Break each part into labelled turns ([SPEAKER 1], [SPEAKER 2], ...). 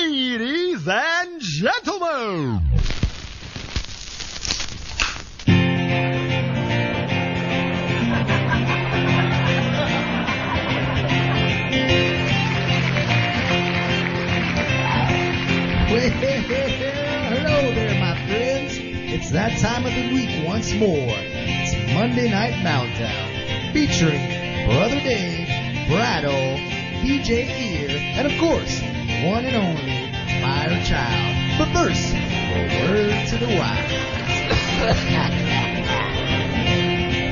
[SPEAKER 1] Ladies and gentlemen.
[SPEAKER 2] Hello there, my friends. It's that time of the week once more. It's Monday Night Meltdown, featuring Brother Dave, Bridal, DJ Ear, and of course, one and only Fire Child. But first, a word to the wise.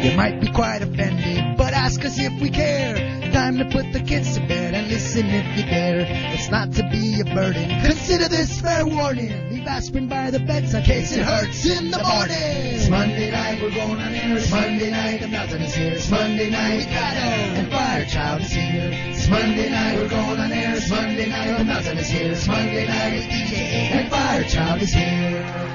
[SPEAKER 2] you might be quite offended, but ask us if we care. Time to put the kids to bed and listen if you dare. It's not to be a burden. Consider this fair warning. Leave aspirin by the bedside in case it hurts in the morning. It's Monday night, we're going on air. It's Monday night, the mountain is here. It's Monday night, we got it. And fire child is here. It's Monday night, we're going on air. It's Monday night, the mountain is here. It's Monday night, with DJ and fire child is here.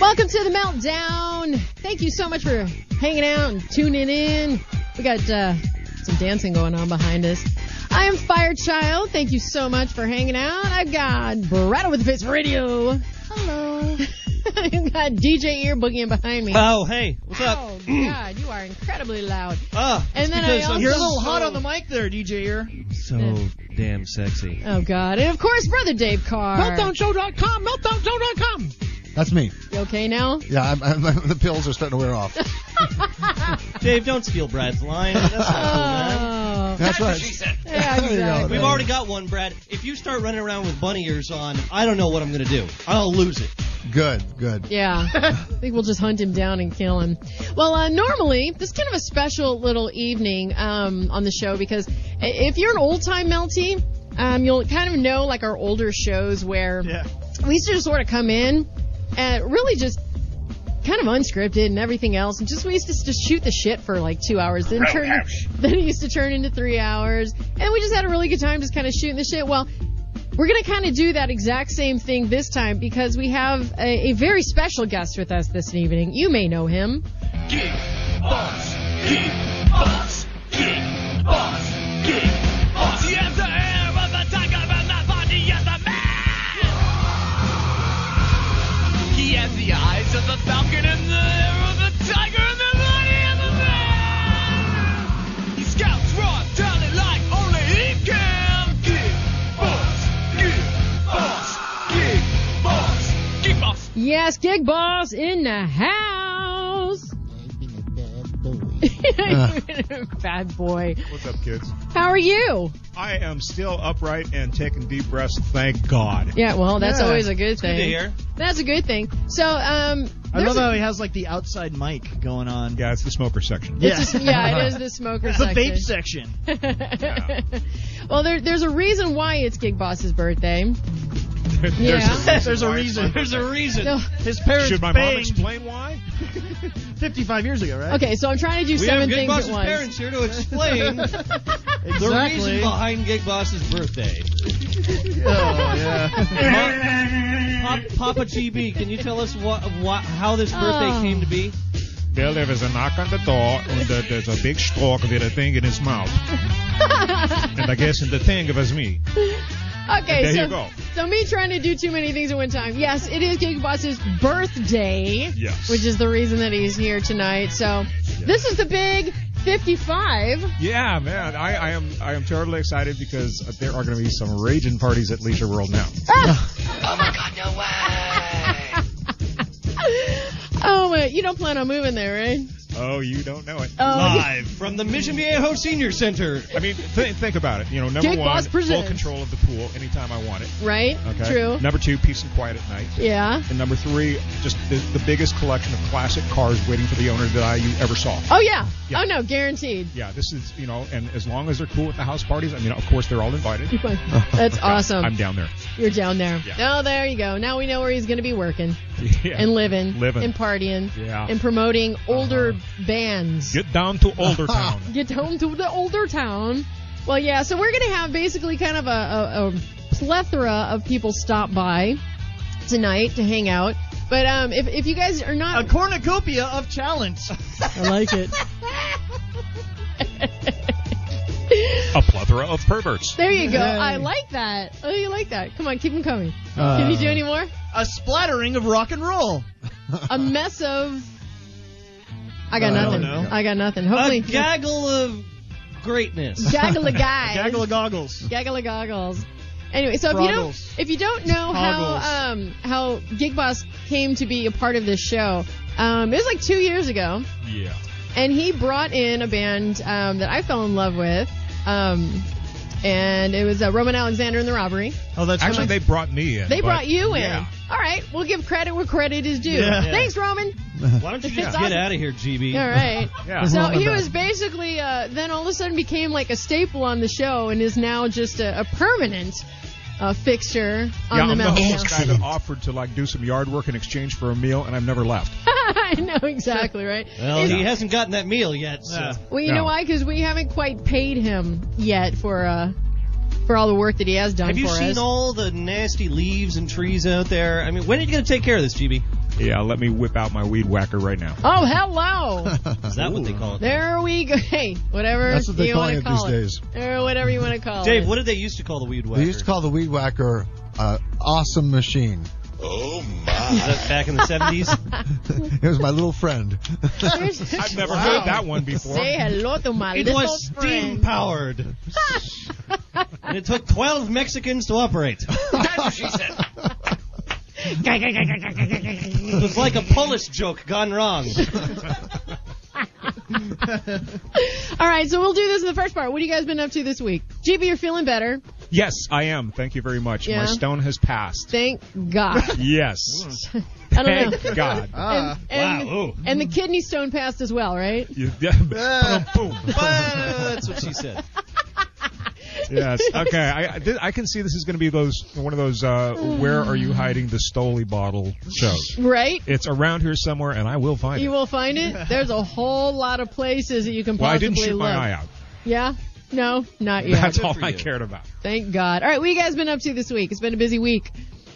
[SPEAKER 3] Welcome to the meltdown. Thank you so much for hanging out and tuning in. We got uh, some dancing going on behind us. I am Firechild. Thank you so much for hanging out. I've got Barretto with the Fits Radio. Hello. You've got DJ Ear boogieing behind me.
[SPEAKER 4] Oh, hey, what's
[SPEAKER 3] oh God, you are incredibly loud.
[SPEAKER 4] Ah,
[SPEAKER 3] And then I also- You're a little hot on the
[SPEAKER 4] mic there, DJ Ear. So damn sexy.
[SPEAKER 3] Oh God, and of course, brother Dave Carr.
[SPEAKER 4] Meltdownshow.com, meltdownshow.com.
[SPEAKER 2] That's me.
[SPEAKER 3] You okay now?
[SPEAKER 2] Yeah, I'm, I'm, the pills are starting to wear off.
[SPEAKER 4] Dave, don't steal Brad's line. That's not cool, man.
[SPEAKER 3] Oh,
[SPEAKER 2] That's right.
[SPEAKER 3] yeah,
[SPEAKER 2] There you go.
[SPEAKER 3] exactly.
[SPEAKER 4] We've already got one, Brad. If you start running around with bunny ears on, I don't know what I'm going to do. I'll lose it.
[SPEAKER 2] Good, good.
[SPEAKER 3] Yeah. I think we'll just hunt him down and kill him. Well, uh, normally, this is kind of a special little evening um, on the show because i- if you're an old time melty, um, you'll kind of know like our older shows where we used to just sort of come in and really just kind of unscripted and everything else and just we used to just shoot the shit for like two hours then turn then it used to turn into three hours and we just had a really good time just kind of shooting the shit well we're going to kind of do that exact same thing this time because we have a, a very special guest with us this evening. You may know him.
[SPEAKER 5] He has the eyes of the falcon and the hair of the tiger and the body of the man. He scouts raw talent like only he can. Give boss, give boss, give boss, give boss.
[SPEAKER 3] Yes, Gig Boss in the house. Bad boy.
[SPEAKER 6] What's up, kids?
[SPEAKER 3] How are you?
[SPEAKER 6] I am still upright and taking deep breaths. Thank God.
[SPEAKER 3] Yeah, well, that's
[SPEAKER 7] Yeah.
[SPEAKER 3] always a good
[SPEAKER 4] Good
[SPEAKER 3] thing.
[SPEAKER 4] to hear.
[SPEAKER 3] That's a good thing. So, um,
[SPEAKER 7] I
[SPEAKER 3] there's
[SPEAKER 7] love
[SPEAKER 3] a-
[SPEAKER 7] how he has like the outside mic going on.
[SPEAKER 6] Yeah, it's the smoker section.
[SPEAKER 7] Yeah.
[SPEAKER 3] it's just- yeah, it is the smoker
[SPEAKER 7] It's the
[SPEAKER 3] section.
[SPEAKER 7] vape section.
[SPEAKER 3] well, there, there's a reason why it's Gig Boss's birthday.
[SPEAKER 6] There's
[SPEAKER 3] Yeah.
[SPEAKER 7] There's a
[SPEAKER 6] why it's
[SPEAKER 7] reason.
[SPEAKER 6] like-
[SPEAKER 7] There's a reason.
[SPEAKER 3] No.
[SPEAKER 7] His parents
[SPEAKER 6] Should my mom
[SPEAKER 7] banged
[SPEAKER 6] explain why?
[SPEAKER 7] 55 years ago, right?
[SPEAKER 3] Okay, so I'm trying to do
[SPEAKER 4] We
[SPEAKER 3] seven
[SPEAKER 4] have Gig
[SPEAKER 3] things
[SPEAKER 4] Boss's
[SPEAKER 3] at once.
[SPEAKER 4] parents here to explain the
[SPEAKER 7] Exactly.
[SPEAKER 4] reason behind Gig Boss's birthday.
[SPEAKER 7] Oh, yeah.
[SPEAKER 4] Pop, Papa GB, can you tell us what, what, how this birthday
[SPEAKER 3] Oh.
[SPEAKER 4] came to be?
[SPEAKER 6] Well, there was a knock on the door, and uh, there's a big stork with a thing in his mouth. and I guess in the thing it was me.
[SPEAKER 3] Okay,
[SPEAKER 6] There
[SPEAKER 3] so,
[SPEAKER 6] you go.
[SPEAKER 3] so me trying to do too many things at one time. Yes, it is Gig Boss's birthday,
[SPEAKER 6] Yes.
[SPEAKER 3] which is the reason that he's here tonight. So this is the big 55.
[SPEAKER 6] Yeah, man. I, I am I am terribly excited because there are going to be some raging parties at Leisure World now.
[SPEAKER 3] oh, wait, you don't plan on moving there, right?
[SPEAKER 6] Oh, you don't know it.
[SPEAKER 3] Oh,
[SPEAKER 4] Live from the Mission Viejo Senior Center.
[SPEAKER 6] I mean, th- think about it. You know, number
[SPEAKER 3] Jake
[SPEAKER 6] one,
[SPEAKER 3] Boss
[SPEAKER 6] full
[SPEAKER 3] presents.
[SPEAKER 6] control of the pool anytime I want it.
[SPEAKER 3] right?
[SPEAKER 6] Okay.
[SPEAKER 3] True.
[SPEAKER 6] Number two, peace and quiet at night.
[SPEAKER 3] Yeah.
[SPEAKER 6] And number three, just the, the biggest collection of classic cars waiting for the owner that I you ever saw.
[SPEAKER 3] Oh, yeah.
[SPEAKER 6] Yeah.
[SPEAKER 3] Oh, no, guaranteed.
[SPEAKER 6] Yeah, this is you know, and as long as they're cool with the house parties, I mean, of course they're all invited.
[SPEAKER 3] That's awesome.
[SPEAKER 6] I'm down there.
[SPEAKER 3] You're down there.
[SPEAKER 6] Yeah.
[SPEAKER 3] Oh, there you go. Now we know where he's going to be working
[SPEAKER 6] Yeah.
[SPEAKER 3] and living,
[SPEAKER 6] Living.
[SPEAKER 3] and partying
[SPEAKER 6] Yeah.
[SPEAKER 3] and promoting older bands.
[SPEAKER 6] Get down to Older Town.
[SPEAKER 3] Get home to the older town. Well, yeah. So we're going to have basically kind of a, a, a plethora of people stop by tonight to hang out. But um, if, if you guys are
[SPEAKER 7] A
[SPEAKER 3] not,
[SPEAKER 7] cornucopia of challenge.
[SPEAKER 3] I like it.
[SPEAKER 6] A plethora of perverts.
[SPEAKER 3] there you go.
[SPEAKER 7] Yay. Uh,
[SPEAKER 3] I like that. Oh, you like that? Come on, keep them coming. Can you do any more?
[SPEAKER 7] A splattering of rock and roll.
[SPEAKER 3] A mess of. I got
[SPEAKER 7] Uh, I don't
[SPEAKER 3] nothing.
[SPEAKER 7] know.
[SPEAKER 3] I, got nothing.
[SPEAKER 4] A
[SPEAKER 3] Hopefully,
[SPEAKER 4] gaggle of greatness.
[SPEAKER 3] gaggle of guys.
[SPEAKER 7] Gaggle of goggles.
[SPEAKER 3] Gaggle of goggles. Anyway, so if you don't
[SPEAKER 7] Froggles.
[SPEAKER 3] if you don't know how
[SPEAKER 7] Froggles.
[SPEAKER 3] um, how Gig Boss came to be a part of this show, um, it was like two years ago,
[SPEAKER 6] Yeah.
[SPEAKER 3] and he brought in a band um, that I fell in love with, um, and it was uh, Roman Alexander and the Robbery.
[SPEAKER 7] Oh, that's
[SPEAKER 6] Actually,
[SPEAKER 7] right.
[SPEAKER 6] they brought me in.
[SPEAKER 3] They
[SPEAKER 6] but-
[SPEAKER 3] brought you in.
[SPEAKER 6] Yeah.
[SPEAKER 3] All right, we'll give credit where credit is due.
[SPEAKER 7] Yeah.
[SPEAKER 3] Thanks, Roman.
[SPEAKER 4] Why don't you
[SPEAKER 3] It's
[SPEAKER 4] just
[SPEAKER 3] awesome.
[SPEAKER 4] get out of here, GB?
[SPEAKER 3] All right.
[SPEAKER 6] Yeah.
[SPEAKER 3] So
[SPEAKER 7] Love
[SPEAKER 3] he
[SPEAKER 7] that.
[SPEAKER 3] was basically uh, then all of a sudden became like a staple on the show and is now just a, a permanent uh, fixture
[SPEAKER 6] yeah,
[SPEAKER 3] on the
[SPEAKER 6] I'm the
[SPEAKER 3] mountain.
[SPEAKER 6] homeless guy that offered to like do some yard work in exchange for a meal, and I've never left.
[SPEAKER 3] I know exactly right.
[SPEAKER 4] Well,
[SPEAKER 3] Is-
[SPEAKER 4] he hasn't gotten that meal yet. So.
[SPEAKER 7] Yeah.
[SPEAKER 3] well, you
[SPEAKER 6] No.
[SPEAKER 3] know why? Because we haven't quite paid him yet for uh, for all the work that he has done
[SPEAKER 4] Have you
[SPEAKER 3] for
[SPEAKER 4] seen
[SPEAKER 3] us.
[SPEAKER 4] all the nasty leaves and trees out there? I mean, when are you going to take care of this, GB?
[SPEAKER 6] Yeah, let me whip out my weed whacker right now.
[SPEAKER 3] oh, hello.
[SPEAKER 4] Is that what they call it?
[SPEAKER 3] there we go. Hey, whatever
[SPEAKER 8] That's what
[SPEAKER 3] you
[SPEAKER 8] they're
[SPEAKER 3] want
[SPEAKER 8] calling
[SPEAKER 3] to
[SPEAKER 8] it
[SPEAKER 3] call
[SPEAKER 8] these days.
[SPEAKER 3] or whatever you want to call
[SPEAKER 4] Dave,
[SPEAKER 3] it.
[SPEAKER 4] what did they used to call the weed whacker?
[SPEAKER 8] They used to call the weed whacker uh, awesome machine.
[SPEAKER 1] Oh
[SPEAKER 4] Is
[SPEAKER 1] my.
[SPEAKER 4] that back in the 70s?
[SPEAKER 8] it was my little friend.
[SPEAKER 6] I've never
[SPEAKER 3] Wow.
[SPEAKER 6] heard that one before.
[SPEAKER 3] Say hello to my
[SPEAKER 4] it
[SPEAKER 3] little
[SPEAKER 4] was steam
[SPEAKER 3] friend.
[SPEAKER 4] powered. and it took 12 Mexicans to operate. It was like a Polish joke gone wrong.
[SPEAKER 3] All right, so we'll do this in the first part. What have you guys been up to this week? GB, you're feeling better.
[SPEAKER 6] Yes, I am. Thank you very much.
[SPEAKER 3] Yeah. Hmm.
[SPEAKER 6] My stone has passed.
[SPEAKER 3] Thank God.
[SPEAKER 6] Yes.
[SPEAKER 3] I don't know.
[SPEAKER 6] Thank God.
[SPEAKER 7] Ah.
[SPEAKER 3] And,
[SPEAKER 4] Wow, ooh.
[SPEAKER 3] and the kidney stone passed as well, right?
[SPEAKER 6] You- yeah, boom.
[SPEAKER 4] Well, that's what she said.
[SPEAKER 6] Yes. Okay. I I did- I can see this is going to be those one of those uh, where are you hiding the Stoli bottle shows.
[SPEAKER 3] Right?
[SPEAKER 6] It's around here somewhere, and I will find
[SPEAKER 3] You
[SPEAKER 6] it.
[SPEAKER 3] will find it. There's a whole lot of places that you can possibly
[SPEAKER 6] Well, I didn't shoot
[SPEAKER 3] look.
[SPEAKER 6] my eye out.
[SPEAKER 3] Yeah? No, not yet.
[SPEAKER 6] That's
[SPEAKER 4] good
[SPEAKER 6] all
[SPEAKER 4] for
[SPEAKER 6] I
[SPEAKER 4] you.
[SPEAKER 6] cared about.
[SPEAKER 3] Thank God. All right, what you guys been up to this week? It's been a busy week.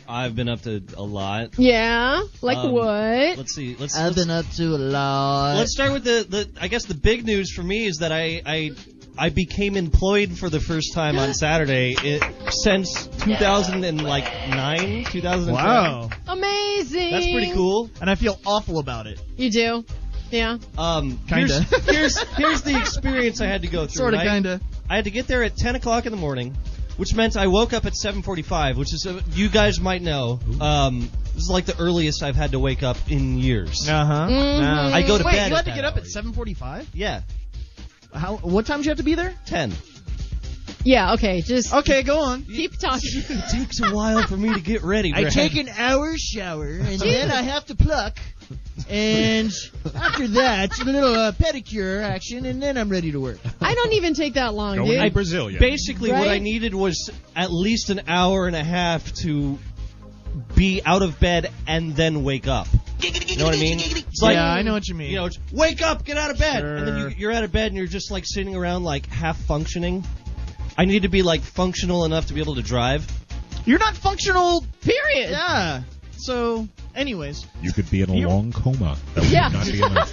[SPEAKER 4] I've been up to a lot.
[SPEAKER 3] Yeah? Like
[SPEAKER 4] Um,
[SPEAKER 3] what?
[SPEAKER 4] Let's see. Let's,
[SPEAKER 2] I've
[SPEAKER 4] let's,
[SPEAKER 2] been up to a lot.
[SPEAKER 4] let's start with the, the. I guess the big news for me is that I I, I became employed for the first time on Saturday it, since 2009, 2010.
[SPEAKER 7] Wow.
[SPEAKER 3] Amazing.
[SPEAKER 4] That's pretty cool.
[SPEAKER 7] And I feel awful about it.
[SPEAKER 3] You do? Yeah.
[SPEAKER 4] Um,
[SPEAKER 7] Kinda.
[SPEAKER 4] Here's, here's here's the experience I had to go through.
[SPEAKER 7] Sorta,
[SPEAKER 4] right?
[SPEAKER 7] kinda.
[SPEAKER 4] I had to get there at 10 o'clock in the morning, which meant I woke up at 7:45, which is uh, you guys might know. Um, this is like the earliest I've had to wake up in years.
[SPEAKER 7] Uh huh.
[SPEAKER 3] Mhm.
[SPEAKER 4] I go to
[SPEAKER 7] Wait,
[SPEAKER 4] bed.
[SPEAKER 7] you
[SPEAKER 4] at
[SPEAKER 7] had to
[SPEAKER 4] that
[SPEAKER 7] get up
[SPEAKER 4] hour.
[SPEAKER 7] at 7:45.
[SPEAKER 4] Yeah,
[SPEAKER 7] How? What time do you have to be there?
[SPEAKER 4] 10.
[SPEAKER 3] Yeah, okay. Just
[SPEAKER 7] Okay, go on.
[SPEAKER 3] keep talking.
[SPEAKER 4] It takes a while for me to get ready. Brad.
[SPEAKER 7] an hour shower and then I have to pluck, and after that, a little uh, pedicure action, and then I'm ready to work.
[SPEAKER 3] I don't even take that long,
[SPEAKER 6] Going
[SPEAKER 3] dude.
[SPEAKER 6] to Brazil, yeah.
[SPEAKER 4] Basically, what I
[SPEAKER 3] Right?
[SPEAKER 4] needed was at least an hour and a half to be out of bed and then wake up. You know what I mean? It's like,
[SPEAKER 7] yeah, I know what you mean.
[SPEAKER 4] You know, it's, wake up, get out of bed, and then
[SPEAKER 7] Sure.
[SPEAKER 4] you, you're out of bed and you're just like sitting around like half functioning. I need to be like functional enough to be able to drive.
[SPEAKER 7] you're not functional.
[SPEAKER 3] Period.
[SPEAKER 7] Yeah. So, anyways,
[SPEAKER 6] You could be in a long coma. That would
[SPEAKER 3] Yeah.
[SPEAKER 6] not be enough.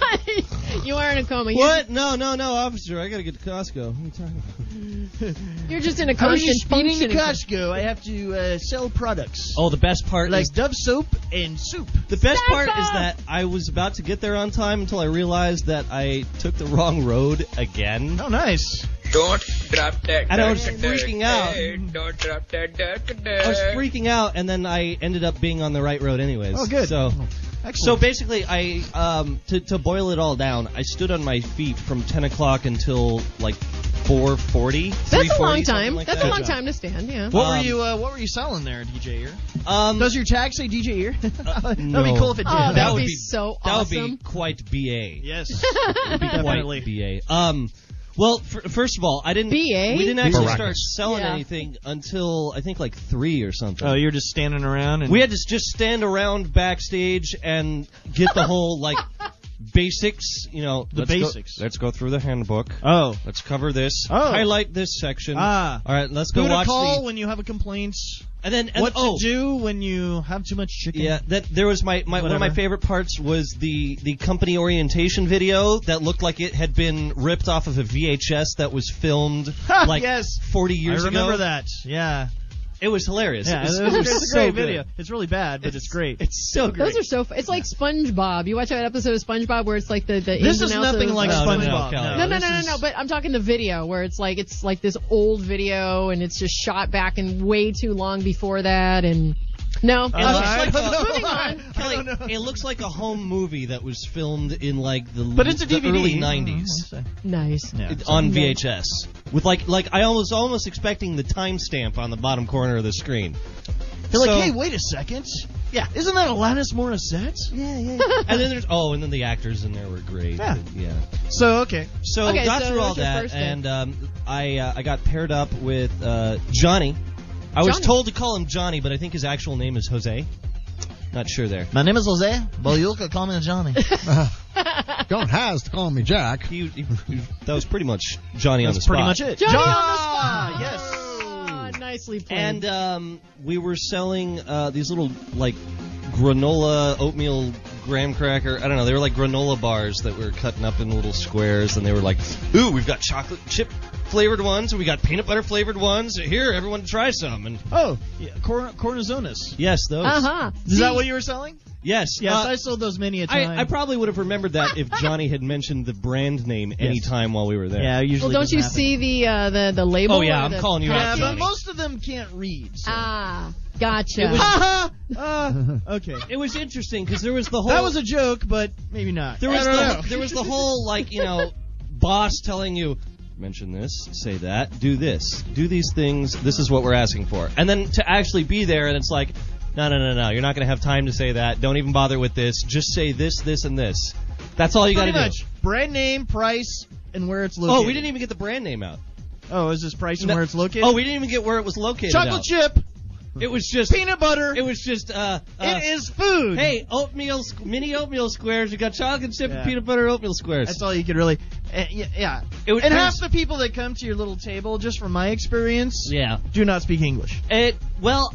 [SPEAKER 3] you are in a coma. You're,
[SPEAKER 4] What? No, no, no, officer. I gotta get to Costco. What are you talking about?
[SPEAKER 3] you're just in a
[SPEAKER 7] I was
[SPEAKER 3] constant
[SPEAKER 7] just speeding to
[SPEAKER 3] functioning-
[SPEAKER 7] Costco. I have to uh, sell products
[SPEAKER 4] Oh, the best part
[SPEAKER 7] like
[SPEAKER 4] is
[SPEAKER 7] Dove soap and soup.
[SPEAKER 4] the best part
[SPEAKER 3] Santa!
[SPEAKER 4] is that I was about to get there on time until I realized that I took the wrong road again.
[SPEAKER 7] Oh, nice.
[SPEAKER 9] Don't drop that.
[SPEAKER 4] And I was
[SPEAKER 9] duck,
[SPEAKER 4] freaking
[SPEAKER 9] duck,
[SPEAKER 4] out.
[SPEAKER 9] duck, Don't drop that. Duck,
[SPEAKER 4] I was
[SPEAKER 9] duck.
[SPEAKER 4] freaking out, and then I ended up being on the right road anyways.
[SPEAKER 7] Oh, good.
[SPEAKER 4] So,
[SPEAKER 7] Excellent.
[SPEAKER 4] so basically, I um, to to boil it all down, I stood on my feet from 10 o'clock until like 4:40.
[SPEAKER 3] That's a
[SPEAKER 4] 3:40,
[SPEAKER 3] long
[SPEAKER 4] something
[SPEAKER 3] time.
[SPEAKER 4] like
[SPEAKER 3] That's
[SPEAKER 4] that.
[SPEAKER 3] a long time to stand. Yeah.
[SPEAKER 7] what
[SPEAKER 4] um,
[SPEAKER 7] were you? Uh, what were you selling there, DJ Ear?
[SPEAKER 4] Um, uh,
[SPEAKER 7] Does your tag say DJ Ear? That'd
[SPEAKER 4] no.
[SPEAKER 7] be cool if it did.
[SPEAKER 3] Oh, that
[SPEAKER 4] that
[SPEAKER 3] would
[SPEAKER 4] would
[SPEAKER 3] be
[SPEAKER 4] be-
[SPEAKER 3] so
[SPEAKER 4] that would be
[SPEAKER 3] awesome.
[SPEAKER 4] quite ba.
[SPEAKER 7] yes.
[SPEAKER 4] be
[SPEAKER 7] Definitely.
[SPEAKER 4] quite ba. Um, well, f- first of all, I didn't.
[SPEAKER 3] BA?
[SPEAKER 4] We didn't actually
[SPEAKER 6] Baracus.
[SPEAKER 4] start selling
[SPEAKER 3] Yeah.
[SPEAKER 4] anything until I think like three or something.
[SPEAKER 7] Oh, you're just standing around and
[SPEAKER 4] We had to just stand around backstage and get the whole like basics. You know,
[SPEAKER 5] The
[SPEAKER 4] let's go-
[SPEAKER 5] basics.
[SPEAKER 4] let's go through the handbook.
[SPEAKER 5] Oh.
[SPEAKER 4] Let's cover this.
[SPEAKER 5] Oh.
[SPEAKER 4] Highlight this section.
[SPEAKER 5] Ah.
[SPEAKER 4] All right, let's go
[SPEAKER 7] Who to
[SPEAKER 4] watch
[SPEAKER 7] call
[SPEAKER 4] the.
[SPEAKER 7] when you have a complaint?
[SPEAKER 4] And then and,
[SPEAKER 7] what
[SPEAKER 4] oh,
[SPEAKER 7] to do when you have too much chicken?
[SPEAKER 4] Yeah, that there was my, my one of my
[SPEAKER 7] Whatever.
[SPEAKER 4] favorite parts was the the company orientation video that looked like it had been ripped off of a VHS that was filmed like
[SPEAKER 7] Yes.
[SPEAKER 4] 40 years
[SPEAKER 5] I remember
[SPEAKER 4] ago.
[SPEAKER 5] that. Yeah.
[SPEAKER 4] It was hilarious.
[SPEAKER 5] Yeah,
[SPEAKER 4] it was,
[SPEAKER 5] it was,
[SPEAKER 4] it was
[SPEAKER 5] it's a
[SPEAKER 4] so
[SPEAKER 5] great
[SPEAKER 4] good.
[SPEAKER 5] video. It's really bad, but it's, great.
[SPEAKER 4] It's so great.
[SPEAKER 3] Those are so. Fu- it's like SpongeBob. You watch that episode of SpongeBob where it's like the the.
[SPEAKER 7] This
[SPEAKER 3] ins
[SPEAKER 7] is
[SPEAKER 3] and outs
[SPEAKER 7] nothing
[SPEAKER 3] of-
[SPEAKER 7] like
[SPEAKER 4] No, no, no,
[SPEAKER 7] SpongeBob.
[SPEAKER 4] Kelly.
[SPEAKER 3] No, no, no, no, no. But I'm talking the video where it's like it's like this old video and it's just shot back and way too long before that and no. Okay.
[SPEAKER 4] Uh, I don't know.
[SPEAKER 3] Moving on.
[SPEAKER 4] Kelly, it looks like a home movie that was filmed in like the,
[SPEAKER 5] But it's a
[SPEAKER 4] the
[SPEAKER 5] DVD.
[SPEAKER 4] early 90s
[SPEAKER 3] Nice.
[SPEAKER 5] Yeah.
[SPEAKER 4] It- on VHS with like like I was almost expecting the timestamp on the bottom corner of the screen.
[SPEAKER 7] They're
[SPEAKER 4] So-
[SPEAKER 7] like, hey, wait a second. Yeah. Isn't that Alanis Morissette? Yeah, yeah.
[SPEAKER 4] and then there's oh, and then the actors in there were great.
[SPEAKER 7] Yeah.
[SPEAKER 4] yeah.
[SPEAKER 7] so okay.
[SPEAKER 4] So
[SPEAKER 3] Okay,
[SPEAKER 4] got
[SPEAKER 3] so
[SPEAKER 4] through
[SPEAKER 3] what
[SPEAKER 4] all
[SPEAKER 3] was your
[SPEAKER 4] that,
[SPEAKER 3] first date?
[SPEAKER 4] and um, I uh, I got paired up with uh, Johnny. I was
[SPEAKER 3] Johnny.
[SPEAKER 4] told to call him Johnny, but I think his actual name is Jose. Not sure there.
[SPEAKER 7] My name is Jose. Well, you can call me Johnny.
[SPEAKER 8] Don't has to call me Jack.
[SPEAKER 4] He, he- he- that was pretty much Johnny on the
[SPEAKER 5] That's
[SPEAKER 4] spot.
[SPEAKER 5] pretty much it.
[SPEAKER 3] Johnny on the
[SPEAKER 7] Ah,
[SPEAKER 3] spot.
[SPEAKER 7] yes.
[SPEAKER 3] Ah, nicely played.
[SPEAKER 4] And um, we were selling uh, these little like granola oatmeal graham cracker. I don't know. They were like granola bars that we were cutting up in little squares, and they were like, "Ooh, we've got chocolate chip flavored ones, and we got peanut butter flavored ones. Here, everyone try some." And
[SPEAKER 5] Oh, yeah, cor- Cornizonas.
[SPEAKER 4] yes, those.
[SPEAKER 3] uh huh.
[SPEAKER 7] Is that what you were selling?
[SPEAKER 4] Yes.
[SPEAKER 5] Yes,
[SPEAKER 4] uh,
[SPEAKER 5] I sold those many a time.
[SPEAKER 4] Uh-huh. I, I probably would have remembered that if Johnny had mentioned the brand name any time while we were there.
[SPEAKER 5] yeah,
[SPEAKER 3] Well,
[SPEAKER 5] usually.
[SPEAKER 3] don't
[SPEAKER 5] doesn't
[SPEAKER 3] you
[SPEAKER 5] happen.
[SPEAKER 3] see the uh, the the label?
[SPEAKER 4] Oh, yeah,
[SPEAKER 3] or
[SPEAKER 4] I'm
[SPEAKER 3] the
[SPEAKER 4] calling you out,
[SPEAKER 7] Yeah,
[SPEAKER 3] package?
[SPEAKER 7] but most of them can't read. So.
[SPEAKER 3] Ah, gotcha.
[SPEAKER 7] Uh-huh. Uh, okay.
[SPEAKER 4] It was interesting because there was the whole.
[SPEAKER 7] That was a joke, but maybe not.
[SPEAKER 4] there was
[SPEAKER 7] I don't
[SPEAKER 4] the
[SPEAKER 7] know.
[SPEAKER 4] there was the whole like you know boss telling you mention this, say that, do this, do these things. This is what we're asking for, and then to actually be there, and it's like. No, no, no, no. You're not going to have time to say that. Don't even bother with this. Just say this, this, and this. That's all you got to
[SPEAKER 7] Pretty
[SPEAKER 4] do.
[SPEAKER 7] much. Brand name, price, and where it's
[SPEAKER 4] Oh,
[SPEAKER 7] located.
[SPEAKER 4] we didn't even get the brand name out.
[SPEAKER 7] Oh, is this price and
[SPEAKER 4] No-
[SPEAKER 7] where it's located?
[SPEAKER 4] Oh, we didn't even get where it was located.
[SPEAKER 7] chocolate
[SPEAKER 4] out.
[SPEAKER 7] chip,
[SPEAKER 4] It was just.
[SPEAKER 7] peanut butter.
[SPEAKER 4] It was just. Uh, uh,
[SPEAKER 7] it is food.
[SPEAKER 4] Hey, oatmeal, squ- mini oatmeal squares. You got chocolate chip
[SPEAKER 7] Yeah.
[SPEAKER 4] and peanut butter oatmeal squares.
[SPEAKER 7] That's all you could really. Uh, yeah, yeah.
[SPEAKER 4] It was-
[SPEAKER 7] and
[SPEAKER 4] it
[SPEAKER 7] half
[SPEAKER 4] was-
[SPEAKER 7] the people that come to your little table, just from my experience,
[SPEAKER 4] yeah.
[SPEAKER 7] do not speak English,
[SPEAKER 4] It well,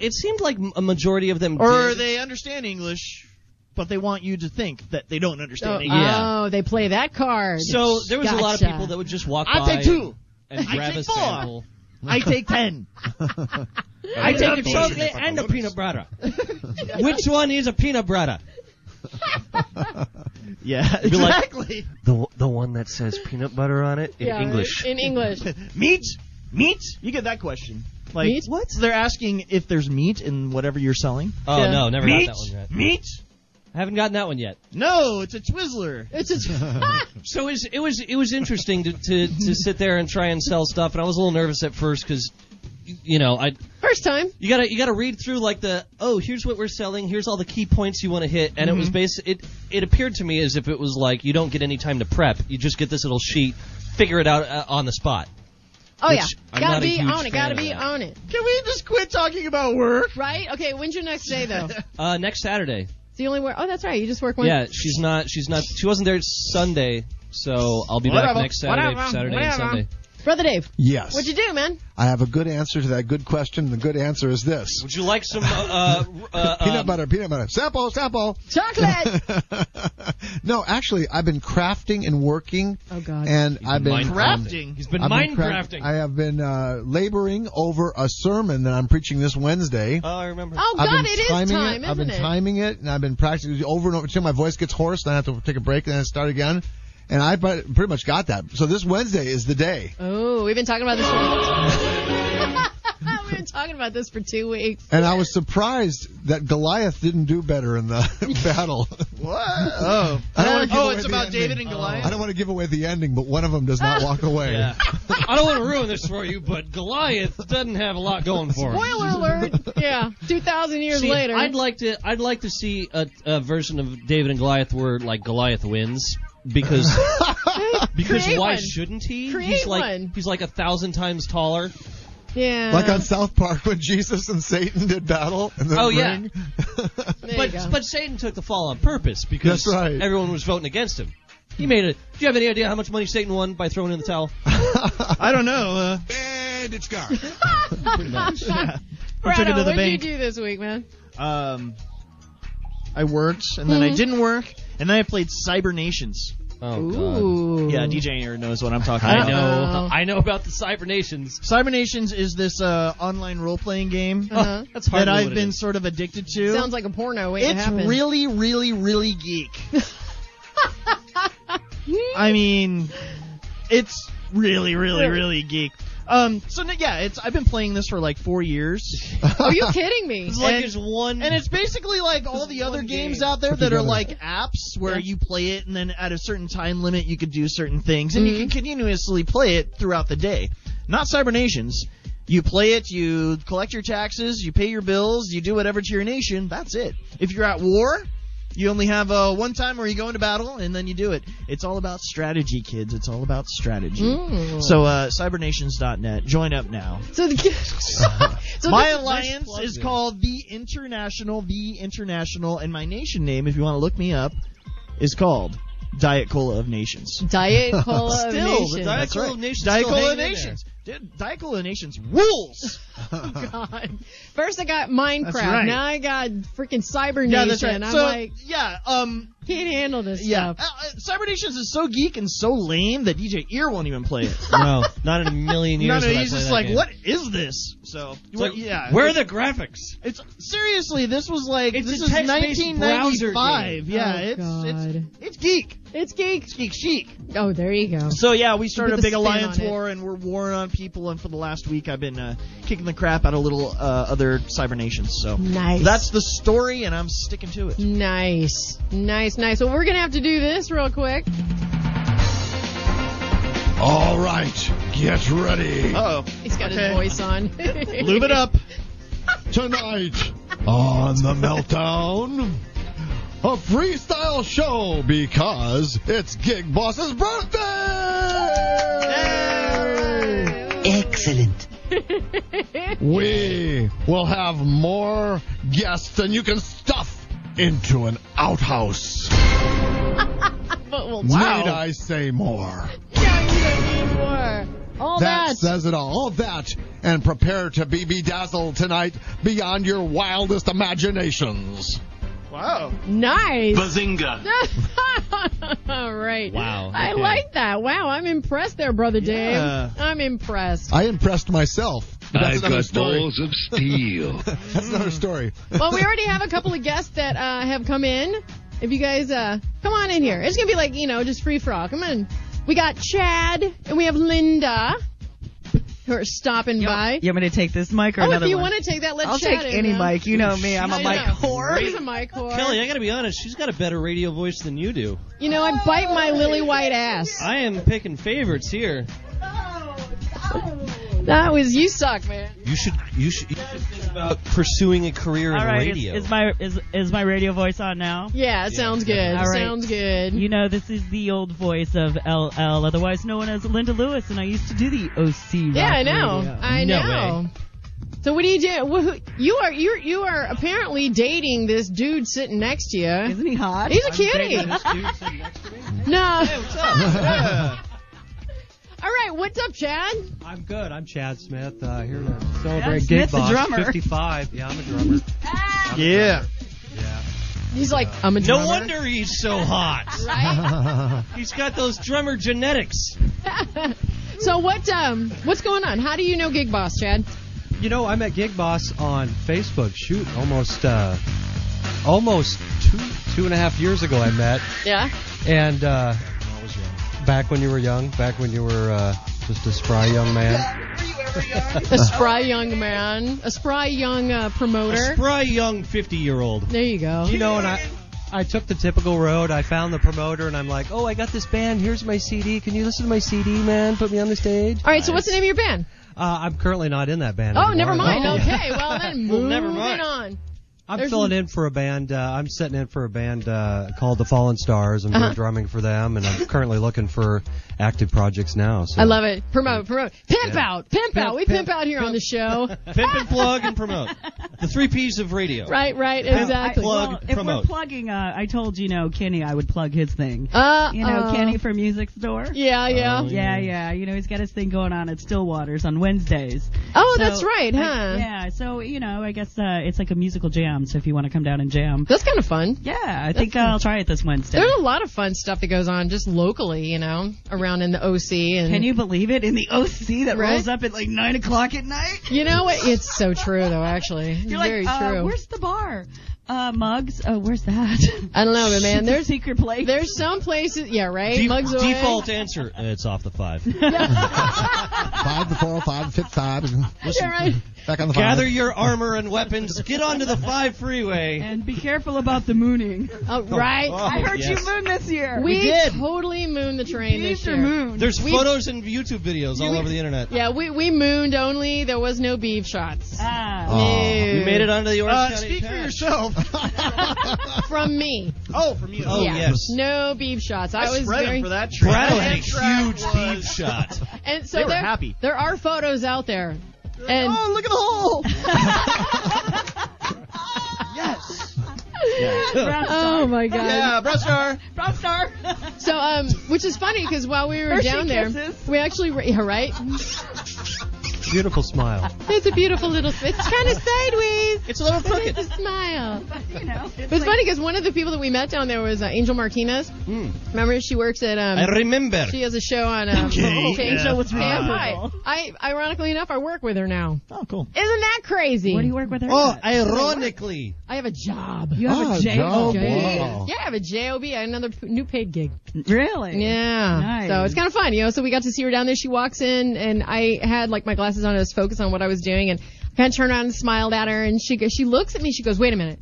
[SPEAKER 4] it seemed like a majority of them.
[SPEAKER 7] or
[SPEAKER 4] did.
[SPEAKER 7] they understand English, but they want you to think that they don't understand
[SPEAKER 3] oh,
[SPEAKER 7] English.
[SPEAKER 4] Yeah.
[SPEAKER 3] oh, they play that card.
[SPEAKER 4] So there was a lot of
[SPEAKER 3] Gotcha.
[SPEAKER 4] people that would just walk
[SPEAKER 7] I
[SPEAKER 4] by
[SPEAKER 7] take two.
[SPEAKER 4] and
[SPEAKER 7] I
[SPEAKER 4] grab
[SPEAKER 7] take
[SPEAKER 4] a
[SPEAKER 7] four.
[SPEAKER 4] sample.
[SPEAKER 7] I take ten.
[SPEAKER 4] I take a chocolate and a peanut butter. Which one is a peanut butter?
[SPEAKER 7] Yeah,
[SPEAKER 4] be like-
[SPEAKER 7] exactly.
[SPEAKER 4] The the one that says peanut butter on it
[SPEAKER 3] Yeah, In English.
[SPEAKER 7] meat, meat. You get that question. Like
[SPEAKER 3] Meat?
[SPEAKER 7] what? They're asking if there's meat in whatever you're selling.
[SPEAKER 4] Oh
[SPEAKER 3] Yeah.
[SPEAKER 4] no, never
[SPEAKER 7] meat,
[SPEAKER 4] got that one yet.
[SPEAKER 7] meat.
[SPEAKER 4] I haven't gotten that one yet.
[SPEAKER 7] No, it's a Twizzler.
[SPEAKER 3] It's a,
[SPEAKER 4] So it was it was, it was interesting to, to to sit there and try and sell stuff, and I was a little nervous at first because, you know, I
[SPEAKER 3] first time.
[SPEAKER 4] you gotta you gotta read through like the oh here's what we're selling here's all the key points you want to hit and it
[SPEAKER 3] Mm-hmm.
[SPEAKER 4] was basi- it it appeared to me as if it was like you don't get any time to prep you just get this little sheet figure it out uh, on the spot
[SPEAKER 3] Oh
[SPEAKER 4] Which
[SPEAKER 3] yeah,
[SPEAKER 4] I'm
[SPEAKER 3] gotta
[SPEAKER 4] not a
[SPEAKER 3] be
[SPEAKER 4] huge
[SPEAKER 3] on it.
[SPEAKER 4] fan
[SPEAKER 3] Gotta
[SPEAKER 4] of
[SPEAKER 3] be
[SPEAKER 4] that.
[SPEAKER 3] on it.
[SPEAKER 7] Can we just quit talking about work?
[SPEAKER 3] Right? Okay. When's your next day though? It's
[SPEAKER 4] uh, next Saturday
[SPEAKER 3] the only work. Oh, that's right. You just work one.
[SPEAKER 4] yeah she's not she's not she wasn't there Sunday so I'll be back
[SPEAKER 3] Whatever.
[SPEAKER 4] next Saturday
[SPEAKER 3] Whatever.
[SPEAKER 4] Saturday
[SPEAKER 3] Whatever.
[SPEAKER 4] and Sunday
[SPEAKER 3] Brother Dave,
[SPEAKER 8] Yes.
[SPEAKER 3] what'd you do, man?
[SPEAKER 8] I have a good answer to that good question. The good answer is this.
[SPEAKER 4] would you like some uh, uh, uh,
[SPEAKER 8] peanut
[SPEAKER 4] um,
[SPEAKER 8] butter, peanut butter. Sample, sample.
[SPEAKER 3] Chocolate.
[SPEAKER 8] no, actually, I've been crafting and working,
[SPEAKER 3] oh God.
[SPEAKER 8] and I've been
[SPEAKER 4] mind
[SPEAKER 8] um,
[SPEAKER 7] Crafting.
[SPEAKER 4] he's been
[SPEAKER 8] I've
[SPEAKER 4] mind
[SPEAKER 8] been craft-
[SPEAKER 4] crafting
[SPEAKER 8] I have been uh, laboring over a sermon that I'm preaching this Wednesday.
[SPEAKER 4] oh I remember
[SPEAKER 3] oh
[SPEAKER 8] I've
[SPEAKER 3] God,
[SPEAKER 8] been
[SPEAKER 3] it is
[SPEAKER 8] timing
[SPEAKER 3] time,
[SPEAKER 8] it.
[SPEAKER 3] isn't
[SPEAKER 8] I've been
[SPEAKER 3] it?
[SPEAKER 8] timing it, and I've been practicing over and over until my voice gets hoarse. Then I have to take a break and then start again. And I pre- pretty much got that. So this Wednesday is the day.
[SPEAKER 3] Oh, we've been talking about this. For- we've been talking about this for two weeks.
[SPEAKER 8] And I was surprised that Goliath didn't do better in the battle.
[SPEAKER 7] What? Oh.
[SPEAKER 8] I don't wanna give
[SPEAKER 7] oh,
[SPEAKER 8] away
[SPEAKER 7] it's
[SPEAKER 8] the
[SPEAKER 7] about
[SPEAKER 8] ending.
[SPEAKER 7] David and Goliath.
[SPEAKER 8] I don't want to give away the ending, but one of them does not walk away.
[SPEAKER 4] yeah I don't want to ruin this for you but Goliath doesn't have a lot going for him
[SPEAKER 3] Spoiler alert. Yeah. Two thousand years
[SPEAKER 4] See,
[SPEAKER 3] later.
[SPEAKER 4] I'd like to. I'd like to see a, a version of David and Goliath where like Goliath wins because because
[SPEAKER 3] Create
[SPEAKER 4] why
[SPEAKER 3] one.
[SPEAKER 4] shouldn't he?
[SPEAKER 3] Create
[SPEAKER 4] he's like
[SPEAKER 3] one.
[SPEAKER 4] he's like a thousand times taller.
[SPEAKER 3] Yeah.
[SPEAKER 8] Like on South Park when Jesus and Satan did battle. In the
[SPEAKER 4] Oh, yeah.
[SPEAKER 8] ring.
[SPEAKER 3] There you
[SPEAKER 4] But
[SPEAKER 3] go.
[SPEAKER 4] but Satan took the fall on purpose because
[SPEAKER 8] That's right.
[SPEAKER 4] everyone was voting against him. He made it. Do you have any idea how much money Satan won by throwing in the towel?
[SPEAKER 6] I don't know.
[SPEAKER 5] And it's gone.
[SPEAKER 6] Uh, took it
[SPEAKER 3] Brado,
[SPEAKER 6] to
[SPEAKER 3] what
[SPEAKER 6] the
[SPEAKER 3] did
[SPEAKER 6] bank.
[SPEAKER 3] you do this week, man?
[SPEAKER 7] Um, I worked, and
[SPEAKER 3] Mm-hmm.
[SPEAKER 7] then I didn't work, and then I played Cyber Nations.
[SPEAKER 4] Oh
[SPEAKER 3] Ooh. Oh.
[SPEAKER 7] Yeah, DJ here knows what I'm talking
[SPEAKER 4] I
[SPEAKER 7] about.
[SPEAKER 4] know.
[SPEAKER 7] Oh.
[SPEAKER 3] Uh-oh.
[SPEAKER 4] I know about the cybernations.
[SPEAKER 7] Cyber Nations is this uh, online role playing game
[SPEAKER 3] Uh-huh.
[SPEAKER 4] That's hard.
[SPEAKER 7] that I've been sort of addicted to.
[SPEAKER 3] Sounds like a porno. Wait, it
[SPEAKER 7] it's
[SPEAKER 3] happened.
[SPEAKER 7] really, really, really geek. I mean, it's really, really, really geek. Um, so n- yeah, it's I've been playing this for like four years,
[SPEAKER 3] Are you kidding me?
[SPEAKER 4] It's like
[SPEAKER 7] and-
[SPEAKER 4] there's one.
[SPEAKER 7] and it's basically like all
[SPEAKER 3] This
[SPEAKER 7] the
[SPEAKER 3] is
[SPEAKER 7] other
[SPEAKER 3] one
[SPEAKER 7] games
[SPEAKER 3] game.
[SPEAKER 7] out there
[SPEAKER 8] Put
[SPEAKER 7] that are
[SPEAKER 8] together.
[SPEAKER 7] like apps where
[SPEAKER 3] Yeah.
[SPEAKER 7] you play it, and then at a certain time limit you could do certain things, and
[SPEAKER 3] Mm-hmm.
[SPEAKER 7] you can continuously play it throughout the day. Not Cybernations. You play it, you collect your taxes, you pay your bills, you do whatever to your nation. That's it. If you're at war, you only have uh, one time where you go into battle and then you do it. It's all about strategy, kids. It's all about strategy.
[SPEAKER 3] Mm.
[SPEAKER 7] So, uh, cybernations.net. Join up now.
[SPEAKER 3] So the so
[SPEAKER 7] my
[SPEAKER 3] this-
[SPEAKER 7] alliance
[SPEAKER 4] plug
[SPEAKER 7] is
[SPEAKER 4] there.
[SPEAKER 7] called the International, the International, and my nation name, if you want to look me up, is called Diet Cola of Nations.
[SPEAKER 3] Diet Cola of
[SPEAKER 4] Still, Oh, the
[SPEAKER 3] Nations.
[SPEAKER 4] Diet Cola
[SPEAKER 7] right.
[SPEAKER 4] of Nations
[SPEAKER 7] Diet
[SPEAKER 4] still
[SPEAKER 7] Cola of
[SPEAKER 4] hanging in
[SPEAKER 7] Nations. Dude, Diet Cola of Nations rules. Oh,
[SPEAKER 3] God. First I got Minecraft.
[SPEAKER 7] right.
[SPEAKER 3] Now I got freaking Cyber
[SPEAKER 7] yeah,
[SPEAKER 3] Nation.
[SPEAKER 7] that's right.
[SPEAKER 3] I'm
[SPEAKER 7] So,
[SPEAKER 3] like,
[SPEAKER 7] yeah, um,
[SPEAKER 3] can't handle this
[SPEAKER 7] yeah. Uh,
[SPEAKER 3] stuff.
[SPEAKER 7] uh, Cyber Nations is so geek and so lame that DJ Ear won't even play it.
[SPEAKER 4] no, not in a million years.
[SPEAKER 7] No, no,
[SPEAKER 4] would I
[SPEAKER 7] he's
[SPEAKER 4] play
[SPEAKER 7] just
[SPEAKER 4] that
[SPEAKER 7] like,
[SPEAKER 4] game.
[SPEAKER 7] what is this? So,
[SPEAKER 4] It's like,
[SPEAKER 7] yeah,
[SPEAKER 4] Where are the graphics?
[SPEAKER 7] It's seriously, this was like
[SPEAKER 4] It's
[SPEAKER 7] this
[SPEAKER 4] a
[SPEAKER 7] is
[SPEAKER 4] text-based
[SPEAKER 7] 1995. Yeah,
[SPEAKER 3] Oh,
[SPEAKER 7] it's it's
[SPEAKER 3] God.
[SPEAKER 7] it's geek,
[SPEAKER 3] It's geek.
[SPEAKER 7] it's geek chic.
[SPEAKER 3] Oh, there you go.
[SPEAKER 7] So yeah, we started
[SPEAKER 3] With
[SPEAKER 7] a
[SPEAKER 3] the
[SPEAKER 7] big
[SPEAKER 3] spin
[SPEAKER 7] alliance
[SPEAKER 3] on it.
[SPEAKER 7] war, and we're warring on people. And for the last week, I've been uh, kicking the crap out of little uh, other cyber nations. So
[SPEAKER 3] Nice.
[SPEAKER 7] that's the story, and I'm sticking to it.
[SPEAKER 3] Nice, nice, nice. Well, we're gonna have to do this real quick.
[SPEAKER 8] All right, get ready.
[SPEAKER 7] Uh oh,
[SPEAKER 3] He's got
[SPEAKER 7] Okay.
[SPEAKER 3] his voice on.
[SPEAKER 7] lube it up.
[SPEAKER 8] Tonight on The Meltdown, a freestyle show because it's Gig Boss's birthday! We will have more guests than you can stuff into an outhouse.
[SPEAKER 3] But we'll
[SPEAKER 8] Need I say more?
[SPEAKER 3] tell you more. All
[SPEAKER 8] That
[SPEAKER 3] that.
[SPEAKER 8] says it all. All that. And prepare to be bedazzled tonight beyond your wildest imaginations.
[SPEAKER 7] Wow.
[SPEAKER 3] nice.
[SPEAKER 5] Bazinga.
[SPEAKER 3] All right.
[SPEAKER 4] Wow,
[SPEAKER 3] I
[SPEAKER 4] okay.
[SPEAKER 3] like that. Wow, I'm impressed there, brother Dave.
[SPEAKER 7] Yeah.
[SPEAKER 3] I'm impressed.
[SPEAKER 8] I impressed myself. But that's another story.
[SPEAKER 1] of steel.
[SPEAKER 8] That's another story.
[SPEAKER 3] well, we already have a couple of guests that uh, have come in. If you guys uh, come on in here, it's gonna be like you know just free for all. Come on. We got Chad and we have Linda who are stopping by.
[SPEAKER 10] You want me to take this mic or
[SPEAKER 3] Oh, if
[SPEAKER 10] another
[SPEAKER 3] you
[SPEAKER 10] one?
[SPEAKER 3] want to take that, let
[SPEAKER 10] I'll
[SPEAKER 3] Chad
[SPEAKER 10] take
[SPEAKER 3] in,
[SPEAKER 10] any
[SPEAKER 3] man.
[SPEAKER 10] mic. You know me. I'm a
[SPEAKER 3] I
[SPEAKER 10] mic
[SPEAKER 3] know.
[SPEAKER 10] whore.
[SPEAKER 3] He's a mic whore.
[SPEAKER 4] Kelly, I gotta be honest. She's got a better radio voice than you do.
[SPEAKER 3] You know, I bite my lily white ass.
[SPEAKER 4] I am picking favorites here.
[SPEAKER 3] That was you suck, man.
[SPEAKER 4] You should. You should. You should think about pursuing a career
[SPEAKER 10] All
[SPEAKER 4] in
[SPEAKER 10] right.
[SPEAKER 4] radio.
[SPEAKER 10] Is, is my is is my radio voice on now?
[SPEAKER 3] Yeah, it sounds good. It
[SPEAKER 10] All right.
[SPEAKER 3] Sounds good.
[SPEAKER 10] You know, this is the old voice of LL, otherwise known as Linda Lewis, and I used to do the OC.
[SPEAKER 3] yeah,
[SPEAKER 10] rock
[SPEAKER 3] I know.
[SPEAKER 10] radio.
[SPEAKER 3] I
[SPEAKER 4] No
[SPEAKER 3] know. So what do you do? Wh- who- You are you you are apparently dating this dude sitting next to you.
[SPEAKER 10] Isn't he hot?
[SPEAKER 3] He's a cutie. No.
[SPEAKER 7] Yeah.
[SPEAKER 3] All right, what's up, Chad?
[SPEAKER 4] I'm good. I'm Chad Smith. Uh, here to
[SPEAKER 10] Chad Smith's a drummer.
[SPEAKER 4] 55. Yeah, I'm a drummer.
[SPEAKER 7] yeah.
[SPEAKER 3] He's like, I'm a drummer.
[SPEAKER 4] Uh, No wonder he's so hot. He's got those drummer genetics.
[SPEAKER 3] So what um what's going on? How do you know Gig Boss, Chad?
[SPEAKER 4] You know, I met Gig Boss on Facebook. Shoot, almost, uh, almost two, two and a half years ago, I met.
[SPEAKER 3] Yeah.
[SPEAKER 4] And uh, back when you were young, back when you were uh, just a spry young man.
[SPEAKER 3] A spry young man, a spry young uh, promoter.
[SPEAKER 4] Spry young 50 year old.
[SPEAKER 3] there you go.
[SPEAKER 4] You know, and I. I took the typical road. I found the promoter, and I'm like, "Oh, I got this band. Here's my CD. Can you listen to my CD, man? Put me on the stage."
[SPEAKER 3] All right, so what's the name of your band?
[SPEAKER 4] Uh, I'm currently not in that band.
[SPEAKER 3] Oh,
[SPEAKER 4] anymore.
[SPEAKER 3] never mind.
[SPEAKER 4] Oh.
[SPEAKER 3] Okay, well then
[SPEAKER 4] Well,
[SPEAKER 3] moving
[SPEAKER 4] never mind.
[SPEAKER 3] on.
[SPEAKER 11] I'm
[SPEAKER 3] There's
[SPEAKER 11] filling
[SPEAKER 3] n-
[SPEAKER 11] in for a band. Uh, I'm sitting in for a band uh, called the Fallen Stars. I'm doing
[SPEAKER 3] Uh-huh.
[SPEAKER 11] drumming for them, and I'm currently looking for active projects now. So
[SPEAKER 3] I love it. Promote, promote. Pimp
[SPEAKER 11] Yeah.
[SPEAKER 3] out, pimp, out. We pimp, out here on the show.
[SPEAKER 4] Pimp and plug and promote. The three P's of radio.
[SPEAKER 3] right, right,
[SPEAKER 4] Pimp,
[SPEAKER 3] exactly.
[SPEAKER 4] plug,
[SPEAKER 10] Well, if
[SPEAKER 4] promote.
[SPEAKER 10] we're plugging, uh, I told you know Kenny I would plug his thing.
[SPEAKER 3] Uh,
[SPEAKER 10] you know
[SPEAKER 3] uh.
[SPEAKER 10] Kenny from Music Store.
[SPEAKER 3] Yeah, yeah. Oh,
[SPEAKER 10] yeah,
[SPEAKER 3] yeah.
[SPEAKER 10] yeah. You know he's got his thing going on at Stillwaters on Wednesdays.
[SPEAKER 3] Oh,
[SPEAKER 10] So,
[SPEAKER 3] that's right,
[SPEAKER 10] I-
[SPEAKER 3] huh?
[SPEAKER 10] yeah. So you know I guess uh, it's like a musical jam. So if you want to come down and jam,
[SPEAKER 3] that's kind of fun.
[SPEAKER 10] Yeah, I think I'll try it this Wednesday.
[SPEAKER 3] There's a lot of fun stuff that goes on just locally, you know, around in the OC. And
[SPEAKER 10] Can you believe it? In the OC that
[SPEAKER 3] Right?
[SPEAKER 10] rolls up at like nine o'clock at night.
[SPEAKER 3] You know what? It's so true, though. Actually, It's
[SPEAKER 10] You're
[SPEAKER 3] very
[SPEAKER 10] like, uh,
[SPEAKER 3] true.
[SPEAKER 10] where's the bar? Uh, mugs. Oh, where's that?
[SPEAKER 3] I don't know, but man,
[SPEAKER 10] It's a
[SPEAKER 3] there's
[SPEAKER 10] secret place.
[SPEAKER 3] There's some places, yeah, right.
[SPEAKER 4] De-
[SPEAKER 3] Mugs away.
[SPEAKER 4] default answer. uh, It's off the five.
[SPEAKER 8] Five to four, five to fifth five.
[SPEAKER 3] Yeah, right.
[SPEAKER 8] Back on the
[SPEAKER 4] Gather
[SPEAKER 8] five.
[SPEAKER 4] your armor and weapons. Get onto the five freeway.
[SPEAKER 10] And be careful about the mooning.
[SPEAKER 3] Oh, right.
[SPEAKER 4] Oh,
[SPEAKER 10] I heard
[SPEAKER 4] yes.
[SPEAKER 10] you moon this year.
[SPEAKER 3] we
[SPEAKER 4] did.
[SPEAKER 3] totally mooned the train
[SPEAKER 10] Beaved
[SPEAKER 3] this
[SPEAKER 10] your
[SPEAKER 3] year.
[SPEAKER 10] moon.
[SPEAKER 4] There's
[SPEAKER 3] We-
[SPEAKER 4] photos and YouTube videos all over the internet.
[SPEAKER 3] Yeah, we we mooned only. There was no beef shots.
[SPEAKER 10] Ah.
[SPEAKER 8] Oh.
[SPEAKER 4] We made it onto the Orange
[SPEAKER 7] Uh,
[SPEAKER 4] County
[SPEAKER 7] speak for
[SPEAKER 4] Attack.
[SPEAKER 7] yourself.
[SPEAKER 3] From me.
[SPEAKER 7] oh, from you.
[SPEAKER 4] Oh
[SPEAKER 3] yeah.
[SPEAKER 4] yes.
[SPEAKER 3] No beef shots. I,
[SPEAKER 7] I,
[SPEAKER 3] was
[SPEAKER 7] spread 'em
[SPEAKER 3] very
[SPEAKER 7] for that trip.
[SPEAKER 4] Brattle had a
[SPEAKER 7] That track
[SPEAKER 4] huge
[SPEAKER 7] was-
[SPEAKER 4] deep shot.
[SPEAKER 3] and so
[SPEAKER 7] They were
[SPEAKER 3] there,
[SPEAKER 7] happy.
[SPEAKER 3] there are photos out there. And
[SPEAKER 7] Oh, look at the hole.
[SPEAKER 10] Brown
[SPEAKER 3] oh my god.
[SPEAKER 7] yeah, breast star.
[SPEAKER 10] Brown star.
[SPEAKER 3] So um, which is funny because while we were
[SPEAKER 10] Hershey
[SPEAKER 3] down there,
[SPEAKER 10] kisses.
[SPEAKER 3] we actually were- yeah right.
[SPEAKER 11] beautiful smile.
[SPEAKER 3] It's a beautiful little. It's kind of sideways.
[SPEAKER 4] It's a little crooked.
[SPEAKER 3] It's a smile.
[SPEAKER 10] you know.
[SPEAKER 3] It was funny because one of the people that we met down there was uh, Angel Martinez.
[SPEAKER 4] Hmm.
[SPEAKER 3] Remember, she works at um,
[SPEAKER 4] I remember.
[SPEAKER 3] She has a show on um,
[SPEAKER 7] Okay.
[SPEAKER 3] Change.
[SPEAKER 7] Yeah.
[SPEAKER 10] What's
[SPEAKER 3] And
[SPEAKER 10] wrong?
[SPEAKER 3] I, I, ironically enough, I work with her now.
[SPEAKER 7] Oh, cool.
[SPEAKER 3] Isn't that crazy?
[SPEAKER 10] What do you work with her?
[SPEAKER 4] Oh,
[SPEAKER 10] at?
[SPEAKER 4] ironically.
[SPEAKER 3] I have a job.
[SPEAKER 10] you have
[SPEAKER 8] Oh,
[SPEAKER 10] a J.
[SPEAKER 8] God.
[SPEAKER 3] Okay.
[SPEAKER 8] Wow.
[SPEAKER 3] Yeah, I have a job. I have another p- new paid gig.
[SPEAKER 10] Really?
[SPEAKER 3] Yeah.
[SPEAKER 10] Nice.
[SPEAKER 3] So it's kind of fun, you know. So we got to see her down there. She walks in, and I had like my glasses on. I was focused on what I was doing, and I kind of turned around and smiled at her. And she go, she looks at me. She goes, "Wait a minute,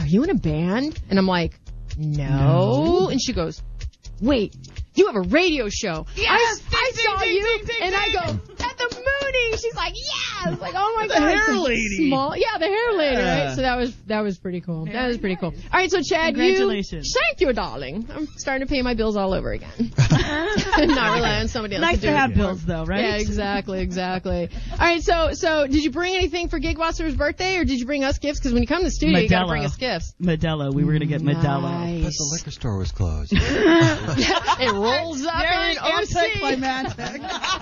[SPEAKER 3] are you in a band?" And I'm like, "No." And she goes, "Wait, you have a radio show.
[SPEAKER 10] Yes!
[SPEAKER 3] I, I
[SPEAKER 10] Ding,
[SPEAKER 3] saw
[SPEAKER 10] ding,
[SPEAKER 3] you."
[SPEAKER 10] ding, ding,
[SPEAKER 3] and I
[SPEAKER 10] ding.
[SPEAKER 3] go, "At the mooning." She's like, "Yeah." I was like, "Oh my
[SPEAKER 7] The
[SPEAKER 3] god."
[SPEAKER 7] hair
[SPEAKER 3] some
[SPEAKER 7] lady.
[SPEAKER 3] Small, yeah, the hair lady.
[SPEAKER 7] Yeah.
[SPEAKER 3] Right. So that was that was pretty cool. that was pretty cool. All right, so Chad, you-
[SPEAKER 10] Congratulations.
[SPEAKER 3] thank you, darling. I'm starting to pay my bills all over again. Not rely on somebody else.
[SPEAKER 10] nice
[SPEAKER 3] to, do
[SPEAKER 10] to have
[SPEAKER 3] it.
[SPEAKER 10] bills though, right?
[SPEAKER 3] Yeah, exactly, exactly. All right, so so did you bring anything for Gig Wasser's birthday, or did you bring us gifts? Because when you come to the studio, you gotta
[SPEAKER 10] Modelo.
[SPEAKER 3] bring us gifts.
[SPEAKER 10] Modelo. We were gonna get Modelo.
[SPEAKER 11] But
[SPEAKER 3] Nice.
[SPEAKER 11] the liquor store was closed.
[SPEAKER 3] it rolls up in OC.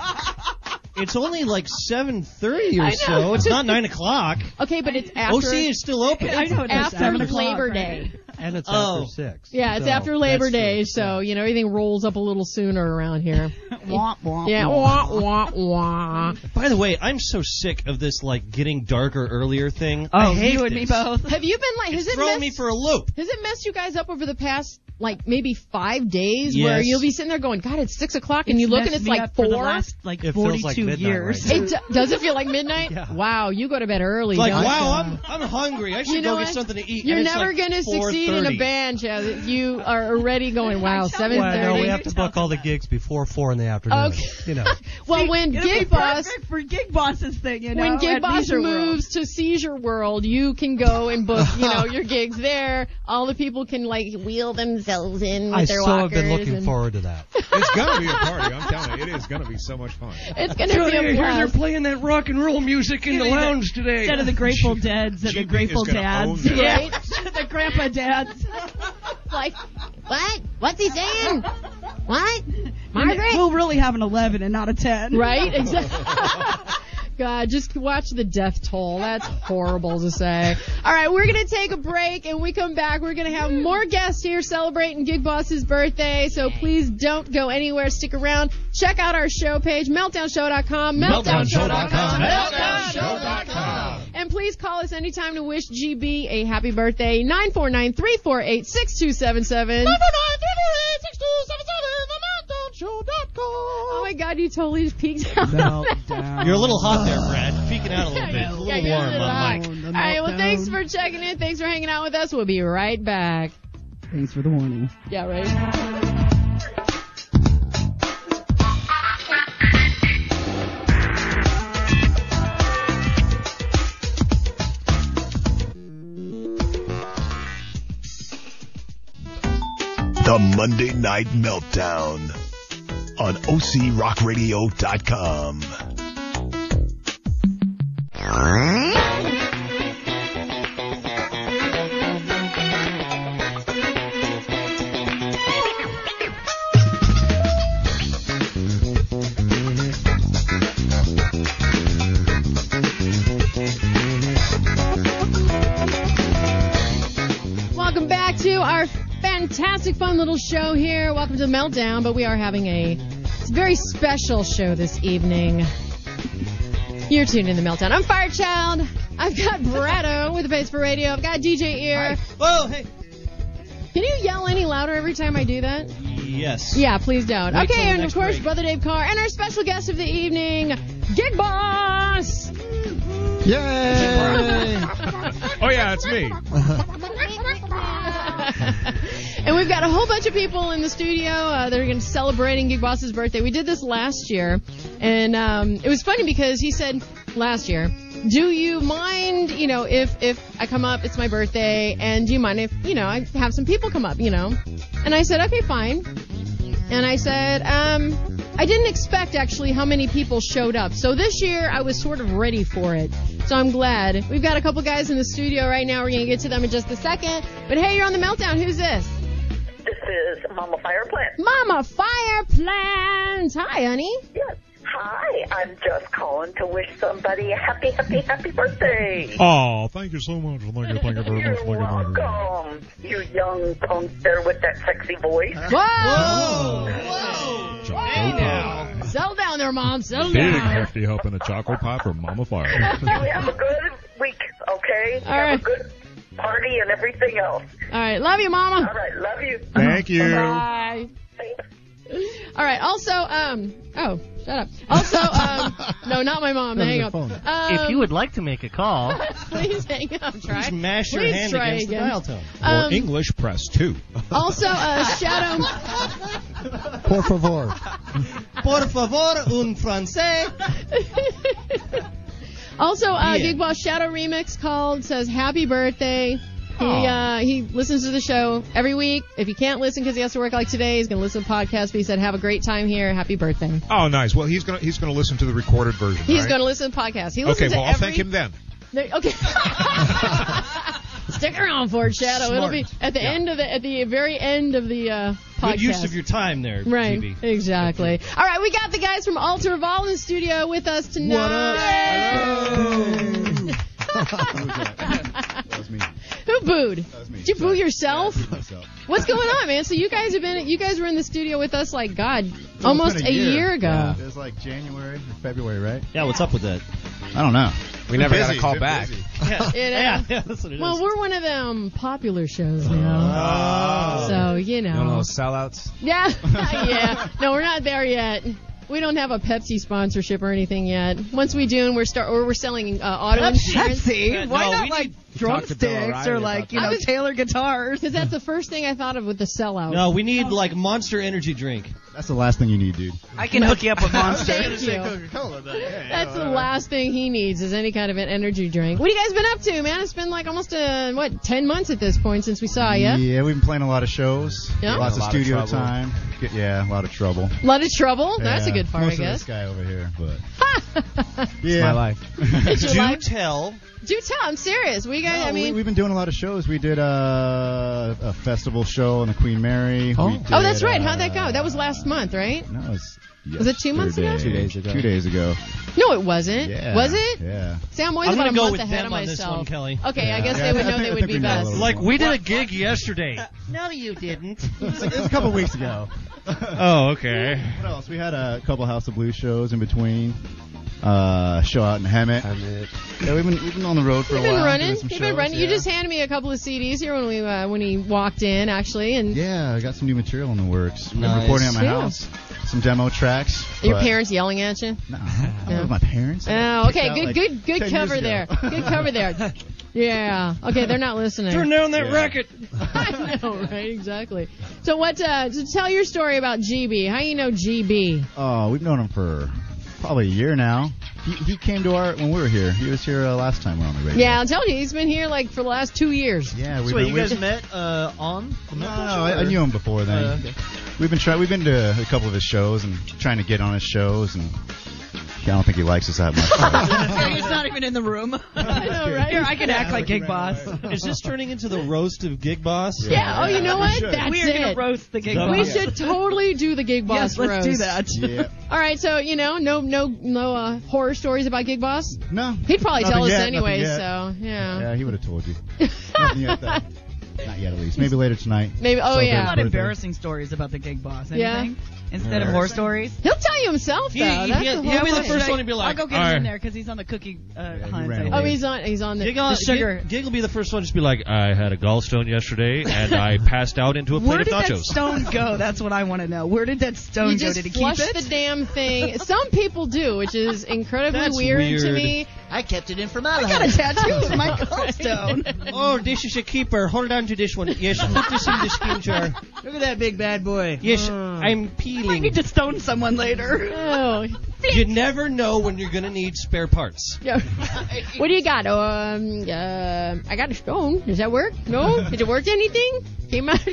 [SPEAKER 4] It's only like 7:30
[SPEAKER 3] I
[SPEAKER 4] or
[SPEAKER 3] know.
[SPEAKER 4] so. It's not 9 o'clock.
[SPEAKER 3] Okay, but it's after
[SPEAKER 4] OC is still open.
[SPEAKER 10] I know it's
[SPEAKER 3] after
[SPEAKER 10] seven o'clock,
[SPEAKER 3] Labor
[SPEAKER 10] right?
[SPEAKER 3] Day.
[SPEAKER 11] and it's
[SPEAKER 4] Oh.
[SPEAKER 11] after six.
[SPEAKER 3] Yeah, it's
[SPEAKER 11] So,
[SPEAKER 3] after Labor
[SPEAKER 11] that's true.
[SPEAKER 3] Day, so you know everything rolls up a little sooner around here.
[SPEAKER 10] Womp womp.
[SPEAKER 3] Yeah,
[SPEAKER 10] womp.
[SPEAKER 3] wah wah wah.
[SPEAKER 4] By the way, I'm so sick of this like getting darker earlier thing.
[SPEAKER 10] Oh,
[SPEAKER 4] I hate
[SPEAKER 10] you and me
[SPEAKER 4] this.
[SPEAKER 10] both.
[SPEAKER 3] Have you been like? Has it
[SPEAKER 4] Throw
[SPEAKER 3] messed,
[SPEAKER 4] me for a loop.
[SPEAKER 3] has it messed you guys up over the past like maybe five days
[SPEAKER 4] Yes.
[SPEAKER 3] where you'll be sitting there going, God, it's six o'clock, and you look and
[SPEAKER 10] messed
[SPEAKER 3] it's
[SPEAKER 10] me
[SPEAKER 3] like
[SPEAKER 10] up
[SPEAKER 3] four.
[SPEAKER 10] For the last, like
[SPEAKER 11] It feels like
[SPEAKER 10] 42
[SPEAKER 11] midnight
[SPEAKER 10] years.
[SPEAKER 11] right
[SPEAKER 3] It d- does it feel like midnight?
[SPEAKER 11] Yeah.
[SPEAKER 3] Wow, you go to bed early.
[SPEAKER 4] It's like,
[SPEAKER 3] don't you?
[SPEAKER 4] wow, I'm I'm hungry. I should
[SPEAKER 3] know
[SPEAKER 4] go get
[SPEAKER 3] what?
[SPEAKER 4] something to eat.
[SPEAKER 3] You're
[SPEAKER 4] And it's
[SPEAKER 3] never
[SPEAKER 4] like
[SPEAKER 3] gonna succeed in a
[SPEAKER 4] 4:30.
[SPEAKER 3] band, Chaz. You are already going, wow, seven
[SPEAKER 11] Well, no, we
[SPEAKER 3] thirty.
[SPEAKER 11] have to book all the gigs before four in the afternoon.
[SPEAKER 3] Okay.
[SPEAKER 11] You know,
[SPEAKER 3] Well, when
[SPEAKER 10] It'll be
[SPEAKER 3] Gig Boss.
[SPEAKER 10] perfect for Gig Boss's thing, you know.
[SPEAKER 3] When Gig
[SPEAKER 10] at
[SPEAKER 3] Boss
[SPEAKER 10] Leisure World.
[SPEAKER 3] moves to Seizure World, you can go and book, you know, your gigs there. All the people can like wheel themselves in with
[SPEAKER 11] I
[SPEAKER 3] their
[SPEAKER 11] so
[SPEAKER 3] walkers.
[SPEAKER 11] have been looking
[SPEAKER 3] and-
[SPEAKER 11] forward to that.
[SPEAKER 6] It's gonna be a party. I'm telling you, it is gonna be so much fun.
[SPEAKER 3] It's gonna be a blast.
[SPEAKER 4] playing that rock and roll music in
[SPEAKER 10] the lounge
[SPEAKER 4] today.
[SPEAKER 10] Instead of the Grateful Deads and the
[SPEAKER 6] GB
[SPEAKER 10] Grateful
[SPEAKER 6] is gonna
[SPEAKER 10] Dads.
[SPEAKER 6] own that.
[SPEAKER 3] Right?
[SPEAKER 10] the Grandpa Dads.
[SPEAKER 3] like, what? What's he saying? What?
[SPEAKER 10] We'll really have an 11 and not a 10.
[SPEAKER 3] Right? Exactly. God, just watch the death toll. That's horrible to say. All right, we're going to take a break and we come back. We're going to have more guests here celebrating Gig Boss's birthday. So please don't go anywhere. Stick around. Check out our show page, meltdownshow.com, meltdownshow.com, meltdownshow.com. And please call us anytime to wish GB a happy birthday. 949 348 6277. Oh my god, you totally just peeked out.
[SPEAKER 4] You're a little hot there, Brad. Peeking out a little bit.
[SPEAKER 3] Yeah,
[SPEAKER 4] A little
[SPEAKER 3] yeah,
[SPEAKER 4] warm on
[SPEAKER 3] you're right.
[SPEAKER 4] mic.
[SPEAKER 3] All right, well, thanks for checking in. Thanks for hanging out with us. We'll be right back.
[SPEAKER 10] Thanks for the warning.
[SPEAKER 3] Yeah, right.
[SPEAKER 12] The Monday Night Meltdown on OCRockRadio.com.
[SPEAKER 3] Welcome back to our fantastic, fun little show here. Welcome to the Meltdown, but we are having a it's a very special show this evening. You're tuned in to the Meltdown. I'm Firechild. I've got Bratto with the face for radio. I've got DJ Ear.
[SPEAKER 4] Whoa, hey.
[SPEAKER 3] Can you yell any louder every time I do that?
[SPEAKER 4] Yes.
[SPEAKER 3] Yeah, please don't.
[SPEAKER 4] Wait till
[SPEAKER 3] okay,
[SPEAKER 4] the
[SPEAKER 3] and of
[SPEAKER 4] next
[SPEAKER 3] course,
[SPEAKER 4] break.
[SPEAKER 3] Brother Dave Carr and our special guest of the evening, Gig Boss.
[SPEAKER 13] Yay!
[SPEAKER 6] oh yeah, it's me.
[SPEAKER 3] And we've got a whole bunch of people in the studio uh, that are going to celebrating Gig Boss's birthday. We did this last year, and um, it was funny because he said last year, "Do you mind, you know, if if I come up, it's my birthday, and do you mind if you know I have some people come up, you know?" And I said, "Okay, fine." And I said, um, I didn't expect actually how many people showed up. So this year I was sort of ready for it. So I'm glad. We've got a couple guys in the studio right now. We're going to get to them in just a second. But hey, you're on the meltdown. Who's this?
[SPEAKER 5] This is Mama Fire Plant.
[SPEAKER 3] Mama Fire Plans. Hi, honey.
[SPEAKER 5] Yes. Hi, I'm just calling to wish somebody a happy, happy, happy birthday.
[SPEAKER 6] Oh, thank you so much. Thank you, thank you very much. Thank you very much.
[SPEAKER 5] Um, you young punk there with that sexy voice.
[SPEAKER 3] Whoa!
[SPEAKER 6] Choco pie.
[SPEAKER 3] Settle down there, Mom. Settle
[SPEAKER 6] Big
[SPEAKER 3] down.
[SPEAKER 6] hefty helping of choco pie from Mama Fire.
[SPEAKER 5] You have a good week, okay?
[SPEAKER 3] All
[SPEAKER 5] have
[SPEAKER 3] right.
[SPEAKER 5] a good party and everything else.
[SPEAKER 3] All right. Love you, Mama.
[SPEAKER 5] All right, love you.
[SPEAKER 6] Thank you.
[SPEAKER 3] Bye. All right. Also, um, oh, shut up. Also, um, no, not my mom. Hang up. Um,
[SPEAKER 14] if you would like to make a call,
[SPEAKER 3] please hang up. Try.
[SPEAKER 14] Just mash your
[SPEAKER 3] please
[SPEAKER 14] hand
[SPEAKER 3] try
[SPEAKER 14] against the
[SPEAKER 3] again.
[SPEAKER 14] dial tone.
[SPEAKER 3] Um,
[SPEAKER 6] English press two.
[SPEAKER 3] Also, uh, Shadow.
[SPEAKER 13] Por favor.
[SPEAKER 4] Por favor, un francés.
[SPEAKER 3] Also, uh,
[SPEAKER 4] Yeah.
[SPEAKER 3] Gig Boss Shadow Remix called, says happy birthday. He uh, he listens to the show every week. If he can't listen because he has to work like today, he's gonna listen to the podcast. But he said, "Have a great time here. Happy birthday."
[SPEAKER 6] Oh, nice. Well, he's gonna he's gonna listen to the recorded version.
[SPEAKER 3] He's
[SPEAKER 6] right?
[SPEAKER 3] gonna listen to the podcast. He
[SPEAKER 6] Okay,
[SPEAKER 3] listens
[SPEAKER 6] well,
[SPEAKER 3] to
[SPEAKER 6] I'll
[SPEAKER 3] every.
[SPEAKER 6] thank him then.
[SPEAKER 3] There- Okay. Stick around for it, Shadow. It'll be at the end of the at the very end of the uh, podcast.
[SPEAKER 4] Good use of your time there,
[SPEAKER 3] Right,
[SPEAKER 4] GB.
[SPEAKER 3] exactly. All right, we got the guys from Alter Revolve in the studio with us tonight. Who booed? Did you boo yourself? What's going on, man? So you guys have been you guys were in the studio with us like God, almost a year, ago.
[SPEAKER 15] It was like January, or February, right?
[SPEAKER 4] Yeah, what's up with that?
[SPEAKER 15] I don't know.
[SPEAKER 14] We never got a call
[SPEAKER 15] been
[SPEAKER 14] back.
[SPEAKER 15] busy.
[SPEAKER 3] You know?
[SPEAKER 14] Yeah, yeah, that's what it
[SPEAKER 3] Well,
[SPEAKER 14] is.
[SPEAKER 3] we're one of them popular shows now. So, you know.
[SPEAKER 14] One of those sellouts.
[SPEAKER 3] Yeah, yeah. No, we're not there yet. We don't have a Pepsi sponsorship or anything yet. Once we do, and we're start or we're selling uh, auto insurance.
[SPEAKER 11] Pepsi? Why not like drumsticks or like you know Taylor guitars? Oh.
[SPEAKER 3] Because that's the first thing I thought of with the sellout.
[SPEAKER 4] No, we need like Monster Energy drink.
[SPEAKER 15] That's the last thing you need, dude.
[SPEAKER 11] I can hook you up with Monster.
[SPEAKER 3] Thank you. That's
[SPEAKER 15] uh,
[SPEAKER 3] the last thing he needs is any kind of an energy drink. What have you guys been up to, man? It's been like almost uh, what ten months at this point since we saw you.
[SPEAKER 15] Yeah, we've been playing a lot of shows.
[SPEAKER 3] Ah, Yeah.
[SPEAKER 15] Lots
[SPEAKER 3] A
[SPEAKER 15] of
[SPEAKER 3] lot of
[SPEAKER 15] studio
[SPEAKER 3] trouble.
[SPEAKER 15] time. Get- yeah, a lot of trouble.
[SPEAKER 3] A lot of trouble. That's a
[SPEAKER 15] Yeah,
[SPEAKER 3] good part,
[SPEAKER 15] most
[SPEAKER 3] I guess.
[SPEAKER 15] Of this guy over here, but yeah.
[SPEAKER 14] my
[SPEAKER 15] life.
[SPEAKER 3] It's your
[SPEAKER 15] Dude,
[SPEAKER 3] life.
[SPEAKER 4] Tell.
[SPEAKER 3] Do tell. I'm serious. We guys. I mean,
[SPEAKER 15] we, have been doing a lot of shows. We did uh, a festival show on the Queen Mary. Oh,
[SPEAKER 3] oh, that's right. How'd that
[SPEAKER 15] uh,
[SPEAKER 3] go? That was last month, right?
[SPEAKER 15] No, it was,
[SPEAKER 3] Was it two months ago?
[SPEAKER 15] yesterday. Two days ago. Two days ago.
[SPEAKER 3] No, it wasn't.
[SPEAKER 15] Yeah.
[SPEAKER 3] Was it?
[SPEAKER 15] Yeah.
[SPEAKER 3] See, I'm always
[SPEAKER 4] I'm
[SPEAKER 3] about
[SPEAKER 4] gonna
[SPEAKER 3] a
[SPEAKER 4] go
[SPEAKER 3] month
[SPEAKER 4] with
[SPEAKER 3] ahead
[SPEAKER 4] them
[SPEAKER 3] of
[SPEAKER 4] on this
[SPEAKER 3] myself.
[SPEAKER 4] one, Kelly.
[SPEAKER 3] Okay, I
[SPEAKER 4] Yeah,
[SPEAKER 3] guess
[SPEAKER 4] I
[SPEAKER 3] they would
[SPEAKER 4] think-
[SPEAKER 3] know
[SPEAKER 4] I
[SPEAKER 3] they
[SPEAKER 4] think-
[SPEAKER 3] would
[SPEAKER 4] I
[SPEAKER 3] be
[SPEAKER 4] think we know a
[SPEAKER 3] best.
[SPEAKER 4] little Like, more. we did a
[SPEAKER 14] gig yesterday.
[SPEAKER 11] No, you didn't.
[SPEAKER 15] It was a couple weeks ago.
[SPEAKER 14] oh, okay.
[SPEAKER 15] What else? We had a couple House of Blues shows in between. Uh, show out in Hemet. Yeah, we've been we've been on the road for
[SPEAKER 3] You've
[SPEAKER 15] a while.
[SPEAKER 3] been running.
[SPEAKER 15] doing
[SPEAKER 3] You've
[SPEAKER 15] some
[SPEAKER 3] been
[SPEAKER 15] shows,
[SPEAKER 3] running. You
[SPEAKER 15] yeah.
[SPEAKER 3] just handed me a couple of CDs here when we uh, when he walked in, actually, and
[SPEAKER 15] Yeah, I got some new material in the works. We've
[SPEAKER 3] Nice.
[SPEAKER 15] been recording at my
[SPEAKER 3] Yeah.
[SPEAKER 15] house. Some demo tracks.
[SPEAKER 3] your
[SPEAKER 15] but-
[SPEAKER 3] parents yelling at you.
[SPEAKER 15] No, I live with my parents.
[SPEAKER 3] Oh, okay.
[SPEAKER 15] Kicked out
[SPEAKER 3] Good,
[SPEAKER 15] like
[SPEAKER 3] good,
[SPEAKER 15] 10
[SPEAKER 3] good
[SPEAKER 15] years
[SPEAKER 3] cover
[SPEAKER 15] ago.
[SPEAKER 3] there. Good cover there. Yeah. Okay, they're not listening.
[SPEAKER 15] Turn down that Yeah.
[SPEAKER 4] record.
[SPEAKER 3] I know, right? Exactly. So what? Uh, so tell your story about GB. How you know GB?
[SPEAKER 15] Oh, we've known him for probably a year now. He, he came to our when we were here. He was here uh, last time we were on the radio.
[SPEAKER 3] Yeah, I'm telling you, he's been here like for the last two years.
[SPEAKER 15] Yeah,
[SPEAKER 7] So
[SPEAKER 15] we've
[SPEAKER 7] wait,
[SPEAKER 15] been,
[SPEAKER 7] you
[SPEAKER 15] we've-
[SPEAKER 7] guys met uh, on the
[SPEAKER 15] No, Oh, I, I knew him before then.
[SPEAKER 7] Oh, okay.
[SPEAKER 15] We've been trying. We've been to a couple of his shows and trying to get on his shows, and I don't think he likes us that much.
[SPEAKER 11] He's not even in the room. I know, right? Here, I can act like Gig Boss.
[SPEAKER 4] Is this turning into the roast of Gig Boss?
[SPEAKER 3] Yeah. Oh, you know what? That's
[SPEAKER 11] We are gonna
[SPEAKER 3] it.
[SPEAKER 11] roast the Gig
[SPEAKER 3] We
[SPEAKER 11] Boss.
[SPEAKER 3] should totally do the gig boss.
[SPEAKER 11] Yes, let's do
[SPEAKER 3] roast.
[SPEAKER 11] that.
[SPEAKER 15] Yeah.
[SPEAKER 3] All right. So you know, no, no, no uh, horror stories about gig boss.
[SPEAKER 15] No.
[SPEAKER 3] He'd probably
[SPEAKER 15] Nothing
[SPEAKER 3] tell us
[SPEAKER 15] yet, nothing
[SPEAKER 3] anyway.
[SPEAKER 15] yet.
[SPEAKER 3] So yeah.
[SPEAKER 15] yeah, he would have told you. Nothing yet, though. Not yet, at least. Maybe later tonight.
[SPEAKER 3] Maybe- oh,
[SPEAKER 15] Celebrate
[SPEAKER 3] yeah.
[SPEAKER 15] his
[SPEAKER 16] A lot
[SPEAKER 15] birthday.
[SPEAKER 16] of embarrassing stories about the gig boss.
[SPEAKER 3] Yeah.
[SPEAKER 16] Anything? Instead of
[SPEAKER 15] Yeah.
[SPEAKER 16] horror stories.
[SPEAKER 3] He'll tell you himself
[SPEAKER 16] He- he-
[SPEAKER 3] though. That's
[SPEAKER 16] he'll-
[SPEAKER 3] the
[SPEAKER 16] he'll
[SPEAKER 3] whole
[SPEAKER 16] be the
[SPEAKER 3] point.
[SPEAKER 16] first one to be like, I'll go get him
[SPEAKER 4] "Alright."
[SPEAKER 16] in there because he's on the cookie uh, hunt.
[SPEAKER 4] ran
[SPEAKER 3] Oh, he's on. He's on the,
[SPEAKER 16] Gig on-
[SPEAKER 3] the sugar.
[SPEAKER 4] Gig will be the first one to just be like, I had a gallstone yesterday and I passed out into a plate
[SPEAKER 11] Where
[SPEAKER 4] of
[SPEAKER 11] did that
[SPEAKER 4] nachos.
[SPEAKER 11] stone go? That's what I want to know. Where did that stone
[SPEAKER 3] you
[SPEAKER 11] go?
[SPEAKER 3] just
[SPEAKER 11] Did it keep
[SPEAKER 3] flush
[SPEAKER 11] it?
[SPEAKER 3] the damn thing. Some people do, which is incredibly
[SPEAKER 11] That's
[SPEAKER 3] weird, to
[SPEAKER 4] weird.
[SPEAKER 3] me.
[SPEAKER 7] I kept it in for my
[SPEAKER 11] I got a tattoo of my gallstone.
[SPEAKER 4] Oh, this is a keeper. Hold on to this one. Yes, put this in the skin jar.
[SPEAKER 7] Look at that big bad boy.
[SPEAKER 4] Yes, I'm
[SPEAKER 11] Hmm. I
[SPEAKER 4] peeling.
[SPEAKER 11] need to stone someone later.
[SPEAKER 3] Oh.
[SPEAKER 4] You never know when you're gonna need spare parts.
[SPEAKER 3] Yeah. what do you got? Um, uh, I got a stone. Does that work? No? Did it work anything? Came out.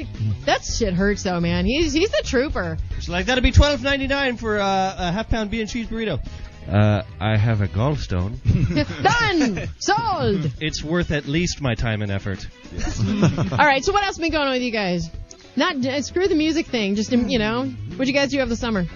[SPEAKER 3] That shit hurts though, man. He's he's the trooper.
[SPEAKER 4] It's like that'll be twelve ninety nine for uh, a half pound bean and cheese burrito. Uh, I have a gallstone.
[SPEAKER 3] Done. Sold.
[SPEAKER 4] It's worth at least my time and effort.
[SPEAKER 3] All right. So what else been going on with you guys? Not uh, screw the music thing. Just um, you know, what you guys do over the summer?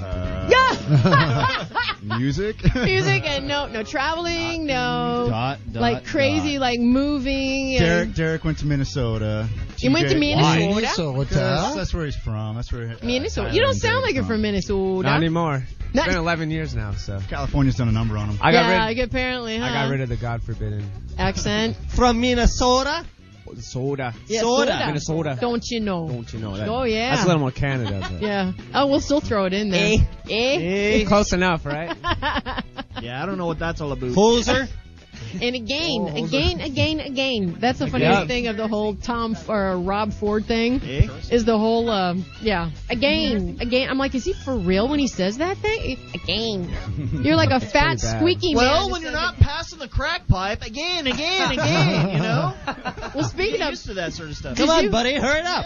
[SPEAKER 15] Uh,
[SPEAKER 3] Yeah.
[SPEAKER 15] music?
[SPEAKER 3] music and no no traveling no
[SPEAKER 15] Dot, dot,
[SPEAKER 3] like crazy
[SPEAKER 15] dot.
[SPEAKER 3] like moving.
[SPEAKER 15] Derek,
[SPEAKER 3] and-
[SPEAKER 15] Derek went to Minnesota.
[SPEAKER 3] You went to
[SPEAKER 15] TJ
[SPEAKER 3] Minnesota?
[SPEAKER 15] Why?
[SPEAKER 3] Minnesota?
[SPEAKER 8] uh?
[SPEAKER 15] That's, that's where he's from. That's where. Uh,
[SPEAKER 3] Minnesota. You don't sound like you're from Minnesota.
[SPEAKER 5] Not anymore.
[SPEAKER 3] Not-
[SPEAKER 5] It's been 11 years now, so.
[SPEAKER 15] California's done a number on him.
[SPEAKER 5] I got
[SPEAKER 3] yeah,
[SPEAKER 5] rid.
[SPEAKER 3] like, apparently, huh?
[SPEAKER 5] I got rid of the God forbidden
[SPEAKER 3] accent.
[SPEAKER 4] From Minnesota.
[SPEAKER 5] soda.
[SPEAKER 3] Yeah,
[SPEAKER 5] Minnesota.
[SPEAKER 3] Don't you know?
[SPEAKER 5] Don't you know that?
[SPEAKER 3] Oh, yeah.
[SPEAKER 5] That's a little more Canada. But.
[SPEAKER 3] Yeah. Oh, we'll still throw it in there. Eh?
[SPEAKER 5] It's Close enough, right?
[SPEAKER 7] Yeah, I don't know what that's all about.
[SPEAKER 4] Poser.
[SPEAKER 3] And again, again, again, again. That's the
[SPEAKER 7] Again.
[SPEAKER 3] funniest thing of the whole Tom or Rob Ford thing.
[SPEAKER 7] Eh?
[SPEAKER 3] Is the whole, um, yeah, again, again. I'm like, is he for real when he says that thing? Again. You're like a
[SPEAKER 7] bad.
[SPEAKER 3] fat, squeaky man.
[SPEAKER 7] Well,
[SPEAKER 3] that
[SPEAKER 7] when you're
[SPEAKER 3] says
[SPEAKER 7] not passing the crack pipe again, again, again, you know.
[SPEAKER 3] it. well, speaking
[SPEAKER 7] Get
[SPEAKER 3] of,
[SPEAKER 7] used to that sort of stuff.
[SPEAKER 3] Did Come on, you- buddy,
[SPEAKER 4] hurry it up.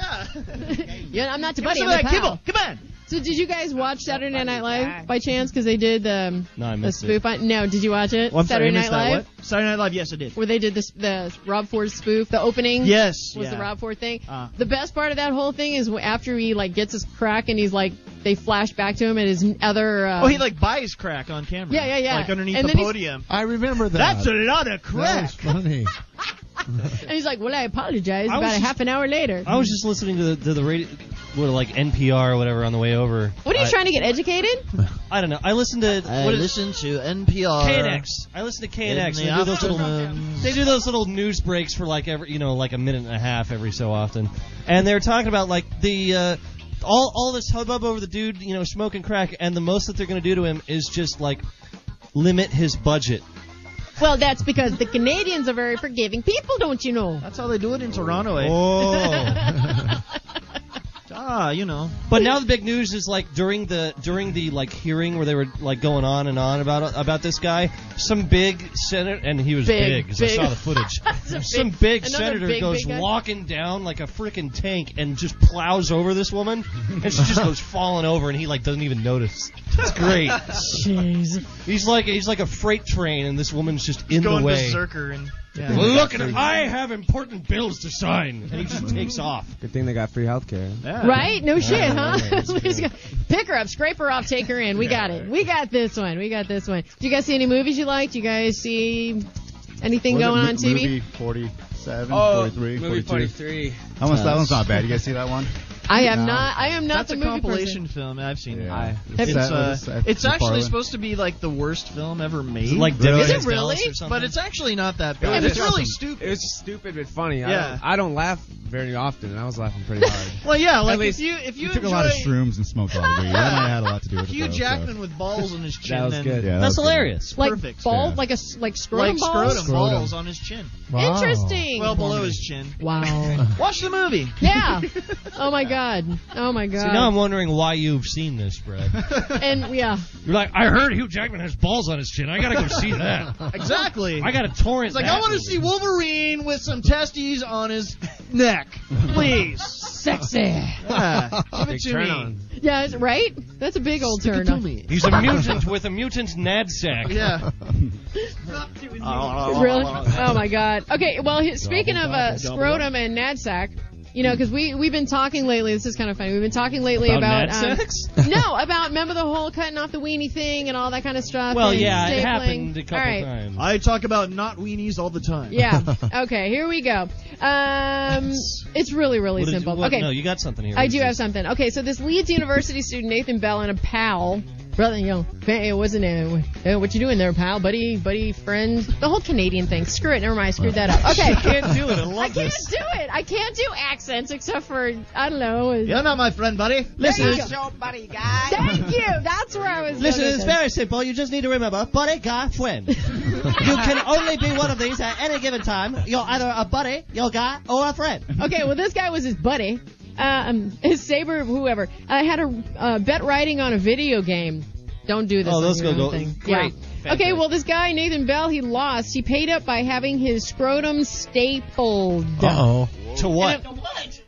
[SPEAKER 3] yeah, I'm not to
[SPEAKER 7] Give us
[SPEAKER 3] buddy.
[SPEAKER 7] some
[SPEAKER 3] I'm
[SPEAKER 7] of
[SPEAKER 3] a
[SPEAKER 7] that
[SPEAKER 3] pal.
[SPEAKER 7] kibble. Come on.
[SPEAKER 3] So did you guys watch Saturday Night Live by chance? Because they did the,
[SPEAKER 4] No, I
[SPEAKER 3] the
[SPEAKER 4] missed it.
[SPEAKER 3] spoof on. No, did you watch it?
[SPEAKER 7] Well, Oh, I'm sorry, I
[SPEAKER 3] Saturday Night
[SPEAKER 7] missed that.
[SPEAKER 3] Live.
[SPEAKER 7] What? Saturday Night Live. Yes, I did.
[SPEAKER 3] Where they did this, the Rob Ford spoof, the opening.
[SPEAKER 7] Yes.
[SPEAKER 3] Was the
[SPEAKER 7] yeah.
[SPEAKER 3] Rob Ford thing.
[SPEAKER 7] Uh.
[SPEAKER 3] the best part of that whole thing is wh- after he like gets his crack and he's like they flash back to him and his other. Uh,
[SPEAKER 7] Oh, he like buys crack on camera.
[SPEAKER 3] Yeah, yeah, yeah.
[SPEAKER 7] Like underneath
[SPEAKER 3] And
[SPEAKER 7] the
[SPEAKER 3] then he's-
[SPEAKER 7] podium.
[SPEAKER 17] I remember that.
[SPEAKER 7] That's a lot of
[SPEAKER 17] That
[SPEAKER 7] crack.
[SPEAKER 17] was funny.
[SPEAKER 3] and he's like, well, I apologize.
[SPEAKER 4] I was
[SPEAKER 3] about a
[SPEAKER 4] just-
[SPEAKER 3] half an hour later.
[SPEAKER 4] I was just listening to the, to the radio, what, like NPR or whatever on the way over.
[SPEAKER 3] what are you
[SPEAKER 4] I,
[SPEAKER 3] trying to get educated?
[SPEAKER 4] I don't know. I listened to
[SPEAKER 7] I
[SPEAKER 4] what is
[SPEAKER 7] listen to NPR.
[SPEAKER 4] KNX. I listen to KNX.
[SPEAKER 7] In
[SPEAKER 4] They
[SPEAKER 7] the
[SPEAKER 4] do those little
[SPEAKER 7] afternoon.
[SPEAKER 4] they do those little news breaks for like every you know like a minute and a half every so often, and they're talking about like the. Uh, all, all this hubbub over the dude, you know, smoking crack, and the most that they're going to do to him is just like limit his budget.
[SPEAKER 3] well, that's because the Canadians are very forgiving people, don't you know?
[SPEAKER 7] That's how they do it in Toronto. Eh?
[SPEAKER 4] Oh,
[SPEAKER 7] Ah, you know.
[SPEAKER 4] but now the big news is like during the during the like hearing where they were like going on and on about about this guy, some big senator, and he was
[SPEAKER 3] Big,
[SPEAKER 4] big, 'cause
[SPEAKER 3] big.
[SPEAKER 4] I saw the footage. some big,
[SPEAKER 3] another
[SPEAKER 4] senator
[SPEAKER 3] big,
[SPEAKER 4] goes
[SPEAKER 3] big guy.
[SPEAKER 4] walking down like a freaking tank and just plows over this woman, and she just goes falling over, and he like doesn't even notice. It's great.
[SPEAKER 3] Jeez.
[SPEAKER 4] He's like he's like a freight train, and this woman's just in
[SPEAKER 7] Going
[SPEAKER 4] the way.
[SPEAKER 7] berserker and. Yeah.
[SPEAKER 4] Look at him! I have important bills to sign, and he just takes off.
[SPEAKER 5] Good thing they got free healthcare.
[SPEAKER 7] Yeah.
[SPEAKER 3] Right? No shit, huh? We just got- Pick her up, scrape her off, take her in. We got it. We got this one. We got this one. Do you guys see any movies you liked? Do you guys see anything
[SPEAKER 15] What was it?
[SPEAKER 3] going on
[SPEAKER 15] Mo-
[SPEAKER 3] on TV?
[SPEAKER 15] Movie 47,
[SPEAKER 8] Oh,
[SPEAKER 15] 43,
[SPEAKER 8] movie
[SPEAKER 15] 42.
[SPEAKER 8] 43.
[SPEAKER 15] That one's, that one's not bad. You guys see that one?
[SPEAKER 3] I am
[SPEAKER 15] No.
[SPEAKER 3] not. Uh, I am not
[SPEAKER 7] That's
[SPEAKER 3] the
[SPEAKER 7] a
[SPEAKER 3] movie
[SPEAKER 7] compilation film. I've seen it.
[SPEAKER 15] Yeah.
[SPEAKER 3] Have
[SPEAKER 7] It's,
[SPEAKER 3] you-
[SPEAKER 7] uh, it's actually
[SPEAKER 15] supposed.
[SPEAKER 7] supposed to be like the worst film ever made.
[SPEAKER 4] Like
[SPEAKER 15] Really?
[SPEAKER 4] Debbie
[SPEAKER 15] Is it
[SPEAKER 4] Dallas
[SPEAKER 3] really?
[SPEAKER 4] Or something.
[SPEAKER 7] but it's actually not that
[SPEAKER 5] Yeah,
[SPEAKER 7] bad.
[SPEAKER 5] it
[SPEAKER 7] It's
[SPEAKER 5] is
[SPEAKER 7] really
[SPEAKER 5] awesome.
[SPEAKER 7] stupid.
[SPEAKER 5] It was stupid but funny.
[SPEAKER 7] Yeah.
[SPEAKER 5] I don't, I don't laugh
[SPEAKER 18] very often, and I was laughing pretty hard.
[SPEAKER 7] Well, yeah,
[SPEAKER 18] At
[SPEAKER 7] like
[SPEAKER 18] least-
[SPEAKER 7] if you if you
[SPEAKER 19] took a lot of
[SPEAKER 7] enjoy-
[SPEAKER 19] shrooms and smoked a lot of weed. That might have had a lot to do with it.
[SPEAKER 7] Hugh
[SPEAKER 19] though, so.
[SPEAKER 7] Jackman with balls on his chin.
[SPEAKER 19] was
[SPEAKER 7] then-
[SPEAKER 19] good. Yeah, that That's was good. hilarious.
[SPEAKER 3] Like
[SPEAKER 7] Perfect.
[SPEAKER 3] ball, like a s- like scrotum
[SPEAKER 7] Like
[SPEAKER 3] balls.
[SPEAKER 7] scrotum balls on his chin.
[SPEAKER 3] Wow. Interesting.
[SPEAKER 7] Well below his chin.
[SPEAKER 3] Wow.
[SPEAKER 7] Watch the movie.
[SPEAKER 3] Yeah. Oh my god. Oh my god.
[SPEAKER 4] See, now I'm wondering why you've seen this, Brad.
[SPEAKER 3] and yeah.
[SPEAKER 4] You're like, I heard Hugh Jackman has balls on his chin. I gotta go see that.
[SPEAKER 7] Exactly.
[SPEAKER 4] I gotta torrent.
[SPEAKER 7] It's like
[SPEAKER 4] that
[SPEAKER 7] I want to
[SPEAKER 4] movie.
[SPEAKER 7] see Wolverine with some testes on his neck, please.
[SPEAKER 3] Sexy.
[SPEAKER 7] Yeah, give it
[SPEAKER 4] Big
[SPEAKER 7] to
[SPEAKER 4] turn
[SPEAKER 7] me.
[SPEAKER 4] on.
[SPEAKER 3] Yeah, it's- right? That's a big old turn off.
[SPEAKER 4] He's a mutant with a mutant nad sack.
[SPEAKER 7] Yeah.
[SPEAKER 3] Really? Oh my god. Okay, well, he, speaking of uh,
[SPEAKER 4] double, double.
[SPEAKER 3] scrotum and NADSAC, you know, because we we've been talking lately. This is kind of funny. We've been talking lately
[SPEAKER 10] About
[SPEAKER 3] about, um, no, about remember the whole cutting off the weenie thing and all that kind of stuff.
[SPEAKER 10] Well,
[SPEAKER 3] and
[SPEAKER 10] yeah, it
[SPEAKER 3] stapling?
[SPEAKER 10] happened
[SPEAKER 7] a
[SPEAKER 3] all right.
[SPEAKER 7] times. I talk about not weenies all the time.
[SPEAKER 3] Yeah. Okay. Here we go. Um, it's really really
[SPEAKER 4] What did you-
[SPEAKER 3] simple.
[SPEAKER 4] what-
[SPEAKER 3] okay.
[SPEAKER 4] No, you got something here.
[SPEAKER 3] I do have something. Okay, so this Leeds University student Nathan Bell and a pal, brother, you know, hey, what's it? name? Hey, what you doing there, pal? Buddy, buddy, friend, the whole Canadian thing. Screw it, never mind, I screwed that up. Okay,
[SPEAKER 7] I can't do it. I love
[SPEAKER 3] I can't
[SPEAKER 7] this.
[SPEAKER 3] do it. I can't do accents except for I don't know.
[SPEAKER 7] You're not my friend, buddy.
[SPEAKER 3] Listen.
[SPEAKER 20] buddy guy.
[SPEAKER 3] Thank you. That's where I was.
[SPEAKER 20] Listen,
[SPEAKER 3] going
[SPEAKER 20] it's
[SPEAKER 3] with this.
[SPEAKER 20] very simple. You just need to remember, buddy, guy, friend. you can only be one of these at any given time. You're either a buddy, your guy, or a friend.
[SPEAKER 3] Okay, well, this guy was his buddy, um, his saber, whoever. I had a uh, bet writing on a video game. Don't do this.
[SPEAKER 4] Oh,
[SPEAKER 3] on
[SPEAKER 4] those
[SPEAKER 3] your
[SPEAKER 4] go- go-
[SPEAKER 3] own thing.
[SPEAKER 4] great.
[SPEAKER 3] Yeah. Okay, well, this guy Nathan Bell, he lost. He paid up by having his scrotum stapled.
[SPEAKER 4] Uh oh. To what?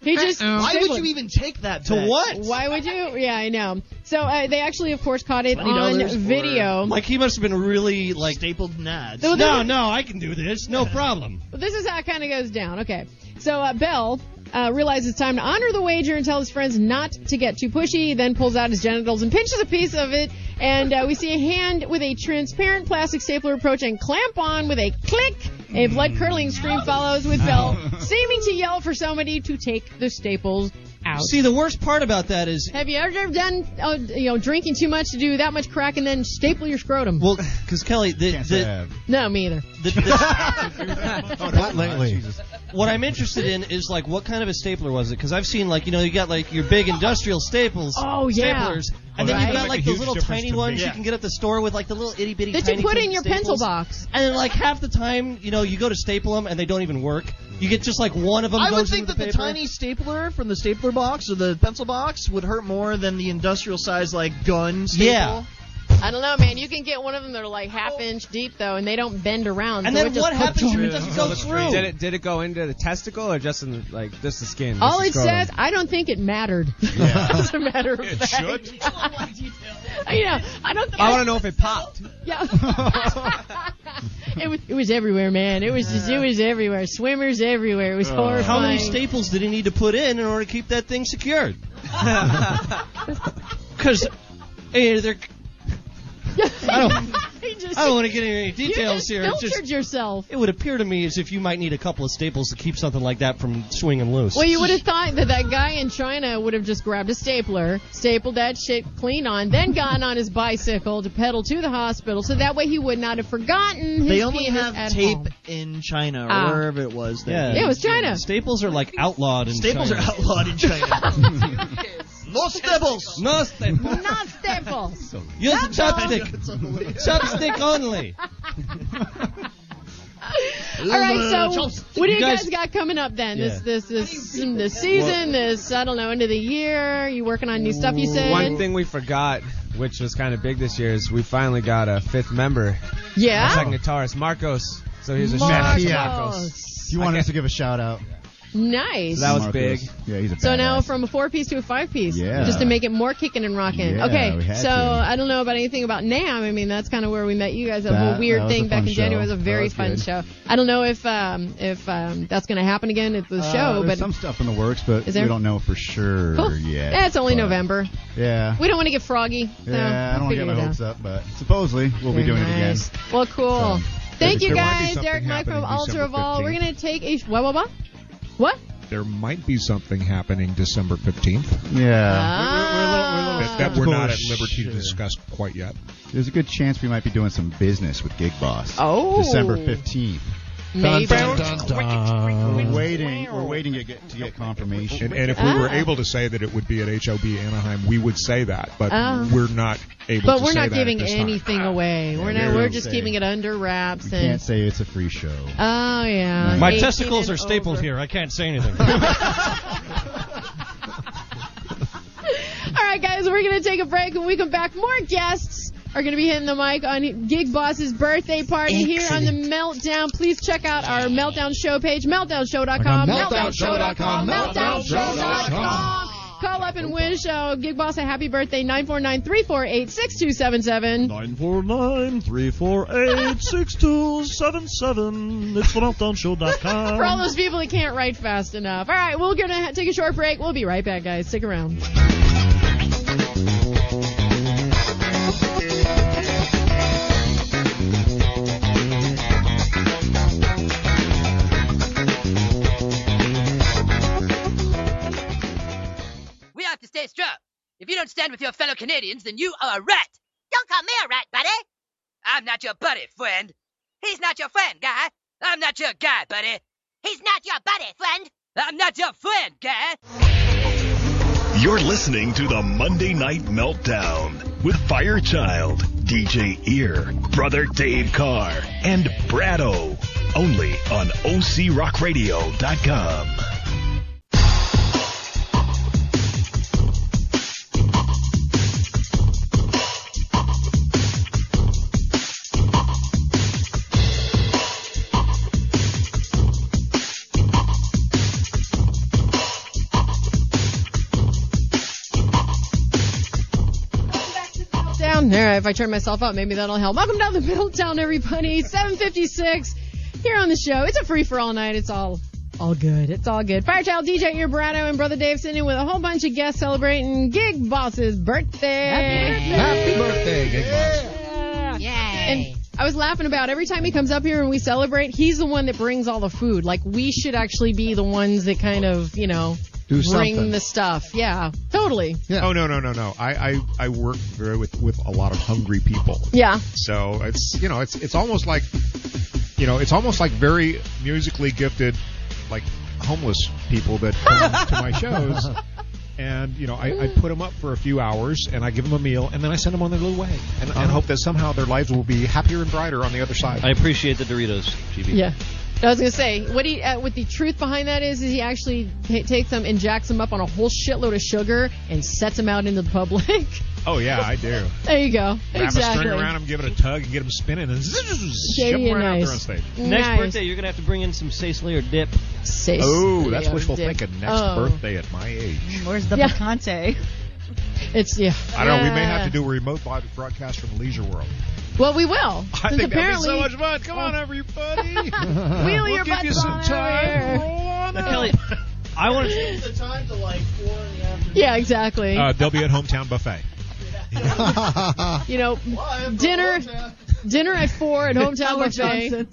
[SPEAKER 3] He just.
[SPEAKER 7] Why would
[SPEAKER 3] stapled.
[SPEAKER 7] you even take that?
[SPEAKER 3] To
[SPEAKER 7] bet?
[SPEAKER 3] what? Why would you? Yeah, I know. So uh, they actually, of course, caught it on
[SPEAKER 4] $20 for-
[SPEAKER 3] video.
[SPEAKER 4] Like he must have been really like
[SPEAKER 7] stapled nads.
[SPEAKER 3] No,
[SPEAKER 4] No,
[SPEAKER 3] there
[SPEAKER 4] no,
[SPEAKER 3] was-
[SPEAKER 4] I can do this. No problem.
[SPEAKER 3] Well, this is how it kind of goes down. Okay. So uh, Bell uh, realizes it's time to honor the wager and tell his friends not to get too pushy, then pulls out his genitals and pinches a piece of it. And uh, we see a hand with a transparent plastic stapler approach and clamp on with a click.
[SPEAKER 4] Hmm.
[SPEAKER 3] A blood curdling scream follows with Bell seeming to yell for somebody to take the staples out.
[SPEAKER 4] See, the worst part about that is
[SPEAKER 3] Have you ever done, uh, you know, drinking too much to do that much crack and then staple your scrotum?
[SPEAKER 4] Well, because Kelly, the, Oh, the,
[SPEAKER 3] no, me either.
[SPEAKER 4] the,
[SPEAKER 8] Not lately.
[SPEAKER 4] what I'm interested in is like what kind of a stapler was it? Because I've seen like you know you got like your big industrial staples,
[SPEAKER 3] Oh, yeah.
[SPEAKER 4] staplers, and then
[SPEAKER 3] Right.
[SPEAKER 4] you've got
[SPEAKER 3] Make a
[SPEAKER 4] like the
[SPEAKER 3] huge
[SPEAKER 4] little
[SPEAKER 3] difference
[SPEAKER 4] tiny
[SPEAKER 3] to me.
[SPEAKER 4] ones
[SPEAKER 3] Yeah.
[SPEAKER 4] you can get at the store with like the little itty bitty.
[SPEAKER 3] That you put in your pencil box.
[SPEAKER 4] and then like half the time you know you go to staple them and they don't even work. You get just like one of them.
[SPEAKER 7] I
[SPEAKER 4] goes
[SPEAKER 7] would think
[SPEAKER 4] into
[SPEAKER 7] that the,
[SPEAKER 4] paper.
[SPEAKER 7] tiny stapler from the stapler box or the pencil box would hurt more than the industrial size like gun staple.
[SPEAKER 4] Yeah.
[SPEAKER 3] I don't know, man. You can get one of them that are like half inch deep though, and they don't bend
[SPEAKER 4] Oh.
[SPEAKER 3] around.
[SPEAKER 4] And
[SPEAKER 3] so
[SPEAKER 4] then
[SPEAKER 3] it just
[SPEAKER 4] what happens if it doesn't go
[SPEAKER 3] True.
[SPEAKER 4] through?
[SPEAKER 18] Did it did it go into the testicle or just in the, like just the skin?
[SPEAKER 3] All it
[SPEAKER 18] Just the scrotum?
[SPEAKER 3] says, I don't think it mattered. As a matter of fact,
[SPEAKER 18] should.
[SPEAKER 3] you know, I don't. Think
[SPEAKER 18] I want to know if it popped.
[SPEAKER 3] Yeah. it was. It was everywhere, man. It was just. It was everywhere. Swimmers everywhere.
[SPEAKER 18] Uh,
[SPEAKER 3] It was horrifying.
[SPEAKER 4] Uh, How many staples did he need to put in in order to keep that thing secured? Because they're. I don't.
[SPEAKER 3] He just-
[SPEAKER 4] I don't want to get into any
[SPEAKER 3] You
[SPEAKER 4] details
[SPEAKER 3] just
[SPEAKER 4] here. It's
[SPEAKER 3] Filtered
[SPEAKER 4] just,
[SPEAKER 3] yourself.
[SPEAKER 4] it would appear to me as if you might need a couple of staples to keep something like that from swinging loose.
[SPEAKER 3] Well, you would have thought that that guy in China would have just grabbed a stapler, stapled that shit clean on, then gone on his bicycle to pedal to the hospital, so that way he would not have forgotten his
[SPEAKER 7] They only
[SPEAKER 3] penis
[SPEAKER 7] have
[SPEAKER 3] at
[SPEAKER 7] tape
[SPEAKER 3] home.
[SPEAKER 7] in China or
[SPEAKER 3] Ah.
[SPEAKER 7] wherever it was. that-
[SPEAKER 4] Yeah.
[SPEAKER 3] Yeah, it was China.
[SPEAKER 4] Staples are like outlawed in
[SPEAKER 7] Staples
[SPEAKER 4] China.
[SPEAKER 7] are outlawed in China. no staples.
[SPEAKER 4] No staples.
[SPEAKER 3] Not staples.
[SPEAKER 4] Use a chopstick. chopstick only.
[SPEAKER 3] All right, so
[SPEAKER 7] Chopstick.
[SPEAKER 3] what do you
[SPEAKER 7] You guys-
[SPEAKER 3] guys got coming up then?
[SPEAKER 18] Yeah.
[SPEAKER 3] This this this mm, this season, this I don't know, end of the year. You working on new stuff? You said.
[SPEAKER 18] One thing we forgot, which was kind of big this year, is we finally got a fifth member.
[SPEAKER 3] Yeah?
[SPEAKER 18] Our second guitarist, Marcos. So here's a shout out
[SPEAKER 19] Marcos.
[SPEAKER 18] to Marcos.
[SPEAKER 19] You want us to give a shout out?
[SPEAKER 3] Nice.
[SPEAKER 18] So that was
[SPEAKER 19] Marcos.
[SPEAKER 18] big.
[SPEAKER 19] Yeah, he's a
[SPEAKER 3] So
[SPEAKER 19] badass.
[SPEAKER 3] now from a four piece to a five piece,
[SPEAKER 19] Yeah.
[SPEAKER 3] just to make it more kicking and rocking.
[SPEAKER 19] Yeah,
[SPEAKER 3] okay,
[SPEAKER 19] we had
[SPEAKER 3] so
[SPEAKER 19] to.
[SPEAKER 3] I don't know about anything about Nam. I mean, that's kind of where we met you guys. That, whole
[SPEAKER 19] That-
[SPEAKER 3] weird
[SPEAKER 19] that was a
[SPEAKER 3] thing back
[SPEAKER 19] fun
[SPEAKER 3] in January
[SPEAKER 19] show.
[SPEAKER 3] was a
[SPEAKER 19] That
[SPEAKER 3] very
[SPEAKER 19] was
[SPEAKER 3] fun
[SPEAKER 19] good.
[SPEAKER 3] show. I don't know if um, if um, that's going to happen again at the
[SPEAKER 19] Uh,
[SPEAKER 3] show,
[SPEAKER 19] there's
[SPEAKER 3] but
[SPEAKER 19] some stuff in the works, but
[SPEAKER 3] Is there?
[SPEAKER 19] we don't know for sure
[SPEAKER 3] Cool.
[SPEAKER 19] yet.
[SPEAKER 3] Eh, it's only
[SPEAKER 19] but-
[SPEAKER 3] November.
[SPEAKER 19] Yeah.
[SPEAKER 3] We don't want to get froggy. So
[SPEAKER 19] yeah, I don't want to
[SPEAKER 3] we'll
[SPEAKER 19] get
[SPEAKER 3] figure
[SPEAKER 19] my
[SPEAKER 3] it out.
[SPEAKER 19] hopes up, but supposedly we'll be
[SPEAKER 3] Very
[SPEAKER 19] doing
[SPEAKER 3] nice.
[SPEAKER 19] it again.
[SPEAKER 3] Well, cool. Thank
[SPEAKER 19] there
[SPEAKER 3] you
[SPEAKER 19] might be
[SPEAKER 3] guys,
[SPEAKER 19] something
[SPEAKER 3] Derek Mike from
[SPEAKER 19] happening
[SPEAKER 3] Altar
[SPEAKER 19] December
[SPEAKER 3] of All. We're
[SPEAKER 19] 15th.
[SPEAKER 3] gonna take a what what what? What?
[SPEAKER 6] There might be something happening December 15th.
[SPEAKER 3] Ah.
[SPEAKER 19] Yeah.
[SPEAKER 6] that that we're not at liberty to discuss quite yet.
[SPEAKER 19] There's a good chance we might be doing some business with Gig Boss.
[SPEAKER 3] Oh.
[SPEAKER 19] December 15th.
[SPEAKER 3] Maybe.
[SPEAKER 19] Dun, dun, dun, dun. We're waiting. We're waiting to get, to get confirmation.
[SPEAKER 6] And, and if we were
[SPEAKER 3] Ah.
[SPEAKER 6] able to say that it would be at HOB Anaheim, we would say that, but
[SPEAKER 3] Ah.
[SPEAKER 6] we're not able
[SPEAKER 3] But
[SPEAKER 6] to
[SPEAKER 3] we're
[SPEAKER 6] say
[SPEAKER 3] not
[SPEAKER 6] that at
[SPEAKER 3] giving
[SPEAKER 6] this time.
[SPEAKER 3] anything away. We're
[SPEAKER 6] we
[SPEAKER 3] not. We're
[SPEAKER 6] don't
[SPEAKER 3] just
[SPEAKER 6] say.
[SPEAKER 3] keeping it under wraps
[SPEAKER 19] Can't
[SPEAKER 3] and.
[SPEAKER 19] say it's a free show.
[SPEAKER 3] Oh yeah.
[SPEAKER 4] My
[SPEAKER 3] 18
[SPEAKER 4] testicles
[SPEAKER 3] and
[SPEAKER 4] are stapled
[SPEAKER 3] over.
[SPEAKER 4] here. I can't say anything.
[SPEAKER 3] All right, guys, we're gonna take a break. When we come back, more guests are gonna be hitting the mic on Gig Boss's birthday party here on the Meltdown. Please check out our Meltdown show page, meltdownshow.com, meltdownshow.com, meltdownshow.com. Call up and wish uh, Gig Boss a happy birthday, 949 348 6277.
[SPEAKER 15] 949 348 6277. It's
[SPEAKER 3] For all
[SPEAKER 15] themountdownshow.com.
[SPEAKER 3] those people that can't write fast enough. All right, we're going to take a short break. We'll be right back, guys. Stick around.
[SPEAKER 21] We have to stay strong. If you don't stand with your fellow Canadians, then you are a rat. Don't call me a rat, buddy. I'm not your buddy, friend. He's not your friend, guy. I'm not your guy, buddy. He's not your buddy, friend. I'm not your friend, guy.
[SPEAKER 12] You're listening to the Monday Night Meltdown with Firechild, DJ Ear, Brother Dave Carr, and Brado. Only on OCRockRadio.com.
[SPEAKER 3] Down there. If I turn myself up, maybe that'll help. Welcome down the Meltdown, everybody. 756 here on the show. It's a free for all night. It's all all good. It's all good. Firechild DJ Ear Brado and Brother Dave sitting in with a whole bunch of guests celebrating Gig Boss's birthday.
[SPEAKER 8] Happy birthday, Gig Boss.
[SPEAKER 3] And I was laughing about every time he comes up here and we celebrate, he's the one that brings all the food. Like we should actually be the ones that kind of, you know,
[SPEAKER 6] Do
[SPEAKER 3] bring
[SPEAKER 6] something.
[SPEAKER 3] the stuff. Yeah, totally.
[SPEAKER 6] Oh no no no no! I I, I work very with with a lot of hungry people.
[SPEAKER 3] Yeah.
[SPEAKER 6] So it's you know it's it's almost like you know it's almost like very musically gifted like homeless people that come to my shows. And you know, I, I put them up for a few hours, and I give them a meal, and then I send them on their little way, and,
[SPEAKER 3] Uh-huh.
[SPEAKER 6] and hope that somehow their lives will be happier and brighter on the other side.
[SPEAKER 4] I appreciate the Doritos, GB.
[SPEAKER 3] Yeah. I was gonna say, what he, uh, what the truth behind that is, is he actually ta takes them and jacks them up on a whole shitload of sugar and sets them out into the public.
[SPEAKER 6] Oh yeah, I do.
[SPEAKER 3] there you go.
[SPEAKER 6] Wrap a
[SPEAKER 3] exactly.
[SPEAKER 6] string around them, give it a tug, and get them spinning, and ship
[SPEAKER 3] Shady
[SPEAKER 6] 'em right out
[SPEAKER 3] nice.
[SPEAKER 6] there on stage.
[SPEAKER 4] Next
[SPEAKER 3] Nice.
[SPEAKER 4] birthday, you're gonna have to bring in some Sicily or dip.
[SPEAKER 3] Sicily
[SPEAKER 6] Oh, that's wishful
[SPEAKER 3] dip.
[SPEAKER 6] thinking. Next
[SPEAKER 3] Oh.
[SPEAKER 6] birthday at my age.
[SPEAKER 22] Where's the
[SPEAKER 3] Yeah.
[SPEAKER 22] picante?
[SPEAKER 3] It's yeah.
[SPEAKER 6] I don't know. We may have to do a remote bod- broadcast from Leisure World.
[SPEAKER 3] Well, we will.
[SPEAKER 6] I
[SPEAKER 3] since
[SPEAKER 6] think that'd be
[SPEAKER 3] apparently,
[SPEAKER 6] so much fun. Come on, everybody.
[SPEAKER 3] Wheel
[SPEAKER 6] we'll
[SPEAKER 3] your
[SPEAKER 6] give you
[SPEAKER 3] butts
[SPEAKER 6] some
[SPEAKER 3] on
[SPEAKER 6] time.
[SPEAKER 3] over.
[SPEAKER 6] Roll on
[SPEAKER 4] Now,
[SPEAKER 6] up.
[SPEAKER 4] Kelly, I want to.
[SPEAKER 19] the time to like four in the
[SPEAKER 3] yeah, exactly.
[SPEAKER 6] Uh, they'll be at Hometown Buffet.
[SPEAKER 3] you know, dinner, dinner at four at hometown
[SPEAKER 22] Howard
[SPEAKER 3] buffet.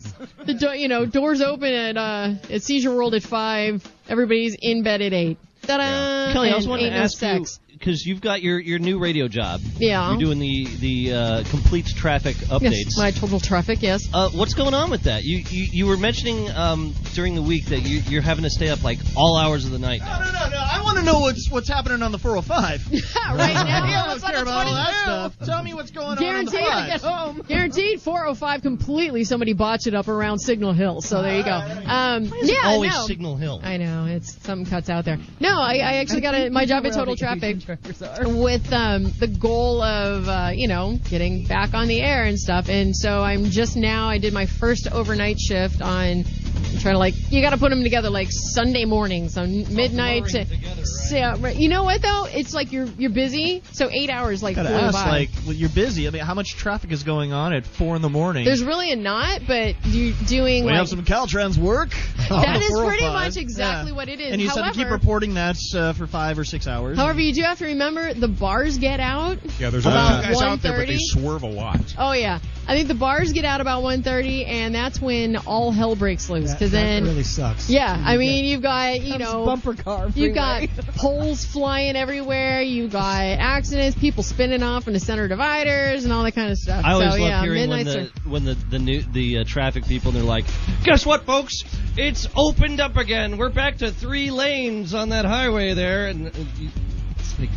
[SPEAKER 3] The do- you know doors open at uh at Seizure World at five. Everybody's in bed at eight. Ta-da!
[SPEAKER 4] Kelly, I
[SPEAKER 3] Uh, and
[SPEAKER 4] also want to
[SPEAKER 3] ain't no
[SPEAKER 4] ask
[SPEAKER 3] sex.
[SPEAKER 4] you because you've got your, your new radio job.
[SPEAKER 3] Yeah.
[SPEAKER 4] You're doing the the uh, complete traffic updates.
[SPEAKER 3] Yes, my total traffic. Yes.
[SPEAKER 4] uh, what's going on with that? You you, you were mentioning um, during the week that you, you're having to stay up like all hours of the night.
[SPEAKER 7] No, no, no. I want to know what's what's happening on the 405.
[SPEAKER 3] right now,
[SPEAKER 7] yeah, I
[SPEAKER 3] it's
[SPEAKER 7] don't
[SPEAKER 3] on
[SPEAKER 7] care
[SPEAKER 3] the
[SPEAKER 7] about all that
[SPEAKER 3] 22.
[SPEAKER 7] stuff. Tell me what's going
[SPEAKER 3] Guaranteed,
[SPEAKER 7] on. on the 5.
[SPEAKER 3] guaranteed 405 completely somebody botched it up around Signal Hill. So there you go. Um, yeah,
[SPEAKER 4] always
[SPEAKER 3] no.
[SPEAKER 4] Signal Hill.
[SPEAKER 3] I know it's something cuts out there. No, I, I actually got a, my job at Total Traffic with um, the goal of uh, you know getting back on the air and stuff. And so I'm just now I did my first overnight shift on I'm trying to like you got to put them together like Sunday morning, so midnight to. so, yeah, right. You know what though? It's like you're you're busy, so eight hours like
[SPEAKER 7] Gotta
[SPEAKER 3] flew
[SPEAKER 7] ask,
[SPEAKER 3] by.
[SPEAKER 7] like, well, you're busy. I mean, how much traffic is going on at four in the morning?
[SPEAKER 3] There's really a not, but you doing
[SPEAKER 7] we
[SPEAKER 3] like
[SPEAKER 7] have some Caltrans work. oh
[SPEAKER 3] that is pretty much exactly what it is.
[SPEAKER 7] And you
[SPEAKER 3] however,
[SPEAKER 7] said to keep reporting that uh, for five or six hours.
[SPEAKER 3] however, you do have to remember the bars get out.
[SPEAKER 6] Yeah, there's a
[SPEAKER 7] About
[SPEAKER 6] lot of guys out there, but they
[SPEAKER 3] 1:30?
[SPEAKER 6] swerve a lot.
[SPEAKER 3] Oh yeah, I think the bars get out about 1.30, and that's when all hell breaks loose. Because
[SPEAKER 23] that
[SPEAKER 3] then
[SPEAKER 23] really sucks.
[SPEAKER 3] Yeah, I
[SPEAKER 23] You
[SPEAKER 3] mean, you've got you know
[SPEAKER 24] bumper car.
[SPEAKER 3] You've got poles flying everywhere. You got accidents, people spinning off into center dividers, and all that kind of stuff.
[SPEAKER 4] I always
[SPEAKER 3] so
[SPEAKER 4] love
[SPEAKER 3] yeah,
[SPEAKER 4] hearing when
[SPEAKER 3] midnights
[SPEAKER 4] the
[SPEAKER 3] are
[SPEAKER 4] when the the new the uh, traffic people and they're like, guess what, folks? It's opened up again. We're back to three lanes on that highway there, and uh, you- it's like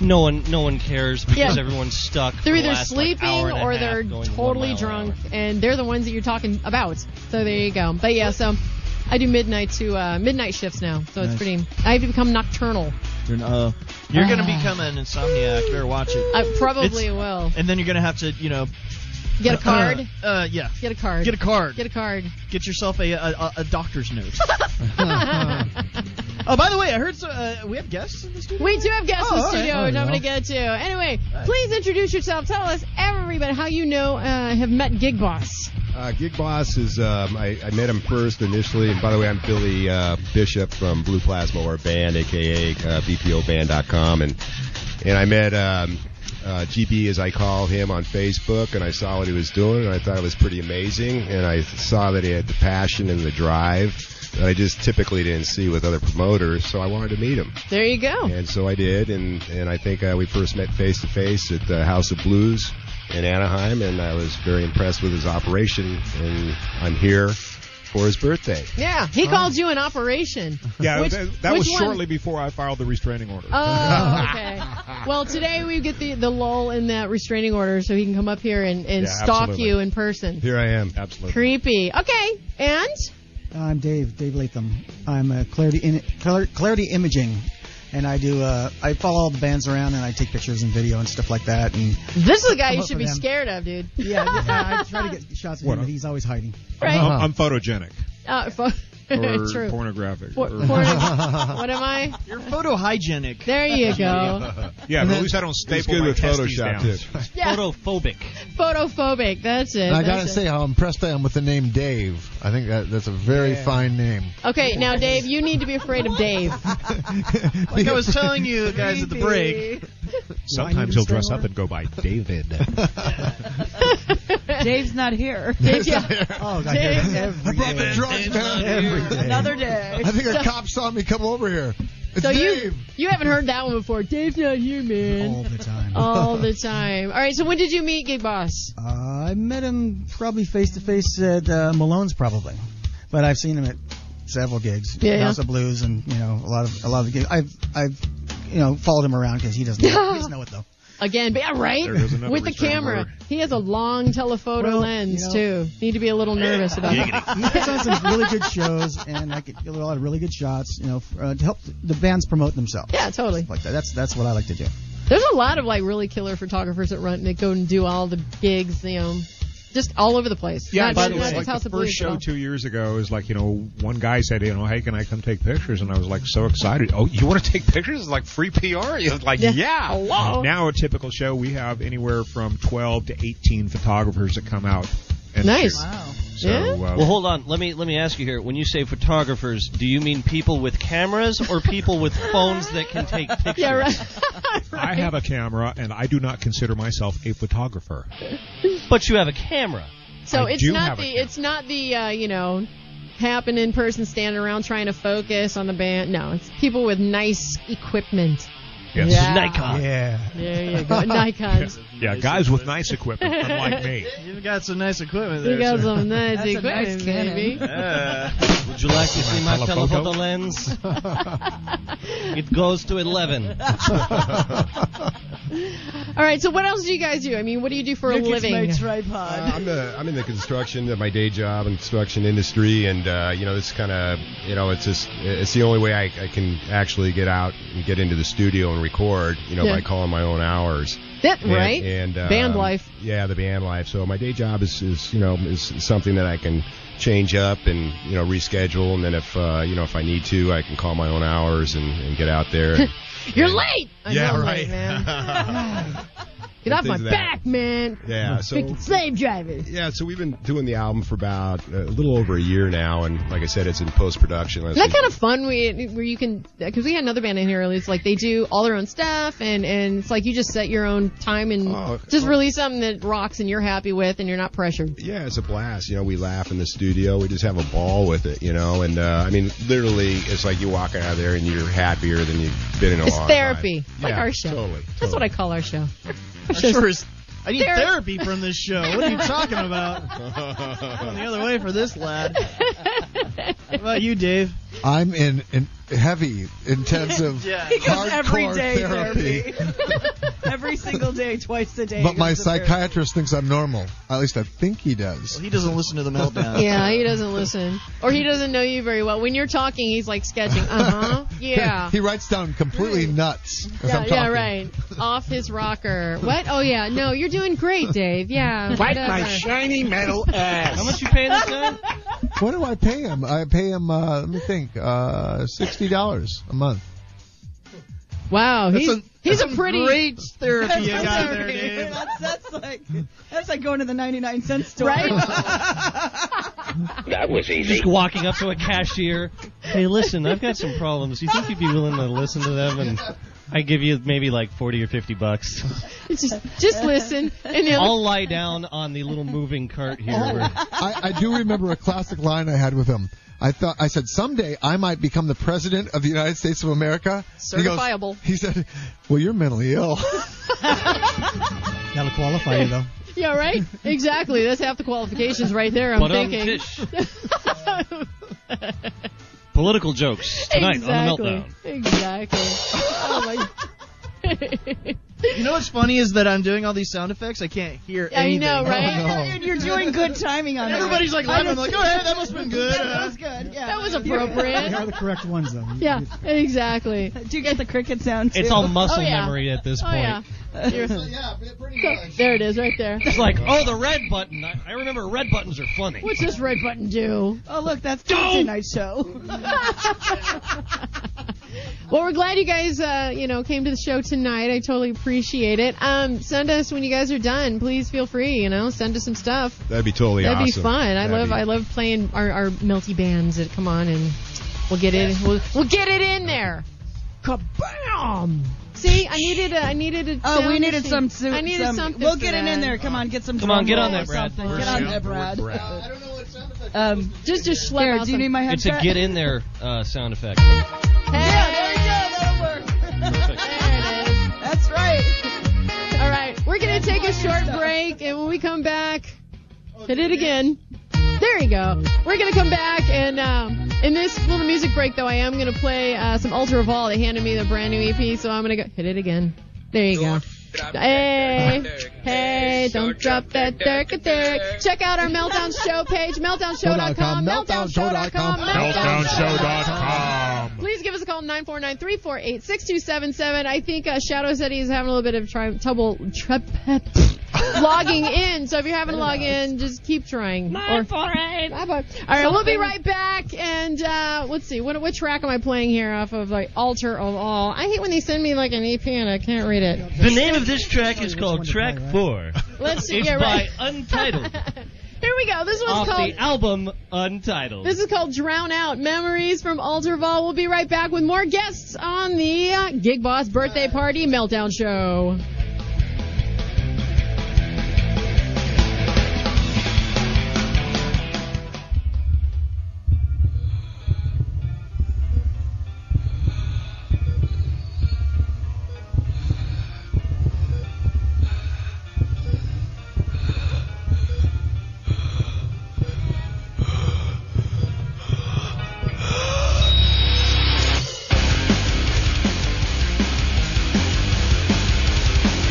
[SPEAKER 4] no one no one cares because
[SPEAKER 3] Yeah.
[SPEAKER 4] everyone's stuck. for
[SPEAKER 3] They're
[SPEAKER 4] the
[SPEAKER 3] either
[SPEAKER 4] last, like,
[SPEAKER 3] sleeping
[SPEAKER 4] hour and a
[SPEAKER 3] or
[SPEAKER 4] half
[SPEAKER 3] they're
[SPEAKER 4] going one
[SPEAKER 3] totally
[SPEAKER 4] mile an hour.
[SPEAKER 3] drunk, and they're the ones that you're talking about. So there you go. But yeah, so I do midnight to uh, midnight shifts now, so it's
[SPEAKER 7] Nice.
[SPEAKER 3] pretty. I have to become nocturnal.
[SPEAKER 7] You're, uh, you're gonna become an insomniac. You better watch it.
[SPEAKER 3] I probably
[SPEAKER 7] It's-
[SPEAKER 3] will.
[SPEAKER 7] And then you're gonna have to, you know,
[SPEAKER 3] Get a card.
[SPEAKER 7] Uh, uh, yeah.
[SPEAKER 3] Get a card.
[SPEAKER 7] Get a card.
[SPEAKER 3] Get a card.
[SPEAKER 7] Get yourself a a, a, a doctor's note. oh, by the way, I heard so, uh, we have guests in the studio.
[SPEAKER 3] We do have guests
[SPEAKER 7] Oh,
[SPEAKER 3] in
[SPEAKER 7] all
[SPEAKER 3] the
[SPEAKER 7] right.
[SPEAKER 3] studio,
[SPEAKER 7] Oh,
[SPEAKER 3] which
[SPEAKER 7] yeah.
[SPEAKER 3] I'm going to get to. Anyway, please introduce yourself. Tell us, everybody, how you know uh, have met Gig Boss.
[SPEAKER 14] Uh, Gig Boss is um, I, I met him first initially, and by the way, I'm Billy uh, Bishop from Blue Plasma or Band, aka uh, BPOBand.com, and and I met um, uh, GB as I call him on Facebook, and I saw what he was doing, and I thought it was pretty amazing, and I saw that he had the passion and the drive that I just typically didn't see with other promoters, so I wanted to meet him.
[SPEAKER 3] There you go.
[SPEAKER 14] And so I did, and and I think uh, we first met face to face at the House of Blues in Anaheim, and I was very impressed with his operation, and I'm here for his birthday.
[SPEAKER 3] Yeah, he called you an operation.
[SPEAKER 6] Yeah,
[SPEAKER 3] Which-
[SPEAKER 6] that, that
[SPEAKER 3] which
[SPEAKER 6] was
[SPEAKER 3] one-
[SPEAKER 6] shortly before I filed the restraining order.
[SPEAKER 3] Oh, okay. Well, today we get the, the lull in that restraining order so he can come up here and, and
[SPEAKER 14] Yeah,
[SPEAKER 3] stalk
[SPEAKER 14] absolutely.
[SPEAKER 3] you in person.
[SPEAKER 14] Here I am. Absolutely.
[SPEAKER 3] Creepy. Okay, and?
[SPEAKER 5] I'm Dave, Dave Latham. I'm a Clarity, in, Clar- Clarity Imaging, and I do. Uh, I follow all the bands around, and I take pictures and video and stuff like that. And
[SPEAKER 3] This is the guy
[SPEAKER 5] come
[SPEAKER 3] you
[SPEAKER 5] up
[SPEAKER 3] should
[SPEAKER 5] with
[SPEAKER 3] be
[SPEAKER 5] them.
[SPEAKER 3] scared of, dude.
[SPEAKER 5] Yeah, yeah, I try to get shots of him, but he's always hiding.
[SPEAKER 3] Right.
[SPEAKER 6] uh, I'm, I'm photogenic
[SPEAKER 3] Uh, fo-
[SPEAKER 6] or
[SPEAKER 3] True.
[SPEAKER 6] pornographic.
[SPEAKER 3] Por-
[SPEAKER 6] or-
[SPEAKER 3] porn- what am I?
[SPEAKER 7] You're photo hygienic.
[SPEAKER 3] There you go.
[SPEAKER 6] yeah, but at least I don't
[SPEAKER 14] He's
[SPEAKER 6] staple
[SPEAKER 14] good
[SPEAKER 6] my
[SPEAKER 14] with
[SPEAKER 6] testes
[SPEAKER 14] Photoshop,
[SPEAKER 6] down.
[SPEAKER 14] too.
[SPEAKER 3] Yeah.
[SPEAKER 4] Photophobic.
[SPEAKER 3] Photophobic. That's it.
[SPEAKER 8] And I
[SPEAKER 3] that's
[SPEAKER 8] gotta
[SPEAKER 3] it.
[SPEAKER 8] say how impressed I am with the name Dave. I think that, that's a very
[SPEAKER 5] Yeah.
[SPEAKER 8] fine name.
[SPEAKER 3] Okay, now Dave, you need to be afraid of Dave.
[SPEAKER 7] Like I was telling you guys at the break.
[SPEAKER 6] Sometimes he'll dress up and go by David.
[SPEAKER 16] Dave's not here.
[SPEAKER 3] Dave's
[SPEAKER 5] not
[SPEAKER 8] Oh,
[SPEAKER 5] I hear that every
[SPEAKER 8] I brought the
[SPEAKER 5] day.
[SPEAKER 8] drugs
[SPEAKER 5] Dave's
[SPEAKER 8] man
[SPEAKER 5] not
[SPEAKER 8] every
[SPEAKER 5] here.
[SPEAKER 8] day.
[SPEAKER 5] Another day.
[SPEAKER 8] I think
[SPEAKER 5] So-
[SPEAKER 8] a cop saw me come over here. It's
[SPEAKER 3] so you
[SPEAKER 8] Dave.
[SPEAKER 3] you haven't heard that one before. Dave's not here, man. All the
[SPEAKER 5] time.
[SPEAKER 3] All the time. All right. So when did you meet Gig Boss?
[SPEAKER 5] Uh, I met him probably face to face at uh, Malone's, probably, but I've seen him at several gigs,
[SPEAKER 3] Yeah.
[SPEAKER 5] House of Blues, and you know a lot of a lot of the gigs. I've I've you know followed him around because he doesn't know, he doesn't know it though.
[SPEAKER 3] Again, but yeah, right?
[SPEAKER 5] There goes another
[SPEAKER 3] With the
[SPEAKER 5] restraining
[SPEAKER 3] camera.
[SPEAKER 5] order.
[SPEAKER 3] He has a long telephoto lens, too. Need to be a little nervous about that.
[SPEAKER 5] He puts on some really good shows, and I get a lot of really good shots, you know, f- uh, to help the bands promote themselves.
[SPEAKER 3] Yeah, totally.
[SPEAKER 5] Like that. That's that's what I like to do.
[SPEAKER 3] There's a lot of, like, really killer photographers that run that go and do all the gigs, you know, just all over the place.
[SPEAKER 6] Yeah,
[SPEAKER 3] Not-
[SPEAKER 6] by the
[SPEAKER 3] not
[SPEAKER 6] way,
[SPEAKER 3] just
[SPEAKER 6] like
[SPEAKER 3] House
[SPEAKER 6] the
[SPEAKER 3] of Blues,
[SPEAKER 6] first show
[SPEAKER 3] but all-
[SPEAKER 6] two years ago is like you know one guy said you know hey can I come take pictures and I was like so excited oh you want to take pictures it's like free PR you like
[SPEAKER 3] Yeah.
[SPEAKER 6] yeah,
[SPEAKER 3] Hello.
[SPEAKER 6] now a typical show we have anywhere from twelve to eighteen photographers that come out and
[SPEAKER 3] Nice.
[SPEAKER 6] shoot.
[SPEAKER 3] Wow.
[SPEAKER 6] so
[SPEAKER 3] Yeah?
[SPEAKER 6] uh,
[SPEAKER 4] Well, hold on. Let me let me ask you here. When you say photographers, do you mean people with cameras or people with phones that can take pictures?
[SPEAKER 3] Yeah, right.
[SPEAKER 6] I have a camera and I do not consider myself a photographer
[SPEAKER 4] But you have a camera.
[SPEAKER 3] So
[SPEAKER 6] I
[SPEAKER 3] it's
[SPEAKER 6] do
[SPEAKER 3] not
[SPEAKER 6] have a
[SPEAKER 3] the it's not the uh, you know happen in person standing around trying to focus on the band. No, it's people with nice equipment.
[SPEAKER 6] Yes.
[SPEAKER 3] Yeah.
[SPEAKER 6] Nikon.
[SPEAKER 5] Yeah.
[SPEAKER 3] There you go. Nikons.
[SPEAKER 6] yeah guys with nice equipment unlike me
[SPEAKER 7] You got some nice equipment there.
[SPEAKER 3] You got
[SPEAKER 7] sir.
[SPEAKER 3] some nice
[SPEAKER 7] That's a
[SPEAKER 3] equipment,
[SPEAKER 7] nice cannon.
[SPEAKER 3] baby.
[SPEAKER 7] Yeah.
[SPEAKER 4] Would you like to see my
[SPEAKER 7] Telephoto?
[SPEAKER 4] telephoto lens? it goes to eleven.
[SPEAKER 3] All right. So what else do you guys do? I mean, what do you do for a living?
[SPEAKER 14] Uh, I'm, the, I'm in the construction, uh, my day job, in construction industry, and uh, you know this kind of, you know, it's just it's the only way I, I can actually get out and get into the studio and record, you know,
[SPEAKER 3] Yeah.
[SPEAKER 14] by calling my own hours.
[SPEAKER 3] That-
[SPEAKER 14] And-
[SPEAKER 3] right?
[SPEAKER 14] And um,
[SPEAKER 3] Band life.
[SPEAKER 14] Yeah, the band life. So my day job is, is you know is something that I can change up and you know reschedule, and then if uh, you know if I need to, I can call my own hours and, and get out there. And,
[SPEAKER 3] You're late. I
[SPEAKER 14] Yeah,
[SPEAKER 3] know I'm
[SPEAKER 14] right.
[SPEAKER 3] late, man. Get
[SPEAKER 14] and
[SPEAKER 3] off my
[SPEAKER 14] things of that.
[SPEAKER 3] back, man.
[SPEAKER 14] Yeah, so-
[SPEAKER 3] Freaking slave drivers.
[SPEAKER 14] Yeah, so we've been doing the album for about uh, a little over a year now, and like I said, it's in post production.
[SPEAKER 3] Is that kind of fun we, where you can, because we had another band in here, it's like they do all their own stuff, and, and it's like you just set your own time and
[SPEAKER 8] Oh,
[SPEAKER 3] just release something that rocks and you're happy with and you're not pressured.
[SPEAKER 14] Yeah, it's a blast. You know, we laugh in the studio. We just have a ball with it, you know. And uh, I mean, literally, it's like you walk out of there and you're happier than you've been in a
[SPEAKER 3] It's
[SPEAKER 14] long
[SPEAKER 3] therapy,
[SPEAKER 14] time.
[SPEAKER 3] like our show.
[SPEAKER 14] Totally.
[SPEAKER 3] That's what I call our show. Our
[SPEAKER 7] Sure
[SPEAKER 3] show's-
[SPEAKER 7] is- I need
[SPEAKER 3] Ther-
[SPEAKER 7] therapy from this show. What are you talking about? Going the other way for this lad. How about you, Dave?
[SPEAKER 8] I'm in, in heavy, intensive,
[SPEAKER 7] Yeah.
[SPEAKER 5] He goes
[SPEAKER 8] hardcore
[SPEAKER 5] every day
[SPEAKER 8] therapy.
[SPEAKER 5] therapy. every single day, twice a day. he
[SPEAKER 8] But
[SPEAKER 5] goes
[SPEAKER 8] my
[SPEAKER 5] to therapy.
[SPEAKER 8] psychiatrist thinks I'm normal. At least I think he does.
[SPEAKER 7] he doesn't listen to the meltdown.
[SPEAKER 3] yeah, he doesn't listen, or he doesn't know you very well. When you're talking, he's like sketching. Uh huh. Yeah.
[SPEAKER 8] he writes down completely nuts. As
[SPEAKER 3] Yeah,
[SPEAKER 8] I'm
[SPEAKER 3] yeah,
[SPEAKER 8] talking.
[SPEAKER 3] right. Off his rocker. What? Oh yeah. No, you're doing great, Dave. Yeah.
[SPEAKER 8] Wipe
[SPEAKER 3] whatever.
[SPEAKER 8] my shiny metal ass. How much
[SPEAKER 7] you pay this guy?
[SPEAKER 8] What do I pay him? I pay him. Uh, let me think. Uh, Sixty dollars a month.
[SPEAKER 3] Wow,
[SPEAKER 8] That's
[SPEAKER 3] he's
[SPEAKER 8] a-
[SPEAKER 3] he's
[SPEAKER 8] that's
[SPEAKER 3] a pretty
[SPEAKER 8] great
[SPEAKER 5] That's
[SPEAKER 7] therapy you
[SPEAKER 5] so
[SPEAKER 7] got there,
[SPEAKER 5] therapy.
[SPEAKER 7] Dave.
[SPEAKER 5] That's, that's like that's like going to the 99 cent store.
[SPEAKER 4] That was easy. Just walking up to a cashier. Hey, listen, I've got some problems. You think you'd be willing to listen to them? And I give you maybe like forty or fifty bucks.
[SPEAKER 3] Just just listen. And the
[SPEAKER 4] I'll
[SPEAKER 3] other,
[SPEAKER 4] lie down on the little moving cart here.
[SPEAKER 8] I, I do remember a classic line I had with him. I thought I said someday I might become the president of the United States of America. He goes-
[SPEAKER 3] Certifiable.
[SPEAKER 8] He, said, "Well, you're mentally ill."
[SPEAKER 15] That'll qualify you though.
[SPEAKER 3] yeah, right. Exactly. That's half the qualifications right there. I'm
[SPEAKER 4] But, um,
[SPEAKER 3] thinking.
[SPEAKER 4] Political jokes tonight on the
[SPEAKER 3] exactly.
[SPEAKER 4] meltdown.
[SPEAKER 3] Exactly. Oh my.
[SPEAKER 7] You know what's funny is that I'm doing all these sound effects. I can't hear
[SPEAKER 3] I
[SPEAKER 7] anything.
[SPEAKER 3] know, right?
[SPEAKER 5] And you're doing good timing on
[SPEAKER 7] And
[SPEAKER 5] it.
[SPEAKER 7] everybody's like
[SPEAKER 5] I
[SPEAKER 7] laughing. I'm
[SPEAKER 5] just-
[SPEAKER 7] like, oh, hey, that must've been good.
[SPEAKER 5] That was good. Yeah.
[SPEAKER 3] That was
[SPEAKER 5] Yeah.
[SPEAKER 3] appropriate.
[SPEAKER 15] They are the correct ones though.
[SPEAKER 3] Yeah, exactly.
[SPEAKER 5] Do you get the cricket sound too?
[SPEAKER 4] It's all muscle
[SPEAKER 3] Oh, yeah.
[SPEAKER 4] memory at this
[SPEAKER 3] Oh
[SPEAKER 4] point.
[SPEAKER 3] yeah. You're- So, there it is, right there.
[SPEAKER 4] It's like, oh, the red button. I, I remember red buttons are funny.
[SPEAKER 3] What's this red button do?
[SPEAKER 5] Oh, look, that's Tuesday night show.
[SPEAKER 3] Well, we're glad you guys, uh, you know, came to the show tonight. I totally appreciate it. Um, send us when you guys are done. Please feel free, you know, send us some stuff.
[SPEAKER 14] That'd be totally
[SPEAKER 3] That'd
[SPEAKER 14] awesome.
[SPEAKER 3] be fun. I
[SPEAKER 14] That'd
[SPEAKER 3] love,
[SPEAKER 14] be-
[SPEAKER 3] I love playing our, our melty bands that come on and we'll get it, we'll, we'll get it in there. Kabam! See, I needed a, I needed a.
[SPEAKER 5] Oh, we
[SPEAKER 3] sound
[SPEAKER 5] needed some.
[SPEAKER 3] machine. I needed something.
[SPEAKER 5] We'll
[SPEAKER 3] for
[SPEAKER 5] get it
[SPEAKER 3] that.
[SPEAKER 5] in there. Come on, get some.
[SPEAKER 4] Come on,
[SPEAKER 5] drum
[SPEAKER 4] get on
[SPEAKER 5] roll
[SPEAKER 4] that,
[SPEAKER 5] or
[SPEAKER 4] Brad.
[SPEAKER 5] something.
[SPEAKER 4] We're
[SPEAKER 5] Get on that,
[SPEAKER 4] super
[SPEAKER 5] Brad.
[SPEAKER 14] Brad.
[SPEAKER 5] Um,
[SPEAKER 3] Just a schlep
[SPEAKER 5] Garrett,
[SPEAKER 3] out
[SPEAKER 5] do you
[SPEAKER 3] some-
[SPEAKER 5] need my
[SPEAKER 4] It's a
[SPEAKER 5] headset?
[SPEAKER 4] get in there uh, sound effect.
[SPEAKER 5] Yeah, there you go. That'll work.
[SPEAKER 3] There it is.
[SPEAKER 5] That's right.
[SPEAKER 3] All right, we're gonna take a short break, and when we come back, hit it again. There you go. We're gonna come back, and um, in this little music break, though, I am gonna play uh, some Ultra Vol. They handed me the brand new EP, so I'm gonna go hit it again. There you go. Hey, hey, don't drop that Dirk Dirk. Check out our Meltdown Show page, meltdownshow.com, meltdownshow.com,
[SPEAKER 6] meltdownshow.com.
[SPEAKER 3] Please give us a call, 949-348-6277. I think uh, Shadow said he's having a little bit of tri- trouble tri- logging in. So if you're having to log in, just keep trying. Or- All right, we'll be right back. And uh, let's see, what, what track am I playing here off of like Alter of All? I hate when they send me like an EP and I can't read it.
[SPEAKER 4] The name of this track is called Track 4.
[SPEAKER 3] Let's see.
[SPEAKER 4] It's
[SPEAKER 3] yeah, right.
[SPEAKER 4] by Untitled.
[SPEAKER 3] Here we go. This
[SPEAKER 4] off
[SPEAKER 3] one's called.
[SPEAKER 4] the album Untitled.
[SPEAKER 3] This is called Drown Out Memories from Alterval. We'll be right back with more guests on the uh, Gig Boss Birthday Party Meltdown Show.
[SPEAKER 25] Thank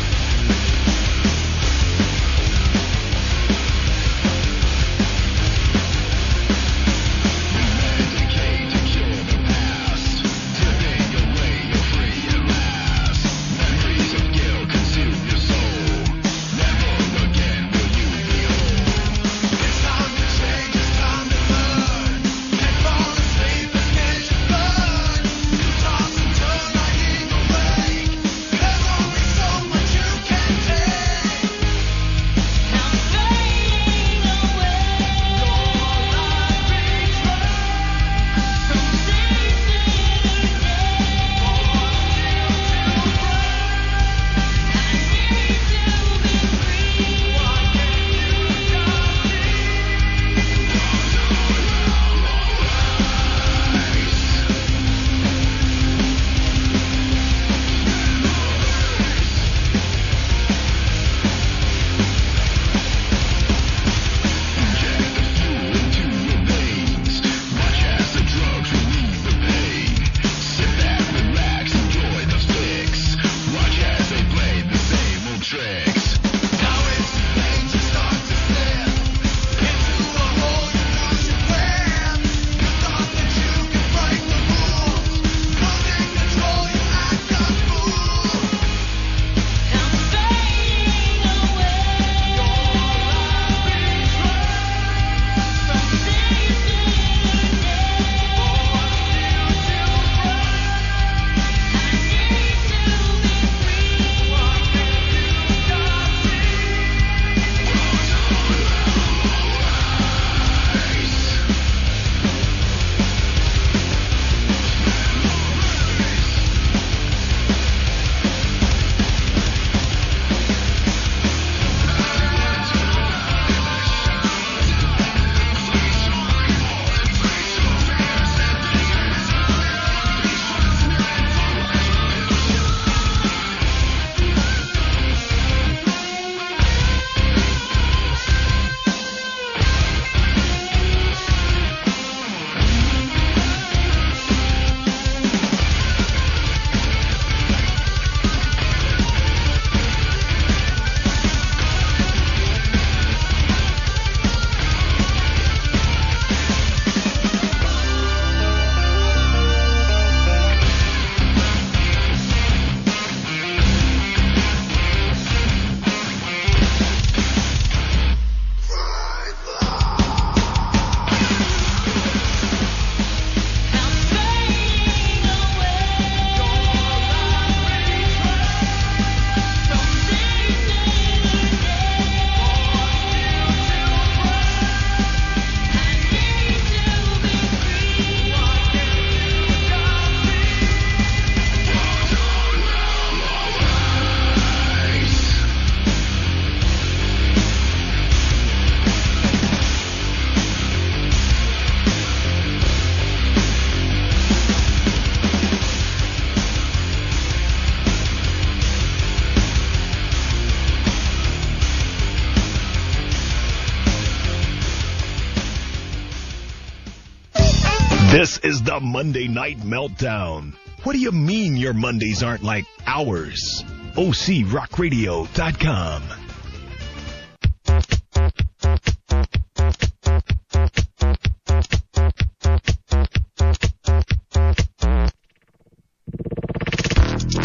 [SPEAKER 12] This is the Monday Night Meltdown. What do you mean your Mondays aren't like ours? OCRockRadio.com.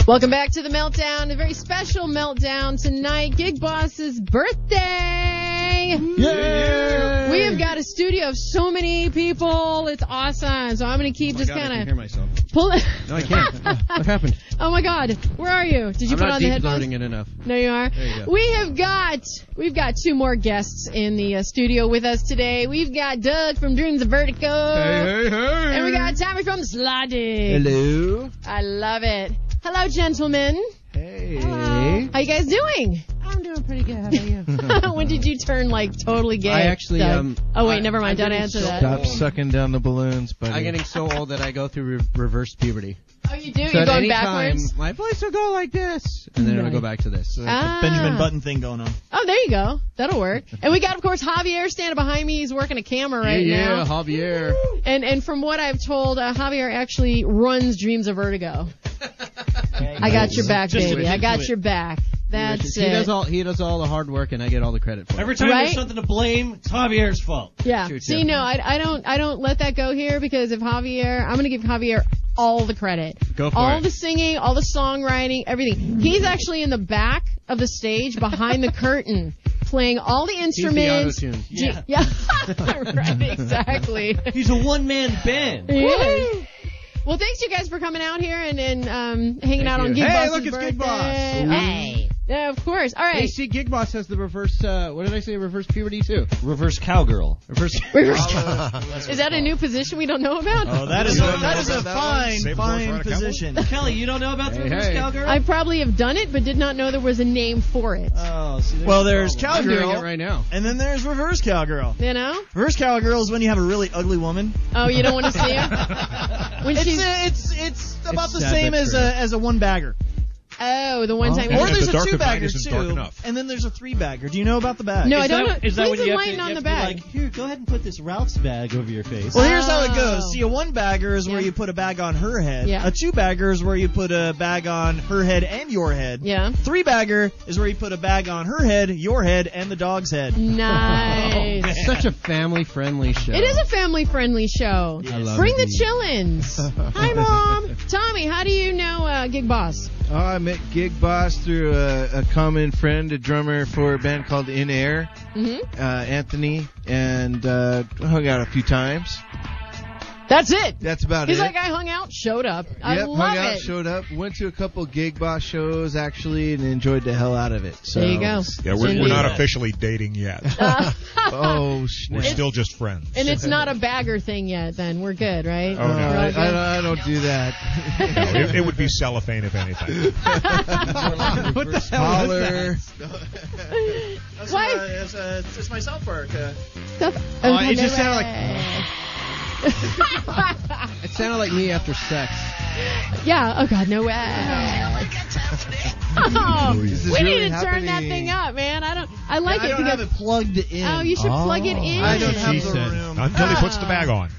[SPEAKER 3] Welcome back to the meltdown. A very special meltdown tonight. Gig Boss's birthday.
[SPEAKER 4] Yay!
[SPEAKER 3] We have got a studio of so many people. It's awesome. So I'm gonna keep
[SPEAKER 4] Oh my
[SPEAKER 3] just
[SPEAKER 4] God, I can
[SPEAKER 3] kind
[SPEAKER 4] hear
[SPEAKER 3] of
[SPEAKER 4] myself.
[SPEAKER 3] pull it.
[SPEAKER 4] No, I can't. what happened?
[SPEAKER 3] Oh my God, where are you? Did you
[SPEAKER 4] I'm
[SPEAKER 3] put
[SPEAKER 4] not
[SPEAKER 3] on
[SPEAKER 4] deep
[SPEAKER 3] the headphones?
[SPEAKER 4] throating it enough.
[SPEAKER 3] No, you are.
[SPEAKER 4] There you go.
[SPEAKER 3] We have got we've got two more guests in the uh, studio with us today. We've got Doug from Dreams of Vertigo.
[SPEAKER 5] Hey, hey, hey.
[SPEAKER 3] And we got Tommy from Slotty.
[SPEAKER 5] Hello.
[SPEAKER 3] I love it. Hello, gentlemen. Hey. How you guys doing?
[SPEAKER 2] I'm doing pretty good. How about you?
[SPEAKER 3] when did you turn like totally gay?
[SPEAKER 2] I actually,
[SPEAKER 3] Doug?
[SPEAKER 2] um,
[SPEAKER 3] Oh wait,
[SPEAKER 2] I-
[SPEAKER 3] never mind.
[SPEAKER 2] I'm
[SPEAKER 3] Don't
[SPEAKER 2] getting
[SPEAKER 3] answer
[SPEAKER 2] so
[SPEAKER 3] that.
[SPEAKER 2] old.
[SPEAKER 11] Stop sucking down the balloons, buddy.
[SPEAKER 2] I'm getting so old that I go through re- reverse puberty.
[SPEAKER 3] Oh, you do.
[SPEAKER 2] So
[SPEAKER 3] You're
[SPEAKER 2] at
[SPEAKER 3] going
[SPEAKER 2] any
[SPEAKER 3] backwards.
[SPEAKER 2] Time, my voice will go like this, and then it'll go back to this.
[SPEAKER 3] it's a Ah. Benjamin Button
[SPEAKER 2] thing going on.
[SPEAKER 3] Oh, there you go. That'll work. And we got, of course, Javier standing behind me. He's working a camera right now.
[SPEAKER 2] yeah, Javier.
[SPEAKER 3] And and from what I've told, uh, Javier actually runs Dreams of Vertigo. I got your back,
[SPEAKER 2] Just
[SPEAKER 3] baby.
[SPEAKER 2] admit
[SPEAKER 3] I got
[SPEAKER 2] to it.
[SPEAKER 3] your back. That's
[SPEAKER 2] he
[SPEAKER 3] it.
[SPEAKER 2] does all he does all the hard work, and I get all the credit for
[SPEAKER 14] Every
[SPEAKER 2] it.
[SPEAKER 14] time
[SPEAKER 3] Right?
[SPEAKER 14] there's something to blame, it's Javier's fault.
[SPEAKER 3] yeah.
[SPEAKER 2] True,
[SPEAKER 3] See,
[SPEAKER 2] true.
[SPEAKER 3] no, I, I don't I don't let that go here because if Javier, I'm gonna give Javier all the credit.
[SPEAKER 2] Go for
[SPEAKER 3] all
[SPEAKER 2] it.
[SPEAKER 3] the singing, all the songwriting, everything. He's actually in the back of the stage, behind the curtain, playing all the instruments.
[SPEAKER 2] auto-tune.
[SPEAKER 3] G- yeah. right. Exactly.
[SPEAKER 14] He's a one man band.
[SPEAKER 3] He is. Well, thanks you guys for coming out here and, and um, hanging
[SPEAKER 2] Thank
[SPEAKER 3] out on
[SPEAKER 2] you.
[SPEAKER 3] Gig
[SPEAKER 2] Hey,
[SPEAKER 3] Boss's
[SPEAKER 2] look, it's
[SPEAKER 3] birthday.
[SPEAKER 2] Gig Boss.
[SPEAKER 3] Hey. Yeah, of course. All
[SPEAKER 2] Hey,
[SPEAKER 3] right.
[SPEAKER 2] see, Gig Boss has the reverse. Uh, what did I say? Reverse puberty too.
[SPEAKER 14] Reverse cowgirl.
[SPEAKER 2] Reverse.
[SPEAKER 3] Reverse Is that a new position we don't know about?
[SPEAKER 7] Oh, that is a, that is a fine, fine position.
[SPEAKER 14] Kelly, you don't know about the reverse cowgirl?
[SPEAKER 3] I probably have done it, but did not know there was a name for it.
[SPEAKER 14] oh, see,
[SPEAKER 7] Well, there's
[SPEAKER 14] problem. I'm
[SPEAKER 7] cowgirl
[SPEAKER 14] doing it right now.
[SPEAKER 7] and then there's reverse cowgirl.
[SPEAKER 3] You know?
[SPEAKER 7] Reverse cowgirl is when you have a really ugly woman.
[SPEAKER 3] Oh, you don't want to see her? When
[SPEAKER 7] it's,
[SPEAKER 3] she's-
[SPEAKER 7] uh, it's it's about the
[SPEAKER 3] sad,
[SPEAKER 7] same
[SPEAKER 3] but
[SPEAKER 7] as
[SPEAKER 3] true.
[SPEAKER 7] a as a one bagger.
[SPEAKER 3] Oh, the one time.
[SPEAKER 7] or there's a
[SPEAKER 3] dark
[SPEAKER 7] two
[SPEAKER 3] of night
[SPEAKER 7] bagger
[SPEAKER 3] isn't dark
[SPEAKER 7] too,
[SPEAKER 3] enough.
[SPEAKER 7] and then there's a three bagger. Do you know about the bag?
[SPEAKER 3] No,
[SPEAKER 7] Is
[SPEAKER 3] I don't.
[SPEAKER 7] that-
[SPEAKER 3] know.
[SPEAKER 7] is that
[SPEAKER 3] Please
[SPEAKER 7] when you have to-
[SPEAKER 3] enlighten
[SPEAKER 7] you
[SPEAKER 3] on the
[SPEAKER 7] have to be
[SPEAKER 3] bag.
[SPEAKER 7] like,
[SPEAKER 14] Here, go ahead and put this Ralph's bag over your face.
[SPEAKER 7] Well, here's how it
[SPEAKER 3] Oh.
[SPEAKER 7] goes. See, a one bagger is where you put a bag on her head.
[SPEAKER 3] Yeah.
[SPEAKER 7] A two bagger is where you put a bag on her head and your head.
[SPEAKER 3] Yeah.
[SPEAKER 7] Three bagger is where you put a bag on her head, your head, and the dog's head.
[SPEAKER 3] Nice.
[SPEAKER 2] Oh, It's such a family friendly show.
[SPEAKER 3] It is a family-friendly show.
[SPEAKER 2] I love
[SPEAKER 3] Bring
[SPEAKER 2] it.
[SPEAKER 3] the chillins. Hi, mom. Tommy, how do you know uh, Gig Boss?
[SPEAKER 11] Oh, I met Gig Boss through a, a common friend, a drummer for a band called In Air,
[SPEAKER 3] hmm
[SPEAKER 11] uh, Anthony, and uh, hung out a few times.
[SPEAKER 3] That's it.
[SPEAKER 11] That's about
[SPEAKER 3] He's
[SPEAKER 11] it.
[SPEAKER 3] like, I hung out, showed up. I
[SPEAKER 11] yep,
[SPEAKER 3] love
[SPEAKER 11] hung out,
[SPEAKER 3] it.
[SPEAKER 11] showed up, went to a couple Gig Boss shows actually, and enjoyed the hell out of it. So.
[SPEAKER 3] There you go.
[SPEAKER 6] Yeah, we're, we're
[SPEAKER 3] Indeed.
[SPEAKER 6] not officially dating yet.
[SPEAKER 11] oh,
[SPEAKER 6] We're
[SPEAKER 11] snap.
[SPEAKER 6] still just friends.
[SPEAKER 3] And it's not a bagger thing yet. Then we're good, right?
[SPEAKER 11] Oh, no.
[SPEAKER 3] We're all
[SPEAKER 11] I,
[SPEAKER 3] good?
[SPEAKER 11] I, I don't do that.
[SPEAKER 6] No, it, it would be cellophane if anything.
[SPEAKER 11] what the
[SPEAKER 7] hell
[SPEAKER 11] was
[SPEAKER 7] That's,
[SPEAKER 3] Why?
[SPEAKER 7] Uh, that's, uh, it's just my South Park. Uh,
[SPEAKER 3] Stop.
[SPEAKER 2] Oh, it just
[SPEAKER 3] no
[SPEAKER 2] sounded
[SPEAKER 3] way.
[SPEAKER 2] It sounded like me after sex.
[SPEAKER 3] yeah. Oh God, no way. Oh, we
[SPEAKER 11] This is
[SPEAKER 3] need
[SPEAKER 11] really
[SPEAKER 3] to turn that
[SPEAKER 11] happening.
[SPEAKER 3] thing up, man. I don't. I like
[SPEAKER 7] I
[SPEAKER 3] it
[SPEAKER 7] don't have
[SPEAKER 3] because.
[SPEAKER 7] it plugged in.
[SPEAKER 3] Oh, you should plug it in.
[SPEAKER 11] I don't have
[SPEAKER 6] She
[SPEAKER 11] the
[SPEAKER 6] said,
[SPEAKER 11] room.
[SPEAKER 6] Uh, until he puts the bag on.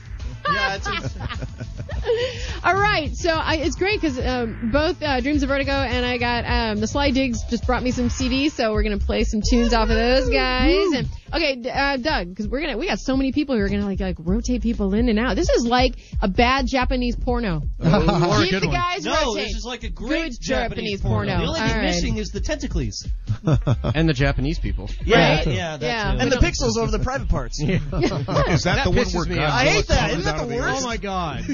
[SPEAKER 7] yeah, it's a,
[SPEAKER 3] All right, so I, it's great because um, both uh, Dreams of Vertigo and I got um, the Sly Digs just brought me some CDs, so we're gonna play some tunes off of those guys. And okay, D- uh, Doug, because we're gonna we got so many people who are gonna like like rotate people in and out. This is like a bad Japanese porno.
[SPEAKER 4] Oh,
[SPEAKER 6] or a
[SPEAKER 3] Keep
[SPEAKER 6] good
[SPEAKER 3] the
[SPEAKER 6] one.
[SPEAKER 3] guys
[SPEAKER 14] No,
[SPEAKER 3] rotate.
[SPEAKER 14] this is like a great
[SPEAKER 3] Good
[SPEAKER 14] Japanese,
[SPEAKER 3] Japanese porno.
[SPEAKER 14] The only thing
[SPEAKER 3] All right.
[SPEAKER 14] missing is the tentacles.
[SPEAKER 2] And the Japanese people.
[SPEAKER 7] yeah,
[SPEAKER 3] Right?
[SPEAKER 14] Yeah, that's
[SPEAKER 3] Yeah.
[SPEAKER 14] it.
[SPEAKER 7] and the pixels over the private parts.
[SPEAKER 6] Is that,
[SPEAKER 2] That
[SPEAKER 6] the one
[SPEAKER 2] pisses
[SPEAKER 6] where
[SPEAKER 2] me
[SPEAKER 6] Godzilla
[SPEAKER 2] off.
[SPEAKER 7] I hate that.
[SPEAKER 6] comes
[SPEAKER 7] Isn't
[SPEAKER 6] out
[SPEAKER 7] that
[SPEAKER 6] of
[SPEAKER 7] the
[SPEAKER 6] the
[SPEAKER 7] worst?
[SPEAKER 14] Oh my god.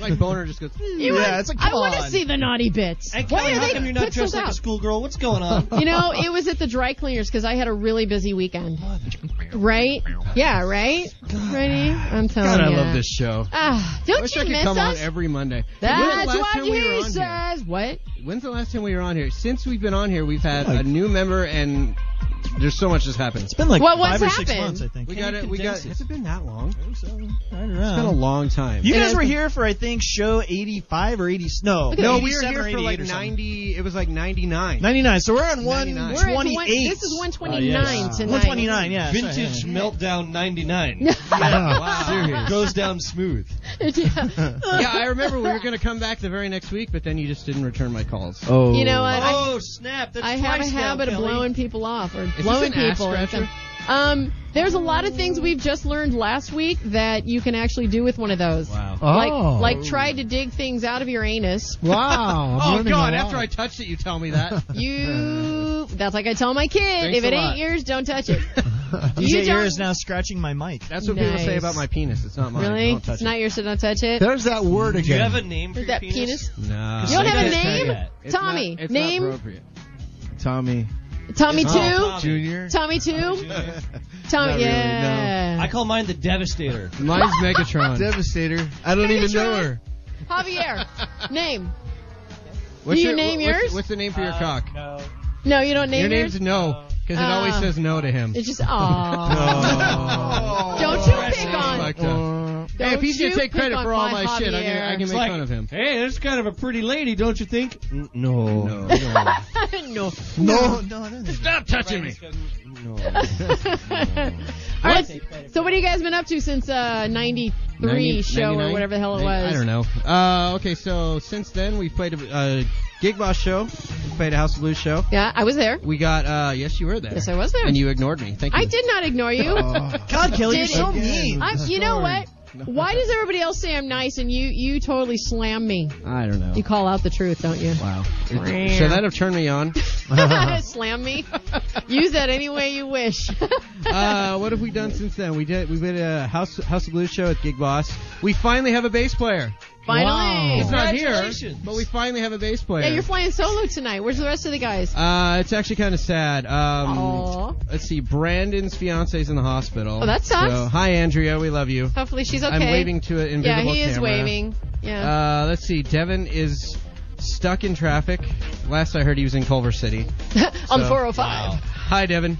[SPEAKER 2] My boner just goes.
[SPEAKER 3] You
[SPEAKER 7] Yeah,
[SPEAKER 3] would-
[SPEAKER 7] it's like,
[SPEAKER 3] I
[SPEAKER 7] come
[SPEAKER 3] want to
[SPEAKER 7] on.
[SPEAKER 3] see the naughty bits.
[SPEAKER 14] Hey,
[SPEAKER 3] Why
[SPEAKER 14] Kelly,
[SPEAKER 3] are
[SPEAKER 14] how
[SPEAKER 3] they
[SPEAKER 14] come you're not
[SPEAKER 3] pixels
[SPEAKER 14] dressed like
[SPEAKER 3] out?
[SPEAKER 14] a schoolgirl? What's going on?
[SPEAKER 3] You know, it was at the dry cleaners because I had a really busy weekend. Right? Yeah, right? Ready? I'm telling
[SPEAKER 2] God, I
[SPEAKER 3] you.
[SPEAKER 2] love this show.
[SPEAKER 3] Ah, don't
[SPEAKER 2] I wish
[SPEAKER 3] you
[SPEAKER 2] I could
[SPEAKER 3] miss
[SPEAKER 2] come
[SPEAKER 3] us?
[SPEAKER 2] on every Monday. When's the
[SPEAKER 3] That's
[SPEAKER 2] last
[SPEAKER 3] what
[SPEAKER 2] time
[SPEAKER 3] he
[SPEAKER 2] we were on here?
[SPEAKER 3] says. What?
[SPEAKER 2] When's the last time we were on here? Since we've been on here, we've had a new member, and there's so much that's happened.
[SPEAKER 7] Oh It's been like
[SPEAKER 3] What- what's
[SPEAKER 7] five or six
[SPEAKER 3] happened?
[SPEAKER 7] months, I think.
[SPEAKER 2] We got it. We got.
[SPEAKER 14] condense it?
[SPEAKER 2] Has it been that long? It's
[SPEAKER 7] Right
[SPEAKER 2] been a
[SPEAKER 7] around.
[SPEAKER 2] long time.
[SPEAKER 7] You
[SPEAKER 3] It
[SPEAKER 7] guys
[SPEAKER 3] has
[SPEAKER 7] were
[SPEAKER 3] been-
[SPEAKER 7] here for I think show 85 or 80. No,
[SPEAKER 3] Look at
[SPEAKER 7] no,
[SPEAKER 2] no,
[SPEAKER 3] that.
[SPEAKER 2] we were
[SPEAKER 7] 87
[SPEAKER 2] here
[SPEAKER 7] or
[SPEAKER 2] for
[SPEAKER 7] 88
[SPEAKER 2] like
[SPEAKER 7] or something.
[SPEAKER 2] 90. It was like 99.
[SPEAKER 7] 99. So we're on Oh,
[SPEAKER 2] 99.
[SPEAKER 3] We're at
[SPEAKER 7] 128.
[SPEAKER 3] one, this is 129
[SPEAKER 14] Ah, yes.
[SPEAKER 3] tonight.
[SPEAKER 7] 129. Yeah.
[SPEAKER 2] Oh,
[SPEAKER 14] Vintage Meltdown 99.
[SPEAKER 4] wow. Goes down smooth.
[SPEAKER 3] yeah.
[SPEAKER 2] yeah, I remember we were going to come back the very next week, but then you just didn't return my calls.
[SPEAKER 3] Oh. You know what? I-
[SPEAKER 4] Oh snap! That's
[SPEAKER 3] I have a
[SPEAKER 4] twice now,
[SPEAKER 3] habit of
[SPEAKER 4] Kelly.
[SPEAKER 3] blowing people off or
[SPEAKER 4] this
[SPEAKER 3] blowing
[SPEAKER 4] an ass
[SPEAKER 3] people. and
[SPEAKER 4] scratcher?
[SPEAKER 3] stuff. Um, there's a lot of things we've just learned last week that you can actually do with one of those. Wow.
[SPEAKER 2] Oh.
[SPEAKER 3] Like, like try to dig things out of your anus.
[SPEAKER 2] oh God! After I touched it, you tell me that.
[SPEAKER 3] you, that's like I tell my kid,
[SPEAKER 2] Thanks
[SPEAKER 3] if it
[SPEAKER 2] a
[SPEAKER 3] ain't
[SPEAKER 2] lot.
[SPEAKER 3] yours, don't touch it.
[SPEAKER 7] DJ
[SPEAKER 3] don't-
[SPEAKER 7] Ear is now scratching my mic.
[SPEAKER 2] That's what people say
[SPEAKER 3] Nice.
[SPEAKER 2] about my penis. It's not mine.
[SPEAKER 3] really?
[SPEAKER 2] Don't touch
[SPEAKER 3] It's not yours, so don't touch it.
[SPEAKER 8] There's that word
[SPEAKER 2] Do you
[SPEAKER 8] again.
[SPEAKER 2] have a
[SPEAKER 4] name
[SPEAKER 3] for that penis?
[SPEAKER 2] it. No.
[SPEAKER 3] You don't have a name? Tommy. name?
[SPEAKER 19] Tommy.
[SPEAKER 3] Tommy
[SPEAKER 4] It's
[SPEAKER 3] two?
[SPEAKER 4] not Tommy. Junior?
[SPEAKER 3] Tommy two? Tommy, yeah.
[SPEAKER 4] I call mine the Devastator.
[SPEAKER 2] Mine's Megatron.
[SPEAKER 19] Devastator. I don't even know her.
[SPEAKER 3] Javier. name.
[SPEAKER 2] What's
[SPEAKER 3] Do you
[SPEAKER 2] your-
[SPEAKER 3] name
[SPEAKER 2] what's-
[SPEAKER 3] yours?
[SPEAKER 2] What's the name for your
[SPEAKER 3] Uh,
[SPEAKER 2] cock?
[SPEAKER 3] No, you don't name
[SPEAKER 2] Your
[SPEAKER 3] yours?
[SPEAKER 2] name's no, because it always
[SPEAKER 3] Uh,
[SPEAKER 2] says no to him.
[SPEAKER 3] It's just
[SPEAKER 2] Oh.
[SPEAKER 3] aw. Don't you pick on.
[SPEAKER 2] Fucked up. Hey, if
[SPEAKER 3] Don't
[SPEAKER 2] he's gonna
[SPEAKER 3] you
[SPEAKER 2] take
[SPEAKER 3] pick
[SPEAKER 2] credit
[SPEAKER 3] on
[SPEAKER 2] for all
[SPEAKER 3] my
[SPEAKER 2] my shit, I can, I can
[SPEAKER 3] Javier.
[SPEAKER 2] make
[SPEAKER 3] It's like-
[SPEAKER 2] fun of him.
[SPEAKER 14] Hey, that's kind of a pretty lady, don't you think?
[SPEAKER 4] No. No.
[SPEAKER 3] no.
[SPEAKER 4] No.
[SPEAKER 2] Stop touching me.
[SPEAKER 3] All right. So what have you guys been up to since uh 93
[SPEAKER 2] 90
[SPEAKER 3] show or
[SPEAKER 2] 99?
[SPEAKER 3] whatever the hell it
[SPEAKER 2] Maybe- I
[SPEAKER 3] was?
[SPEAKER 2] don't know. Uh, okay, so since then we've played a uh, Gig Boss show, we played a House of Blues show.
[SPEAKER 3] Yeah, I was there.
[SPEAKER 2] We got uh, yes, you were there.
[SPEAKER 3] Yes, I was there.
[SPEAKER 2] And you ignored me. Thank you. Oh.
[SPEAKER 3] I did not ignore you.
[SPEAKER 7] God, Kelly, you're
[SPEAKER 3] Did
[SPEAKER 7] so
[SPEAKER 3] it-
[SPEAKER 7] mean.
[SPEAKER 3] I, you know what? Why does everybody else say I'm nice and you you totally slam me?
[SPEAKER 2] I don't know.
[SPEAKER 3] You call out the truth, don't you?
[SPEAKER 2] Wow. Should that have turned me on?
[SPEAKER 3] slam me. Use that any way you wish.
[SPEAKER 2] uh, what have we done since then? We did. We did a House House of Blues show at Gig Boss. We finally have a bass player.
[SPEAKER 3] Finally.
[SPEAKER 2] It's not here, but we finally have a bass player.
[SPEAKER 3] Yeah, you're flying solo tonight. Where's the rest of the guys?
[SPEAKER 2] uh, it's actually kind of sad.
[SPEAKER 3] Aw.
[SPEAKER 2] Um, let's see. Brandon's fiance's in the hospital.
[SPEAKER 3] Oh, that sucks.
[SPEAKER 2] So, hi, Andrea. We love you.
[SPEAKER 3] Hopefully she's okay.
[SPEAKER 2] I'm waving to an invisible
[SPEAKER 3] Yeah, he is
[SPEAKER 2] camera.
[SPEAKER 3] waving. Yeah.
[SPEAKER 2] Uh, let's see. Devin is stuck in traffic. Last I heard, he was in Culver City.
[SPEAKER 3] On
[SPEAKER 2] so-
[SPEAKER 3] 405.
[SPEAKER 2] Hi, Devin.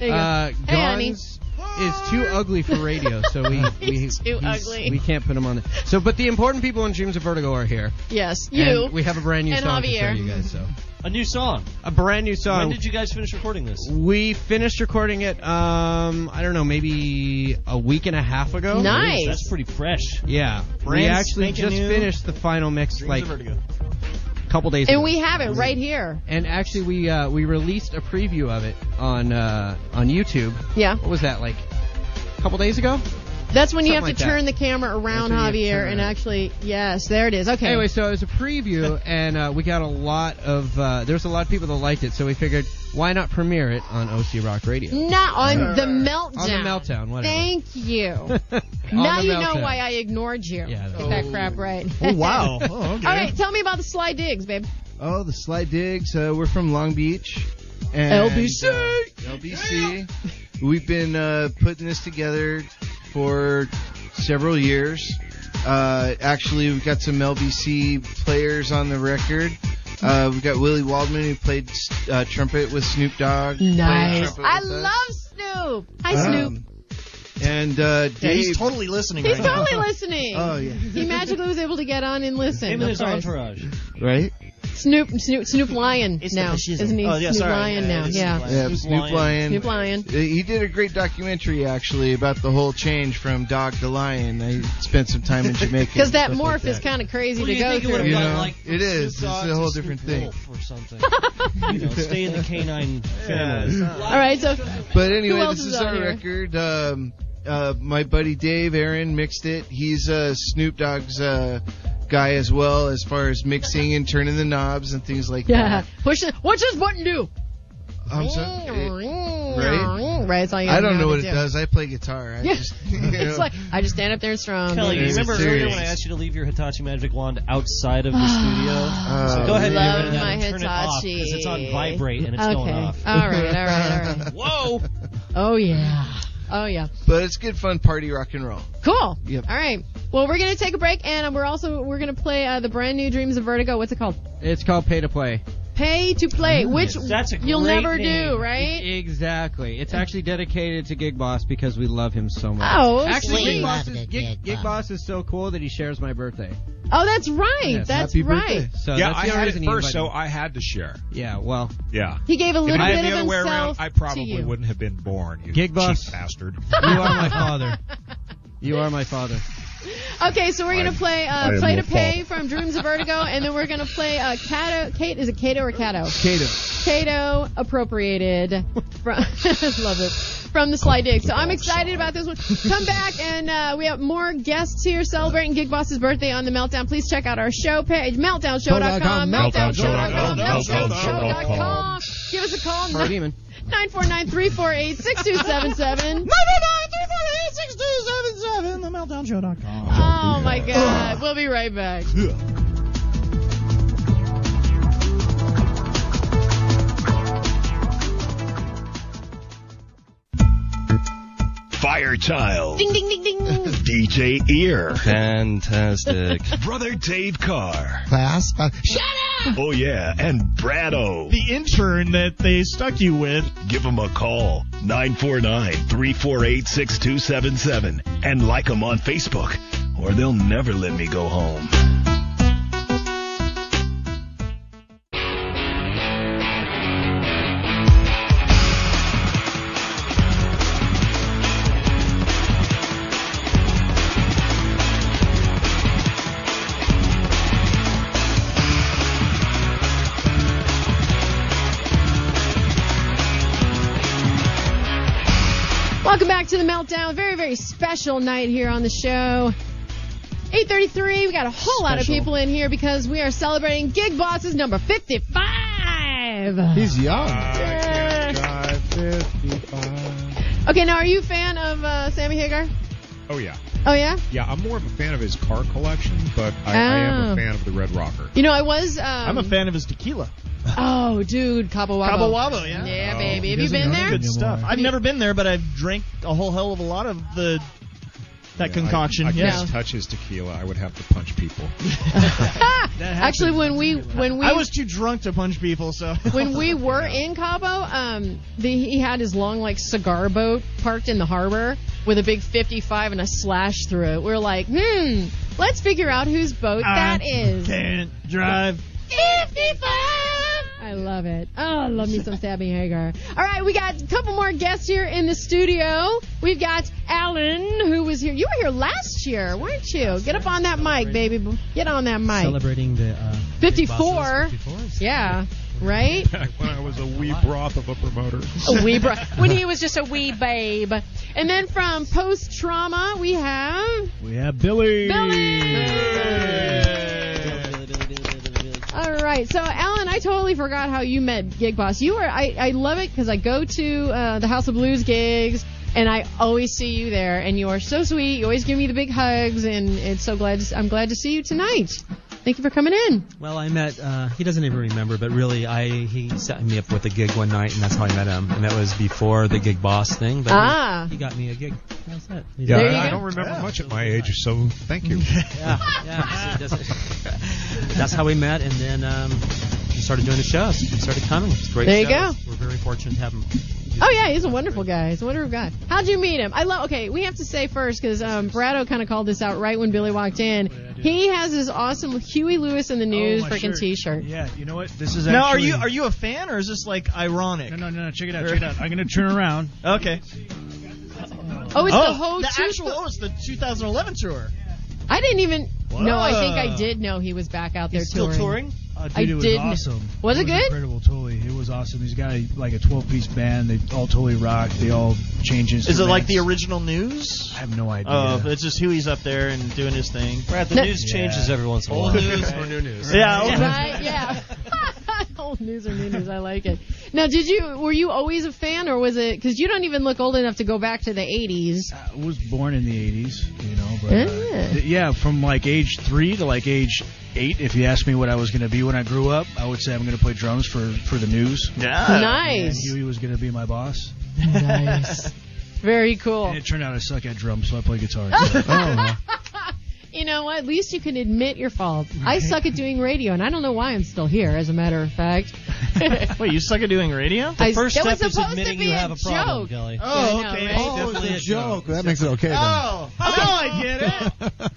[SPEAKER 3] There you go.
[SPEAKER 2] Uh,
[SPEAKER 3] Hey, honey.
[SPEAKER 2] Gons is too ugly for radio, so we we
[SPEAKER 3] He's too
[SPEAKER 2] he's-
[SPEAKER 3] ugly.
[SPEAKER 2] We can't put him on. The, so, but the important people in Dreams of Vertigo are here.
[SPEAKER 3] Yes, you.
[SPEAKER 2] And we have a brand new
[SPEAKER 3] and
[SPEAKER 2] song to show
[SPEAKER 3] Javier.
[SPEAKER 2] you guys. So
[SPEAKER 4] A new song.
[SPEAKER 2] a brand new song.
[SPEAKER 4] When did you guys finish recording this?
[SPEAKER 2] we finished recording it. Um, I don't know, maybe a week and a half ago.
[SPEAKER 3] Nice.
[SPEAKER 4] That's pretty fresh.
[SPEAKER 2] Yeah, we
[SPEAKER 4] Brand
[SPEAKER 2] actually
[SPEAKER 4] spanking
[SPEAKER 2] just
[SPEAKER 4] new.
[SPEAKER 2] finished the final mix like a couple days ago.
[SPEAKER 3] And we have it right here.
[SPEAKER 2] And actually, we uh, we released a preview of it on uh, on YouTube.
[SPEAKER 3] Yeah.
[SPEAKER 2] What was that like? A couple days ago.
[SPEAKER 3] That's when you have
[SPEAKER 2] Something
[SPEAKER 3] to
[SPEAKER 2] like that.
[SPEAKER 3] turn the camera
[SPEAKER 2] That's
[SPEAKER 3] around,
[SPEAKER 2] when you have to
[SPEAKER 3] Javier,
[SPEAKER 2] turn
[SPEAKER 3] and
[SPEAKER 2] around.
[SPEAKER 3] actually, yes, there it is. Okay.
[SPEAKER 2] Anyway, so it was a preview, and uh, we got a lot of uh, there was a lot of people that liked it, so we figured why not premiere it on OC Rock Radio?
[SPEAKER 3] not on the meltdown.
[SPEAKER 2] On the meltdown, whatever.
[SPEAKER 3] Thank you.
[SPEAKER 2] On
[SPEAKER 3] now
[SPEAKER 2] the
[SPEAKER 3] you know
[SPEAKER 2] meltdown.
[SPEAKER 3] why I ignored you.
[SPEAKER 2] Yeah,
[SPEAKER 3] Get that crap right.
[SPEAKER 19] Oh, wow. Oh, okay.
[SPEAKER 3] All right, tell me about the slide digs, babe.
[SPEAKER 19] Oh, the slide digs. Uh, we're from Long Beach. And,
[SPEAKER 3] LBC.
[SPEAKER 19] uh, LBC. We've been uh, putting this together for several years. Uh, actually, we've got some LBC players on the record. Uh, we've got Willie Waldman who played uh, trumpet with Snoop Dogg. played
[SPEAKER 3] Nice.
[SPEAKER 19] trumpet
[SPEAKER 3] I
[SPEAKER 19] with us.
[SPEAKER 3] love Snoop. Hi,
[SPEAKER 19] Um,
[SPEAKER 3] Snoop.
[SPEAKER 19] And uh, Dave,
[SPEAKER 7] Yeah, he's totally listening
[SPEAKER 3] He's
[SPEAKER 7] right now.
[SPEAKER 3] totally listening.
[SPEAKER 19] Oh, yeah.
[SPEAKER 3] He magically was able to get on and listen.
[SPEAKER 4] Him
[SPEAKER 3] of
[SPEAKER 4] and his
[SPEAKER 3] course.
[SPEAKER 4] entourage.
[SPEAKER 19] right?
[SPEAKER 3] Snoop, Snoop, Snoop Lion
[SPEAKER 7] It's the
[SPEAKER 3] now,
[SPEAKER 7] fascism.
[SPEAKER 3] isn't he?
[SPEAKER 7] Oh, yeah,
[SPEAKER 3] Snoop
[SPEAKER 7] sorry.
[SPEAKER 3] Lion
[SPEAKER 4] Uh,
[SPEAKER 7] Yeah,
[SPEAKER 3] now,
[SPEAKER 7] it's
[SPEAKER 3] yeah.
[SPEAKER 7] Snoop
[SPEAKER 19] Yeah,
[SPEAKER 7] Lion.
[SPEAKER 19] Snoop Lion.
[SPEAKER 3] Snoop Lion.
[SPEAKER 19] Uh, He did a great documentary actually about the whole change from dog to lion. I spent some time in Jamaica.
[SPEAKER 3] Because that
[SPEAKER 19] and stuff
[SPEAKER 3] morph
[SPEAKER 19] like
[SPEAKER 3] is kind of crazy
[SPEAKER 4] What
[SPEAKER 3] to
[SPEAKER 4] do you
[SPEAKER 3] go
[SPEAKER 4] think it would
[SPEAKER 3] through.
[SPEAKER 4] have
[SPEAKER 19] You
[SPEAKER 4] done,
[SPEAKER 19] know,
[SPEAKER 4] like?
[SPEAKER 19] it is.
[SPEAKER 4] Snoop Dogg
[SPEAKER 19] It's a whole
[SPEAKER 4] to
[SPEAKER 19] different
[SPEAKER 4] Snoop
[SPEAKER 19] thing.
[SPEAKER 4] Wolf or something. you know, stay in the canine
[SPEAKER 19] Yeah,
[SPEAKER 4] family.
[SPEAKER 19] it's
[SPEAKER 3] All right, so
[SPEAKER 19] But anyway,
[SPEAKER 3] Who else
[SPEAKER 19] this
[SPEAKER 3] is
[SPEAKER 19] is,
[SPEAKER 3] on
[SPEAKER 19] our
[SPEAKER 3] here?
[SPEAKER 19] record. Um, uh, my buddy Dave Aaron mixed it. He's uh, Snoop Dogg's uh, guy as well, as far as mixing and turning the knobs and things like
[SPEAKER 3] yeah,
[SPEAKER 19] that.
[SPEAKER 3] push. The, what's this button do?
[SPEAKER 19] I'm so- it- right?
[SPEAKER 3] Right, it's all you
[SPEAKER 19] I
[SPEAKER 3] gotta
[SPEAKER 19] don't know what
[SPEAKER 3] to
[SPEAKER 19] it
[SPEAKER 3] do.
[SPEAKER 19] does. I play guitar. I
[SPEAKER 3] Yeah.
[SPEAKER 19] just, you know.
[SPEAKER 3] It's like I just stand up there and strum.
[SPEAKER 4] Kelly,
[SPEAKER 19] Yeah,
[SPEAKER 4] you remember
[SPEAKER 19] it's
[SPEAKER 4] earlier
[SPEAKER 19] serious.
[SPEAKER 4] when I asked you to leave your Hitachi magic wand outside of the studio?
[SPEAKER 2] Oh,
[SPEAKER 4] So go ahead and
[SPEAKER 3] Oh, Love
[SPEAKER 4] get rid of that
[SPEAKER 3] my
[SPEAKER 4] and turn it off
[SPEAKER 3] Hitachi.
[SPEAKER 4] because it's on vibrate and it's
[SPEAKER 3] okay.
[SPEAKER 4] going off.
[SPEAKER 3] All right, all right, all right.
[SPEAKER 4] Whoa!
[SPEAKER 3] Oh yeah, oh yeah.
[SPEAKER 19] but it's good fun party rock and roll.
[SPEAKER 3] Cool.
[SPEAKER 19] Yep.
[SPEAKER 3] All right. Well, we're gonna take a break, and we're also we're gonna play uh, the brand new Dreams of Vertigo. What's it called?
[SPEAKER 2] It's called Pay to Play.
[SPEAKER 3] Pay to play, which
[SPEAKER 4] That's a
[SPEAKER 3] you'll
[SPEAKER 4] great
[SPEAKER 3] never
[SPEAKER 4] name.
[SPEAKER 3] do, right?
[SPEAKER 2] Exactly. It's actually dedicated to Gig Boss because we love him so much.
[SPEAKER 3] Oh,
[SPEAKER 2] actually,
[SPEAKER 3] sweet.
[SPEAKER 2] Gig Boss,
[SPEAKER 3] Love
[SPEAKER 2] is,
[SPEAKER 3] the
[SPEAKER 2] Gig,
[SPEAKER 3] Gig
[SPEAKER 2] Gig Boss is so cool that he shares my birthday.
[SPEAKER 3] Oh, that's right.
[SPEAKER 2] Yes.
[SPEAKER 3] that's
[SPEAKER 19] Happy
[SPEAKER 3] right.
[SPEAKER 19] birthday.
[SPEAKER 2] So
[SPEAKER 18] yeah,
[SPEAKER 2] that's
[SPEAKER 18] I
[SPEAKER 2] the only
[SPEAKER 18] had
[SPEAKER 2] reason
[SPEAKER 18] it
[SPEAKER 2] he
[SPEAKER 18] first, so
[SPEAKER 2] invited
[SPEAKER 18] I had to share.
[SPEAKER 2] me. yeah, well,
[SPEAKER 18] Yeah.
[SPEAKER 3] He gave a
[SPEAKER 18] If
[SPEAKER 3] little
[SPEAKER 18] I had
[SPEAKER 3] bit
[SPEAKER 18] the
[SPEAKER 3] of
[SPEAKER 18] other way around,
[SPEAKER 3] himself
[SPEAKER 18] I
[SPEAKER 3] to
[SPEAKER 18] probably
[SPEAKER 3] you.
[SPEAKER 18] wouldn't have been born. You
[SPEAKER 2] Gig boss.
[SPEAKER 18] cheap bastard.
[SPEAKER 2] you are my father. You are my father.
[SPEAKER 3] Okay, so we're gonna play
[SPEAKER 2] I
[SPEAKER 3] uh,
[SPEAKER 2] am
[SPEAKER 3] play to
[SPEAKER 2] your
[SPEAKER 3] pay from Dreams of Vertigo, and then we're gonna play uh, Cato. Kate is it Cato or Cato?
[SPEAKER 2] Cato.
[SPEAKER 3] Cato appropriated from love it from the Sly Dig. So
[SPEAKER 2] Oh,
[SPEAKER 3] I'm excited about this one. Come back, and uh, we have more guests here celebrating Gig Boss's birthday on the Meltdown. Please check out our show page, meltdownshow.com, meltdownshow.com, meltdownshow.com. Give us a call.
[SPEAKER 2] Sorry, demon.
[SPEAKER 3] 949-348-6277.
[SPEAKER 7] The meltdownshow.com.
[SPEAKER 3] Oh my God. We'll be right back.
[SPEAKER 12] Firechild.
[SPEAKER 3] Ding ding ding ding.
[SPEAKER 12] DJ Ear.
[SPEAKER 4] Fantastic.
[SPEAKER 12] Brother Dave Carr.
[SPEAKER 8] Class. Shut
[SPEAKER 12] up! Oh, yeah. And Brado.
[SPEAKER 7] The intern that they stuck you with.
[SPEAKER 12] Give them a call. 949 348 6277. And like them on Facebook, or they'll never let me go home.
[SPEAKER 3] Welcome back to the Meltdown. Very, very special night here on the show. 8:33. We got a whole lot of
[SPEAKER 8] Special.
[SPEAKER 3] people in here because we are celebrating Gig Boss's number 55.
[SPEAKER 8] He's young.
[SPEAKER 3] Okay, now are you a fan of uh, Sammy Hagar?
[SPEAKER 6] Oh yeah,
[SPEAKER 3] Oh yeah.
[SPEAKER 6] yeah. I'm more of a fan of his car collection, but I, I am
[SPEAKER 3] Oh.
[SPEAKER 6] a fan of the Red Rocker.
[SPEAKER 3] You know I was. Um,
[SPEAKER 7] I'm a fan of his tequila.
[SPEAKER 3] Oh, dude, Cabo Wabo.
[SPEAKER 7] Cabo Wabo, yeah. Oh,
[SPEAKER 3] Yeah, baby. Have you been there?
[SPEAKER 7] Good stuff. I've never been there, but I've drank a whole hell of a lot of the that
[SPEAKER 6] Yeah,
[SPEAKER 7] concoction.
[SPEAKER 6] I, I
[SPEAKER 7] yeah.
[SPEAKER 6] can't touch his tequila. I would have to punch people.
[SPEAKER 3] Actually, when we when we
[SPEAKER 7] I was too drunk to punch people, so
[SPEAKER 3] when we were in Cabo, um, the, he had his long like cigar boat parked in the harbor with a big 55 and a slash through it. We are like, hmm, let's figure out whose boat that is.
[SPEAKER 7] can't drive.
[SPEAKER 3] 55. I love it. Oh, I love me some Sammy Hagar. All right, we got a couple more guests here in the studio. We've got Alan, who was here. You were here last year, weren't you? Get up on that mic, baby. Get on that mic.
[SPEAKER 1] Celebrating the uh,
[SPEAKER 3] 54.
[SPEAKER 1] Big Boss's 54.
[SPEAKER 3] Yeah, right?
[SPEAKER 6] when I was a wee broth of a promoter.
[SPEAKER 3] a wee bro- when he was just a wee babe. And then from post trauma, we have
[SPEAKER 15] We have Billy.
[SPEAKER 3] all right. So Alan, I totally forgot how you met Gig Boss. You were I I love it because I go to uh, the House of Blues gigs. And I always see you there, and you are so sweet. You always give me the big hugs, and it's so glad. I'm glad to see you tonight. Thank you for coming in.
[SPEAKER 1] Well, I met. Uh, he doesn't even remember, but really, I he set me up with a gig one night, and that's how I met him. And that was before the gig boss thing. But he-
[SPEAKER 3] Ah.
[SPEAKER 1] he, got me a gig. That's it. He's
[SPEAKER 6] Yeah,
[SPEAKER 1] like,
[SPEAKER 6] I, I don't remember much at my age, so thank you.
[SPEAKER 1] Yeah, yeah. so that's, that's how we met, and then um, we started doing the shows. He started coming. It's great.
[SPEAKER 3] There you
[SPEAKER 1] shows.
[SPEAKER 3] go.
[SPEAKER 1] We're very fortunate to have him.
[SPEAKER 3] Oh yeah, he's a wonderful guy. He's a wonderful guy. How'd you meet him? I love. Okay, we have to say first because um, Brado kind of called this out right when Billy walked in.
[SPEAKER 9] Oh,
[SPEAKER 3] He has this awesome Huey Lewis in the news
[SPEAKER 9] my
[SPEAKER 3] freaking
[SPEAKER 9] shirt.
[SPEAKER 3] T-shirt.
[SPEAKER 9] Yeah, you know what? This is
[SPEAKER 7] now, are
[SPEAKER 9] actually-
[SPEAKER 7] you are you a fan or is this like ironic? No,
[SPEAKER 9] no, no. Check it out. Check it out. I'm gonna turn around.
[SPEAKER 7] Okay.
[SPEAKER 3] Oh, it's the whole
[SPEAKER 7] the
[SPEAKER 3] two-
[SPEAKER 7] actual. Oh, it's the 2011 tour.
[SPEAKER 3] I didn't even. No, I think
[SPEAKER 9] Whoa.
[SPEAKER 3] I did know he was back out there
[SPEAKER 9] He's still
[SPEAKER 3] touring.
[SPEAKER 9] touring? Oh, dude,
[SPEAKER 3] I
[SPEAKER 9] it was
[SPEAKER 3] did.
[SPEAKER 9] awesome.
[SPEAKER 3] Was it, good?
[SPEAKER 9] Incredible, totally. It was awesome. He's got like a 12-piece band. They all totally rock. They all change instruments.
[SPEAKER 7] Is it like the original news? I
[SPEAKER 9] have no idea.
[SPEAKER 7] Oh, it's just Huey's up there and doing his thing.
[SPEAKER 4] Right, the news changes every once in a
[SPEAKER 7] Old
[SPEAKER 4] while.
[SPEAKER 7] news
[SPEAKER 4] or new news.
[SPEAKER 7] Yeah. old news.
[SPEAKER 3] Right? Yeah. old news or new news. I like it. Now, did you? Were you always a fan, or was it? Because you don't even look old enough to go back to the '80s.
[SPEAKER 9] I was born in the 80s, you know, but uh,
[SPEAKER 3] Ah.
[SPEAKER 9] th- yeah, from like age 3 to like age 8, if you asked me what I was going to be when I grew up, I would say I'm going to play drums for for the news.
[SPEAKER 7] Yeah.
[SPEAKER 9] And
[SPEAKER 3] Nice.
[SPEAKER 9] Huey was going to be my boss.
[SPEAKER 3] Nice. Very cool.
[SPEAKER 9] And it turned out I suck at drums, so I play guitar.
[SPEAKER 26] Oh,
[SPEAKER 3] You know what? At least you can admit your faults. I suck at doing radio, and I don't know why I'm still here. As a matter of fact,
[SPEAKER 7] Wait, you suck at doing radio?
[SPEAKER 3] I- that was supposed to be a joke.
[SPEAKER 7] Oh,
[SPEAKER 3] Yeah, I know,
[SPEAKER 7] okay.
[SPEAKER 3] right?
[SPEAKER 7] It's
[SPEAKER 8] Oh,
[SPEAKER 7] definitely
[SPEAKER 8] it's a joke. That makes it okay. Then.
[SPEAKER 7] Oh, oh, I get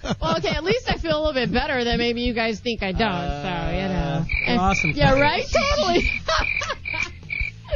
[SPEAKER 7] it.
[SPEAKER 3] Well, okay, at least I feel a little bit better than maybe you guys think I don't. so you know.
[SPEAKER 1] awesome.
[SPEAKER 3] Yeah, right. Totally.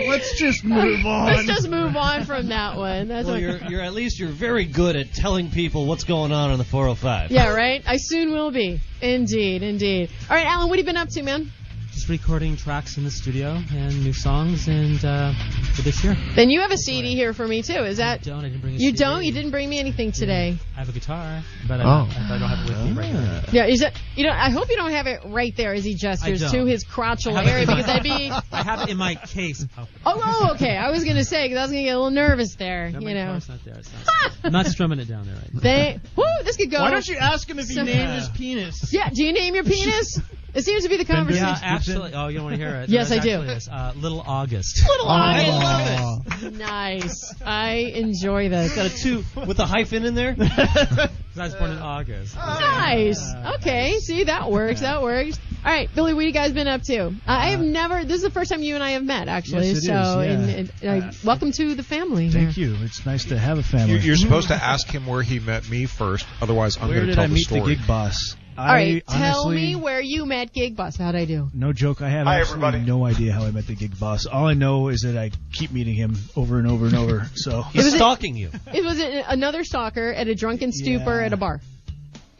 [SPEAKER 7] Let's just move on.
[SPEAKER 3] Let's just move on from that one. That's
[SPEAKER 4] Well,
[SPEAKER 3] what-
[SPEAKER 4] you're, you're at least you're very good at telling people what's going on on the 405.
[SPEAKER 3] yeah, right. I soon will be. Indeed, indeed. All right, Alan, what have you been up to, man?
[SPEAKER 1] Just recording tracks in the studio and new songs and uh, for this year.
[SPEAKER 3] Then you have a CD here for me too. Is that?
[SPEAKER 1] Don't I didn't bring a
[SPEAKER 3] You
[SPEAKER 1] CD.
[SPEAKER 3] don't. You didn't bring me anything today.
[SPEAKER 1] I have a guitar, but I,
[SPEAKER 27] Oh.
[SPEAKER 1] I don't have it with me right
[SPEAKER 6] Ah.
[SPEAKER 1] now.
[SPEAKER 3] Yeah, is that? You know, I hope you don't have it right there. Is he just
[SPEAKER 1] I
[SPEAKER 3] here's
[SPEAKER 1] don't.
[SPEAKER 3] to his crotchal
[SPEAKER 1] I have it
[SPEAKER 3] area
[SPEAKER 1] in my-
[SPEAKER 3] because that'd be.
[SPEAKER 1] I have it in my case. Oh,
[SPEAKER 3] Oh, oh, okay. I was gonna say because I was gonna get a little nervous there. you know.
[SPEAKER 1] it's not there. It's not, I'm not strumming it down there right now.
[SPEAKER 3] They woo, this could go.
[SPEAKER 1] Why don't you ask him if he named his
[SPEAKER 7] penis?
[SPEAKER 3] Yeah, do you name your penis? It seems to be the conversation.
[SPEAKER 1] Yeah, actually. Oh, you don't want to hear it.
[SPEAKER 3] Yes,
[SPEAKER 1] No,
[SPEAKER 3] I
[SPEAKER 1] it's
[SPEAKER 3] do.
[SPEAKER 1] actually this, uh, Little August.
[SPEAKER 3] Little
[SPEAKER 1] Oh, I
[SPEAKER 3] August.
[SPEAKER 1] love
[SPEAKER 3] Nice. I enjoy this.
[SPEAKER 4] Got a two with a hyphen in there. Uh, oh,
[SPEAKER 1] 'Cause I was born in August.
[SPEAKER 3] Nice. Okay. See, that works. That works. All right, Billy, what you guys been up to? Uh, I have never. This is the first time you and I have met, actually.
[SPEAKER 26] Yes, it
[SPEAKER 3] so,
[SPEAKER 26] is, yeah.
[SPEAKER 3] and, and, uh, welcome to the family.
[SPEAKER 26] Thank you. It's nice to have a family.
[SPEAKER 6] You, are supposed to ask him where he met me first, otherwise I'm
[SPEAKER 26] Where
[SPEAKER 6] going to
[SPEAKER 26] did
[SPEAKER 6] tell
[SPEAKER 26] I meet
[SPEAKER 6] the
[SPEAKER 26] the
[SPEAKER 6] story.
[SPEAKER 26] gig boss?
[SPEAKER 3] All right,
[SPEAKER 26] I
[SPEAKER 3] tell
[SPEAKER 26] honestly,
[SPEAKER 3] me where you met Gig Bus. How'd I do?
[SPEAKER 26] No joke. I have
[SPEAKER 3] Hi,
[SPEAKER 26] absolutely no idea how I met the gig boss. All I know is that I keep meeting him over and over and over. So
[SPEAKER 3] He's
[SPEAKER 4] stalking you.
[SPEAKER 3] It was a- another stalker at a drunken stupor at a bar.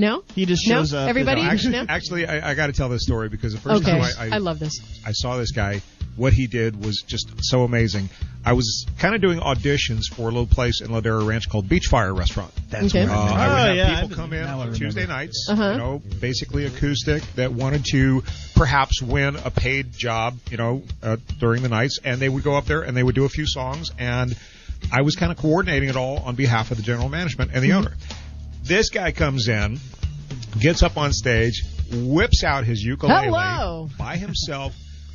[SPEAKER 3] No?
[SPEAKER 26] He just
[SPEAKER 3] No? Everybody?
[SPEAKER 6] No, actually,
[SPEAKER 3] No?
[SPEAKER 6] actually, I, I got to tell this story because the first
[SPEAKER 3] okay.
[SPEAKER 6] time I, I,
[SPEAKER 3] love this.
[SPEAKER 6] I saw this guy, what he did was just so amazing. I was kind of doing auditions for a little place in Ladera Ranch called Beach Fire Restaurant.
[SPEAKER 26] That's
[SPEAKER 6] uh,
[SPEAKER 26] Okay. where I met
[SPEAKER 6] I would
[SPEAKER 26] him.
[SPEAKER 6] have
[SPEAKER 26] Oh, yeah, I've
[SPEAKER 6] people
[SPEAKER 26] been-
[SPEAKER 6] come in
[SPEAKER 26] now I
[SPEAKER 6] on
[SPEAKER 26] remember.
[SPEAKER 6] Tuesday nights,
[SPEAKER 26] Uh-huh.
[SPEAKER 6] you know, basically acoustic, that wanted to perhaps win a paid job, you know, uh, during the nights, and they would go up there and they would do a few songs, and I was kind of coordinating it all on behalf of the general management and the
[SPEAKER 3] Mm-hmm.
[SPEAKER 6] owner. This guy comes in, gets up on stage, whips out his ukulele
[SPEAKER 27] Hello.
[SPEAKER 6] by himself,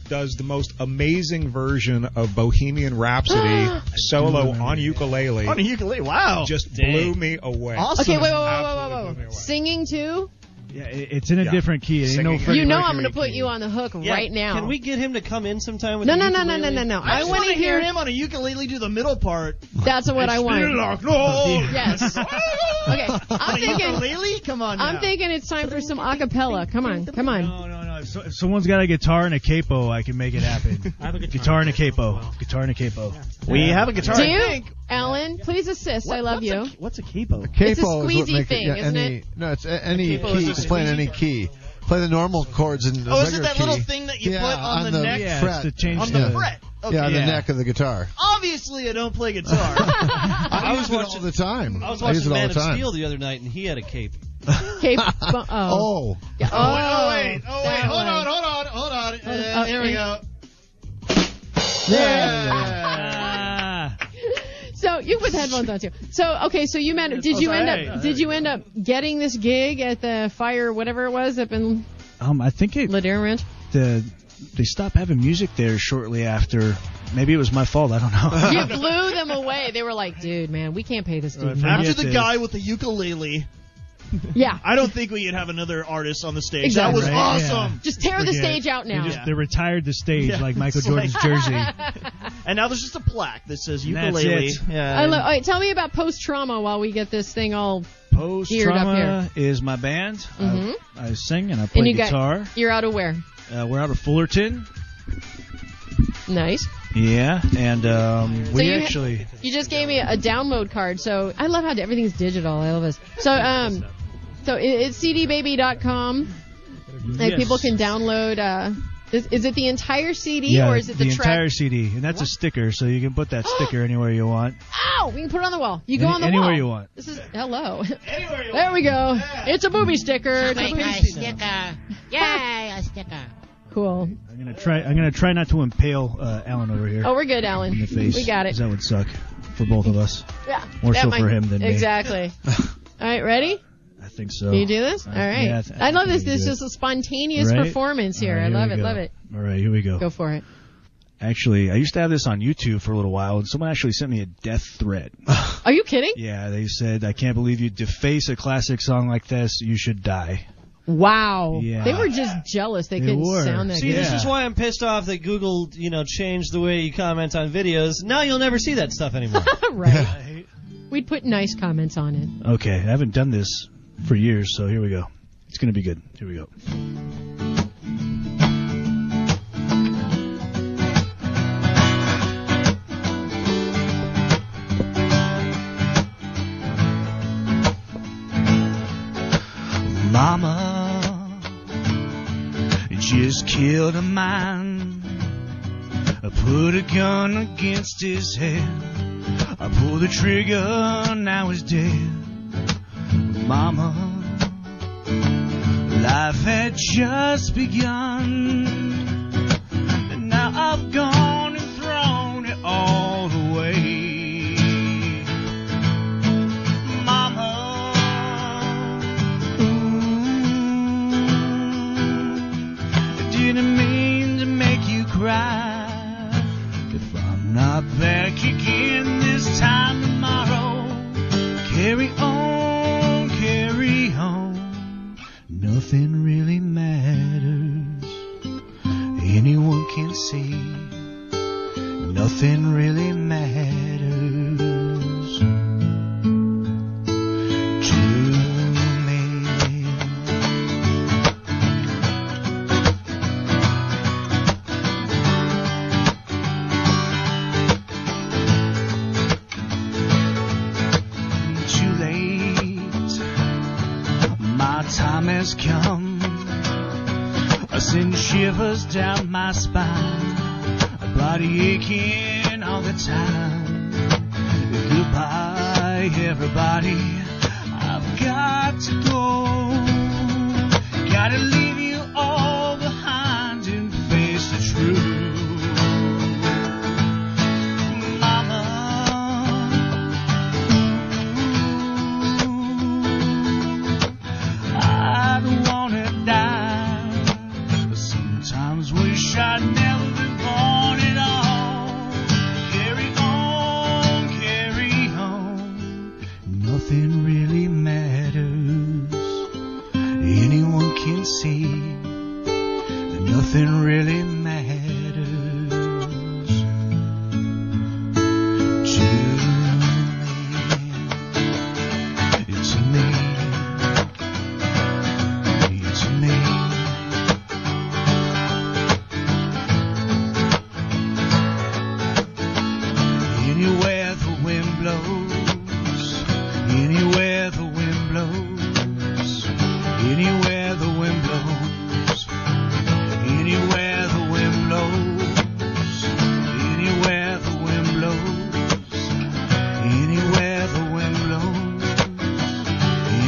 [SPEAKER 6] does the most amazing version of Bohemian Rhapsody solo on ukulele.
[SPEAKER 7] On a ukulele, wow.
[SPEAKER 6] Just
[SPEAKER 7] Dang.
[SPEAKER 6] blew me away.
[SPEAKER 3] Okay, wait, wait, wait, wait, wait, wait. Singing too?
[SPEAKER 26] Yeah, it- it's in a different key. It ain't no
[SPEAKER 4] Singing.
[SPEAKER 26] Freddie
[SPEAKER 4] You know
[SPEAKER 3] No,
[SPEAKER 26] Mercury.
[SPEAKER 3] I'm going to put you on the hook
[SPEAKER 4] Yeah,
[SPEAKER 3] right now.
[SPEAKER 4] Can we get him to come in sometime with
[SPEAKER 3] No,
[SPEAKER 4] the
[SPEAKER 3] no, no, no,
[SPEAKER 4] ukulele?
[SPEAKER 3] no, no, no.
[SPEAKER 7] I,
[SPEAKER 3] I
[SPEAKER 7] want
[SPEAKER 3] wanna
[SPEAKER 7] to hear
[SPEAKER 3] hear-
[SPEAKER 7] him on a ukulele do the middle part.
[SPEAKER 3] That's what I
[SPEAKER 7] It's
[SPEAKER 3] want.
[SPEAKER 7] still like, no.
[SPEAKER 3] Yes. Okay, I'm
[SPEAKER 7] On a
[SPEAKER 3] thinking.
[SPEAKER 7] ukulele? Come on.
[SPEAKER 3] I'm
[SPEAKER 7] now.
[SPEAKER 3] thinking it's time for some acapella. Come on, come on.
[SPEAKER 26] So, if someone's got a guitar and a capo, I can make it happen. I have a guitar. and a capo. Guitar and a capo.
[SPEAKER 7] We have a guitar.
[SPEAKER 3] Do you, Alan? Please assist. I love you.
[SPEAKER 7] what's a capo?
[SPEAKER 3] It's a
[SPEAKER 8] Capo is what
[SPEAKER 3] squeezy
[SPEAKER 8] makes
[SPEAKER 3] thing,
[SPEAKER 8] it, yeah,
[SPEAKER 3] isn't
[SPEAKER 8] any,
[SPEAKER 3] it?
[SPEAKER 8] No, it's a, any
[SPEAKER 3] capo
[SPEAKER 8] key.
[SPEAKER 3] is a
[SPEAKER 8] It's playing
[SPEAKER 3] squeezy
[SPEAKER 8] any key. Play the normal chords and the
[SPEAKER 7] Oh, is it
[SPEAKER 8] regular
[SPEAKER 7] that little
[SPEAKER 8] key.
[SPEAKER 7] thing that you
[SPEAKER 8] yeah,
[SPEAKER 7] put on the neck? Yeah, it's
[SPEAKER 8] fret.
[SPEAKER 7] to change
[SPEAKER 8] on
[SPEAKER 7] the-
[SPEAKER 8] the
[SPEAKER 7] fret. Okay.
[SPEAKER 8] yeah, on
[SPEAKER 7] Yeah.
[SPEAKER 8] the neck of the guitar.
[SPEAKER 7] Obviously, I don't play guitar.
[SPEAKER 8] I, use it all the time.
[SPEAKER 4] I was
[SPEAKER 8] use
[SPEAKER 4] watching
[SPEAKER 8] it all
[SPEAKER 4] Man
[SPEAKER 8] the
[SPEAKER 4] of
[SPEAKER 8] time.
[SPEAKER 4] Steel the other night, and he had a cape.
[SPEAKER 3] Cape. Oh.
[SPEAKER 8] Oh.
[SPEAKER 3] Yeah,
[SPEAKER 7] Oh, wait, oh, wait, oh, wait. Hold on, hold on, hold on. Uh,
[SPEAKER 3] Oh,
[SPEAKER 7] here we go.
[SPEAKER 3] So you put headphones on too. So okay, so you met.
[SPEAKER 7] Oh,
[SPEAKER 3] Did you end up? Did you end up getting this gig at the fire, whatever it was, up in
[SPEAKER 26] Um, I think it
[SPEAKER 3] Ladera Ranch?
[SPEAKER 26] the they stopped having music there shortly after. Maybe it was my fault. I don't know.
[SPEAKER 3] You blew them away. They were like, dude, man, we can't pay this dude. money."
[SPEAKER 7] After the
[SPEAKER 26] this.
[SPEAKER 7] guy with the ukulele,
[SPEAKER 3] Yeah.
[SPEAKER 7] I don't think we could have another artist on the stage.
[SPEAKER 26] Exactly.
[SPEAKER 7] That was
[SPEAKER 26] Right,
[SPEAKER 7] awesome.
[SPEAKER 26] yeah.
[SPEAKER 3] Just tear the stage out
[SPEAKER 26] They,
[SPEAKER 3] now.
[SPEAKER 26] just, they retired the stage
[SPEAKER 7] Yeah,
[SPEAKER 26] like Michael
[SPEAKER 7] it's like-
[SPEAKER 26] Jordan's jersey.
[SPEAKER 7] And now there's just a plaque that says
[SPEAKER 26] And that's
[SPEAKER 7] ukulele.
[SPEAKER 26] it.
[SPEAKER 7] Yeah.
[SPEAKER 3] I love. All right, tell me about post trauma while we get this thing all
[SPEAKER 26] Post
[SPEAKER 3] geared up here.
[SPEAKER 26] Trauma is my band.
[SPEAKER 3] Mhm.
[SPEAKER 26] I, I sing and I play
[SPEAKER 3] And you
[SPEAKER 26] guitar.
[SPEAKER 3] got you're out of where?
[SPEAKER 26] uh, we're out of Fullerton.
[SPEAKER 3] Nice.
[SPEAKER 26] Yeah, and um, we
[SPEAKER 3] you ha-
[SPEAKER 26] actually
[SPEAKER 3] You just gave me a download card, so I love how everything's digital. I love this. So um, so it- it's cdbaby.com. Like
[SPEAKER 26] Yes.
[SPEAKER 3] people can download. Uh, is, is it the entire CD
[SPEAKER 26] yeah,
[SPEAKER 3] or is it the,
[SPEAKER 26] the
[SPEAKER 3] track?
[SPEAKER 26] entire CD, and that's a sticker, so you can put that sticker anywhere you want.
[SPEAKER 3] Ow! We can put it on the wall. You go
[SPEAKER 26] Any-
[SPEAKER 3] on the
[SPEAKER 26] anywhere
[SPEAKER 3] wall.
[SPEAKER 26] you want.
[SPEAKER 3] This is hello. Anywhere you there we go. It's a movie sticker. It's a movie sticker.
[SPEAKER 5] Yay, a sticker.
[SPEAKER 3] Cool.
[SPEAKER 26] I'm gonna try. I'm gonna try not to impale uh, Alan over here.
[SPEAKER 3] Oh, we're good, Alan.
[SPEAKER 26] in the face.
[SPEAKER 3] We got it.
[SPEAKER 26] 'cause That would suck for both of us.
[SPEAKER 3] Yeah.
[SPEAKER 26] More
[SPEAKER 3] that
[SPEAKER 26] so
[SPEAKER 3] might-
[SPEAKER 26] for him than me.
[SPEAKER 3] Exactly. All right, ready?
[SPEAKER 26] I think so.
[SPEAKER 3] Can you do this?
[SPEAKER 26] I-
[SPEAKER 3] All right.
[SPEAKER 26] yeah, I th-
[SPEAKER 3] I, love this.
[SPEAKER 26] think we
[SPEAKER 3] This is
[SPEAKER 26] do
[SPEAKER 3] just a spontaneous
[SPEAKER 26] Right?
[SPEAKER 3] performance here.
[SPEAKER 26] All right,
[SPEAKER 3] I love
[SPEAKER 26] we
[SPEAKER 3] it.
[SPEAKER 26] go.
[SPEAKER 3] Love it.
[SPEAKER 26] All right, here we go.
[SPEAKER 3] Go for it.
[SPEAKER 26] Actually, I used to have this on YouTube for a little while, and someone actually sent me a death threat.
[SPEAKER 3] Are you kidding?
[SPEAKER 26] yeah, they said, "I can't believe you deface a classic song like this. You should die."
[SPEAKER 3] Wow.
[SPEAKER 26] Yeah.
[SPEAKER 3] They were just jealous they,
[SPEAKER 26] They
[SPEAKER 3] couldn't
[SPEAKER 26] were.
[SPEAKER 3] sound that
[SPEAKER 26] See,
[SPEAKER 3] good.
[SPEAKER 26] this
[SPEAKER 4] This is why I'm pissed off that Google, you know, changed the way you comment on videos. Now you'll never see that stuff anymore.
[SPEAKER 3] right. We'd put nice comments on it.
[SPEAKER 26] Okay, I haven't done this for years, so here we go. It's gonna be good. Here we go.
[SPEAKER 20] Mama just killed a man. I put a gun against his head. I pulled the trigger, now he's dead. Mama, life had just begun. And now I've gone and thrown it all away. I didn't mean to make you cry. If I'm not there kicking this time tomorrow, carry on, carry on. Nothing really matters. Anyone can see. Nothing really matters to me. too late. My time has come. I send shivers down my spine. A body aching all the time. Goodbye, everybody. I've got to go. Gotta leave you all behind and face the truth. Mama, I don't wanna die. But sometimes wish I'd never been born at all. Carry on, carry on. Nothing really matters. Anyone can see that nothing really matters. To me, it's me. It's me. Anywhere the wind blows, anywhere the wind blows, anywhere the wind blows, anywhere the wind blows, anywhere the wind blows, anywhere the wind blows,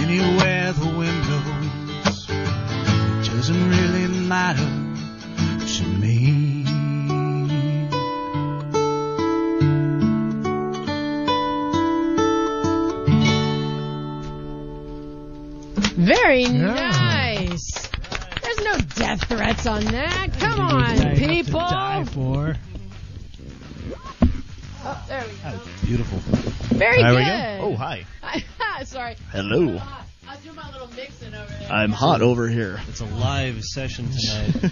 [SPEAKER 20] anywhere the wind blows. It doesn't really matter to me.
[SPEAKER 3] Very nice. There's no death threats on that. Come on, people.
[SPEAKER 9] for.
[SPEAKER 3] Oh, there we go.
[SPEAKER 7] Beautiful.
[SPEAKER 3] Very
[SPEAKER 7] there
[SPEAKER 3] good.
[SPEAKER 7] We go. Oh, hi.
[SPEAKER 3] Sorry. Uh,
[SPEAKER 7] Hello.
[SPEAKER 3] I'll do my little mixing over there.
[SPEAKER 7] I'm hot over here.
[SPEAKER 4] It's a live session tonight on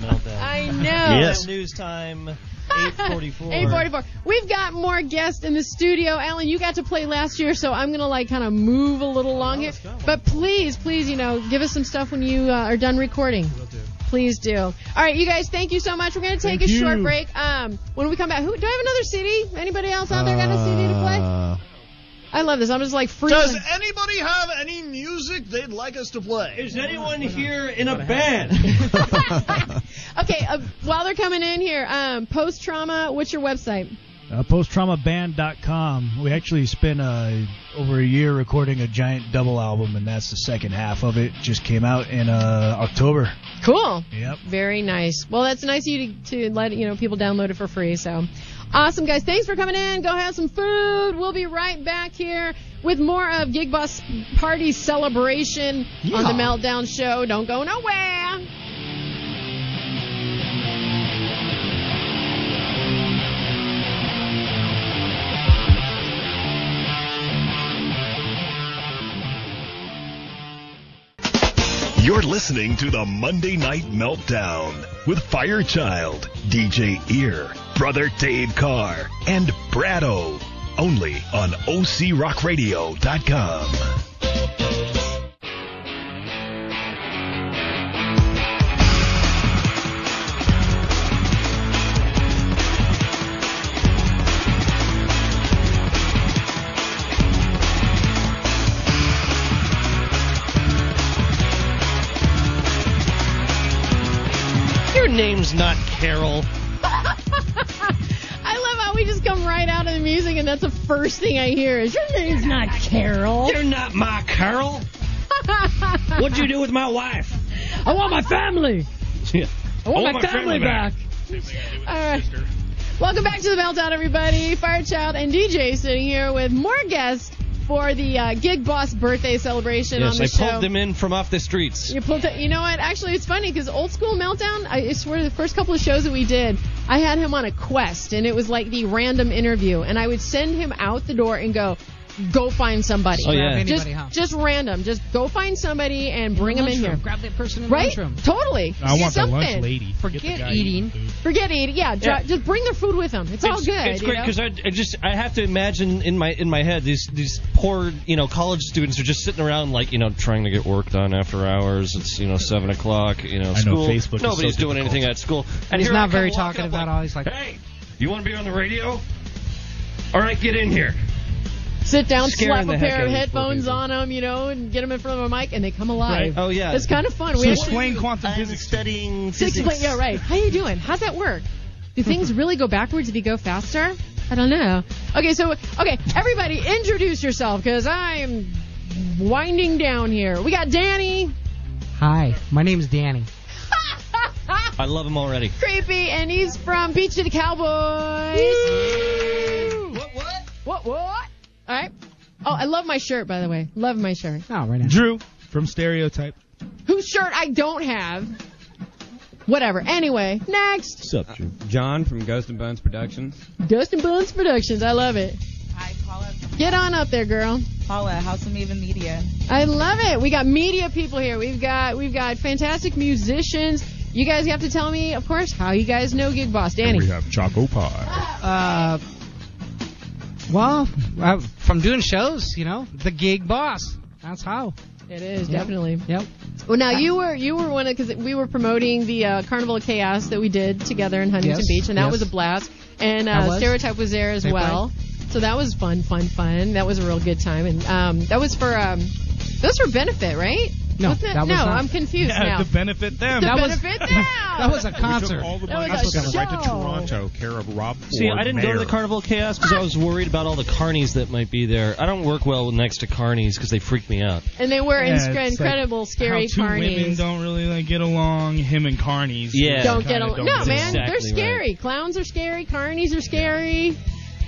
[SPEAKER 4] Meltdown.
[SPEAKER 3] I know.
[SPEAKER 7] Yes.
[SPEAKER 4] News time, 844.
[SPEAKER 3] 844. We've got more guests in the studio. Alan, you got to play last year, so I'm going to like kind of move a little along here. But please, please, you know, give us some stuff when you uh, are done recording. Please do. All right, you guys, thank you so much. We're going to take
[SPEAKER 5] Thank
[SPEAKER 3] a short
[SPEAKER 5] you.
[SPEAKER 3] break. Um, when we come back, who do I have another CD? Anybody else out there
[SPEAKER 8] Uh,
[SPEAKER 3] got a CD to play? I love this. I'm just like freezing.
[SPEAKER 7] Does anybody have any music they'd like us to play? Is anyone here in a band?
[SPEAKER 3] okay, uh, while they're coming in here, um, post trauma. What's your website?
[SPEAKER 9] Uh, posttraumaband.com. We actually spent uh, over a year recording a giant double album, and that's the second half of it. Just came out in uh, October.
[SPEAKER 3] Cool.
[SPEAKER 9] Yep.
[SPEAKER 3] Very nice. Well, that's nice of you to, to let you know people download it for free. So, awesome guys! Thanks for coming in. Go have some food. We'll be right back here with more of Gig Bus Party Celebration on the Meltdown Show. Don't go nowhere.
[SPEAKER 12] You're listening to the Monday Night Meltdown with Firechild, DJ Ear, Brother Dave Carr, and Brado. Only on OCRockRadio.com.
[SPEAKER 4] name's not Carol.
[SPEAKER 3] I love how we just come right out of the music, and that's the first thing I hear is your name's not Carol.
[SPEAKER 5] You're not my Carol. What'd you do with my wife?
[SPEAKER 3] I want my family. I want
[SPEAKER 5] Oh,
[SPEAKER 3] my, family back. All right. Welcome back to the Meltdown, everybody. Firechild and DJ sitting here with more guests for the uh, Gig Boss birthday celebration on
[SPEAKER 4] Yes,
[SPEAKER 3] the
[SPEAKER 4] I
[SPEAKER 3] show.
[SPEAKER 4] pulled them in from off the streets.
[SPEAKER 3] You pulled. it- you know what? Actually, it's funny because old school meltdown. I I swear, the first couple of shows that we did, I had him on a quest, and it was like the random interview. And I would send him out the door and go, "Go find somebody."
[SPEAKER 5] Oh, yeah.
[SPEAKER 3] Just,
[SPEAKER 5] Anybody, huh?
[SPEAKER 3] just random. Just go find somebody and bring him in
[SPEAKER 5] lunchroom.
[SPEAKER 3] here.
[SPEAKER 5] Grab that person in the
[SPEAKER 3] right?
[SPEAKER 5] lunchroom.
[SPEAKER 3] Totally.
[SPEAKER 5] I want the
[SPEAKER 3] Something.
[SPEAKER 5] lunch lady. Forget the guy eating the food.
[SPEAKER 3] Forget eating. Yeah, dri-
[SPEAKER 4] Yeah.
[SPEAKER 3] Just bring their food with them. It's, all good.
[SPEAKER 4] It's
[SPEAKER 3] you
[SPEAKER 4] great
[SPEAKER 3] know?
[SPEAKER 4] because I, I just I have to imagine in my in my head these these poor you know college students are just sitting around like you know trying to get work done after hours. It's you know seven o'clock. You know
[SPEAKER 10] I know
[SPEAKER 4] school.
[SPEAKER 10] Facebook is so
[SPEAKER 4] Nobody's
[SPEAKER 10] difficult.
[SPEAKER 4] doing anything at school.
[SPEAKER 10] And he's
[SPEAKER 4] here I
[SPEAKER 10] not
[SPEAKER 4] come
[SPEAKER 10] very
[SPEAKER 4] walking up
[SPEAKER 10] talkative at all. He's like,
[SPEAKER 4] hey, you want to be on the radio? All right, get in here.
[SPEAKER 3] Sit down,
[SPEAKER 4] Scaring
[SPEAKER 3] slap
[SPEAKER 4] the
[SPEAKER 3] a
[SPEAKER 4] heck
[SPEAKER 3] pair
[SPEAKER 4] out
[SPEAKER 3] of
[SPEAKER 4] of these
[SPEAKER 3] headphones on them, you know, and get them in front of a mic, and they come alive.
[SPEAKER 4] Right. Oh, yeah.
[SPEAKER 3] It's kind of fun.
[SPEAKER 4] So
[SPEAKER 3] actually-
[SPEAKER 4] explain
[SPEAKER 10] quantum
[SPEAKER 4] physics. Studying
[SPEAKER 3] Six point, yeah, right. How you doing? How's that work? Do things really go backwards if you go faster? I don't know. Okay, so okay, everybody, introduce yourself because I'm winding down here. We got Danny,
[SPEAKER 10] Hi, my name's Danny.
[SPEAKER 4] I love him already.
[SPEAKER 3] creepy, and he's from Beach to the Cowboys. What? What? What? What? All right. Oh, I love my shirt, by the way. Love my shirt.
[SPEAKER 10] Oh, right now.
[SPEAKER 21] Drew from Stereotype.
[SPEAKER 3] Whose shirt I don't have. Whatever. Anyway, next,
[SPEAKER 21] Sup, Drew? John from Ghost and Bones Productions.
[SPEAKER 3] Ghost and Bones Productions. I love it. Get on up there, girl.
[SPEAKER 28] Paula, House of Maven Media.
[SPEAKER 3] I love it. We got media people here. We've got we've got fantastic musicians. You guys have to tell me, of course, how you guys know Gig Boss, Danny.
[SPEAKER 21] We have Choco Pie.
[SPEAKER 10] Uh, well, I, from doing shows, you know, the gig boss. That's how.
[SPEAKER 3] It is
[SPEAKER 10] Yep.
[SPEAKER 3] definitely.
[SPEAKER 10] Yep.
[SPEAKER 3] Well, now you were you were one of because we were promoting the uh, Carnival of Chaos that we did together in Huntington
[SPEAKER 10] Yes,
[SPEAKER 3] Beach, and that
[SPEAKER 10] yes.
[SPEAKER 3] was a blast. And
[SPEAKER 10] That
[SPEAKER 3] uh,
[SPEAKER 10] was.
[SPEAKER 3] Stereotype was there as
[SPEAKER 10] Big
[SPEAKER 3] well, so that was fun, fun, fun. That was a real good time, and um, that was for um, that was for benefit, right?
[SPEAKER 10] No,
[SPEAKER 3] Wasn't it?
[SPEAKER 10] that was
[SPEAKER 3] no,
[SPEAKER 10] not-
[SPEAKER 3] I'm confused
[SPEAKER 10] Yeah,
[SPEAKER 3] now.
[SPEAKER 10] the
[SPEAKER 21] benefit
[SPEAKER 10] them.
[SPEAKER 3] To
[SPEAKER 10] That was-
[SPEAKER 3] benefit them.
[SPEAKER 10] that was a concert.
[SPEAKER 21] all the
[SPEAKER 3] That was
[SPEAKER 21] money
[SPEAKER 3] a
[SPEAKER 21] was going right to
[SPEAKER 3] show.
[SPEAKER 21] Toronto, care of Rob Ford.
[SPEAKER 4] See, I didn't go to the
[SPEAKER 21] mayor.
[SPEAKER 4] Carnival of Chaos because I was worried about all the carnies that might be there. I don't work well next to carnies because they freak me out.
[SPEAKER 3] And they were
[SPEAKER 21] Yeah,
[SPEAKER 3] insc-
[SPEAKER 21] it's like
[SPEAKER 3] incredible,
[SPEAKER 21] how
[SPEAKER 3] scary
[SPEAKER 21] two
[SPEAKER 3] carnies.
[SPEAKER 21] women don't really like get along. Him and Carney's.
[SPEAKER 4] Yeah.
[SPEAKER 21] just
[SPEAKER 3] don't
[SPEAKER 21] kinda
[SPEAKER 3] get along.
[SPEAKER 21] don't
[SPEAKER 3] No,
[SPEAKER 21] get
[SPEAKER 3] man, they're
[SPEAKER 4] Exactly
[SPEAKER 3] scary. Clowns are scary. Carnies are scary.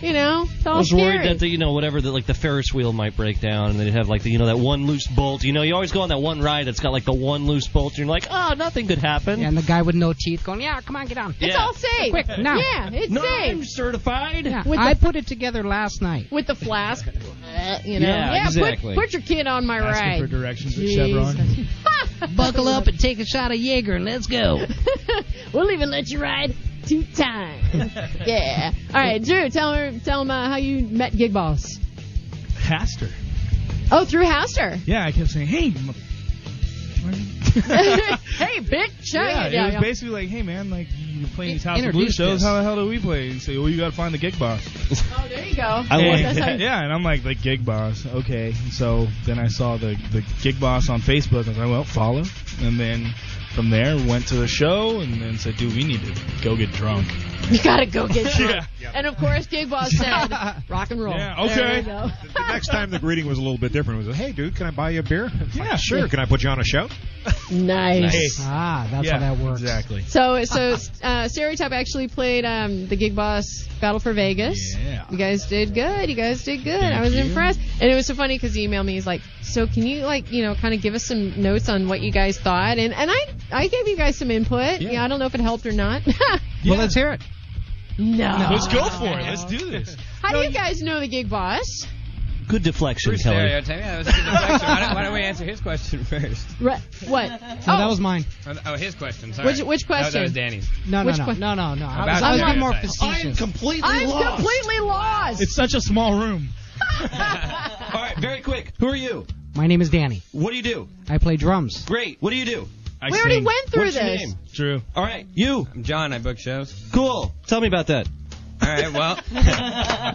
[SPEAKER 3] You know, it's all
[SPEAKER 4] I was
[SPEAKER 3] scary.
[SPEAKER 4] worried that the, you know whatever that like the Ferris wheel might break down and they'd have like the, you know that one loose bolt. You know you always go on that one ride that's got like the one loose bolt. And you're like, oh, nothing could happen.
[SPEAKER 10] Yeah, and the guy with no teeth going, yeah, come on, get on.
[SPEAKER 3] It's all safe.
[SPEAKER 10] Quick, now.
[SPEAKER 3] Yeah, it's
[SPEAKER 10] No,
[SPEAKER 3] safe.
[SPEAKER 10] I'm
[SPEAKER 4] certified.
[SPEAKER 10] Yeah,
[SPEAKER 3] With
[SPEAKER 10] I
[SPEAKER 3] the,
[SPEAKER 10] put it together last night.
[SPEAKER 3] with the flask. Uh, you know.
[SPEAKER 10] Yeah,
[SPEAKER 3] put-
[SPEAKER 10] exactly.
[SPEAKER 3] Put, your kid on my
[SPEAKER 10] Asking
[SPEAKER 3] ride.
[SPEAKER 10] for
[SPEAKER 21] directions
[SPEAKER 10] at Chevron. Buckle up and take a shot of Jaeger and let's go.
[SPEAKER 3] we'll even let you ride two times. yeah. All right, Drew, tell her, tell him uh, how you met Gig Boss.
[SPEAKER 21] Haster.
[SPEAKER 3] Oh, through Haster.
[SPEAKER 21] Yeah, I kept saying, hey. m-
[SPEAKER 3] hey, bitch.
[SPEAKER 21] yeah,
[SPEAKER 3] yeah,
[SPEAKER 21] it was
[SPEAKER 3] yeah.
[SPEAKER 21] basically like, hey man, like you're playing these House of Blues
[SPEAKER 10] Introduced
[SPEAKER 21] shows.
[SPEAKER 10] us.
[SPEAKER 21] How the hell do we play? And say, well, you gotta find the gig boss.
[SPEAKER 3] Oh, there you go.
[SPEAKER 21] And-
[SPEAKER 3] That's how you-
[SPEAKER 21] yeah, and I'm like the gig boss. Okay, so then I saw the the gig boss on Facebook. I was like, well, follow. And then from there, went to the show, and then said, dude, we need to go get drunk.
[SPEAKER 3] You gotta go get drunk.
[SPEAKER 21] Yeah.
[SPEAKER 3] And of course, Gig Boss said, rock and roll.
[SPEAKER 21] Yeah, okay.
[SPEAKER 3] There we go.
[SPEAKER 6] The next time the greeting was a little bit different. It was, hey, dude, can I buy you a beer? yeah, sure. Can I put you on a show?
[SPEAKER 3] Nice.
[SPEAKER 10] Ah, that's
[SPEAKER 21] Yeah,
[SPEAKER 10] how that works.
[SPEAKER 21] Exactly.
[SPEAKER 3] So, so uh, Stereotype actually played um, the Gig Boss Battle for Vegas.
[SPEAKER 21] Yeah.
[SPEAKER 3] You guys did good. You guys did good. I
[SPEAKER 10] Thank
[SPEAKER 3] was
[SPEAKER 10] you.
[SPEAKER 3] impressed. And it was so funny because he emailed me. He's like, "So can you like you know kind of give us some notes on what you guys thought?" And and I I gave you guys some input. Yeah. I don't know if it helped or not.
[SPEAKER 10] Well, let's hear it.
[SPEAKER 3] no.
[SPEAKER 21] Let's
[SPEAKER 4] "Oh,
[SPEAKER 21] go for it. Let's do this.
[SPEAKER 3] How do you guys know the Gig Boss?
[SPEAKER 4] Good deflection,
[SPEAKER 21] Bruce
[SPEAKER 4] Kelly.
[SPEAKER 21] Stereotype,
[SPEAKER 10] yeah,
[SPEAKER 21] that's a good
[SPEAKER 10] deflection.
[SPEAKER 21] Why don't- why don't we answer his question first?
[SPEAKER 3] Right. What?
[SPEAKER 10] No, that was mine.
[SPEAKER 21] Oh, his question.
[SPEAKER 10] sorry. Which- which That- that was question? Danny's. No, no,
[SPEAKER 21] Which
[SPEAKER 10] no,
[SPEAKER 21] que-
[SPEAKER 10] no, no, no. I
[SPEAKER 21] About
[SPEAKER 10] was, I was being more
[SPEAKER 21] stereotypes.
[SPEAKER 10] facetious.
[SPEAKER 4] completely
[SPEAKER 10] I'm lost.
[SPEAKER 3] completely lost.
[SPEAKER 21] It's such a small room. All right, very quick. Who are you?
[SPEAKER 10] My name is Danny.
[SPEAKER 4] What do you do?
[SPEAKER 10] I play drums.
[SPEAKER 4] Great. What do you do?
[SPEAKER 10] We already went through
[SPEAKER 4] What's
[SPEAKER 10] this.
[SPEAKER 4] Your name?
[SPEAKER 21] True.
[SPEAKER 4] All right, you.
[SPEAKER 21] I'm John. I book shows.
[SPEAKER 4] Cool. Tell me about that.
[SPEAKER 22] All right, well,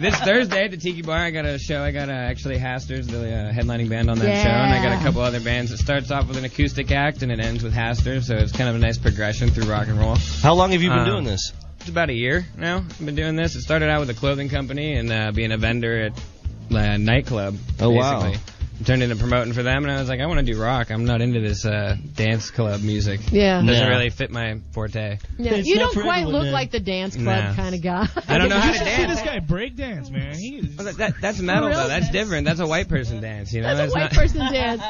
[SPEAKER 22] this Thursday at the Tiki Bar, I got a show. I got uh, actually Hasters, the uh, headlining band on that
[SPEAKER 29] Yeah.
[SPEAKER 22] show, and I got a couple other bands. It starts off with an acoustic act and it ends with Hasters, so it's kind of a nice progression through rock and roll.
[SPEAKER 4] How long have you been
[SPEAKER 22] Um,
[SPEAKER 4] doing this?
[SPEAKER 22] It's about a year now. I've been doing this. It started out with a clothing company and uh, being a vendor at a nightclub.
[SPEAKER 4] Oh, wow.
[SPEAKER 22] basically. Turned into promoting for them, and I was like, I want to do rock. I'm not into this uh, dance club music.
[SPEAKER 3] Yeah.
[SPEAKER 22] doesn't
[SPEAKER 3] Nah.
[SPEAKER 22] really fit my forte.
[SPEAKER 3] Yeah, you don't quite look like the dance club
[SPEAKER 22] Nah.
[SPEAKER 3] kind of guy.
[SPEAKER 22] I don't know how to
[SPEAKER 9] should
[SPEAKER 22] dance.
[SPEAKER 9] See this guy break dance, man. He is
[SPEAKER 22] Well, that, that, that's metal
[SPEAKER 3] Real
[SPEAKER 22] though. That's different. That's a white person dance. You know,
[SPEAKER 3] That's a white
[SPEAKER 22] not-
[SPEAKER 3] person dance.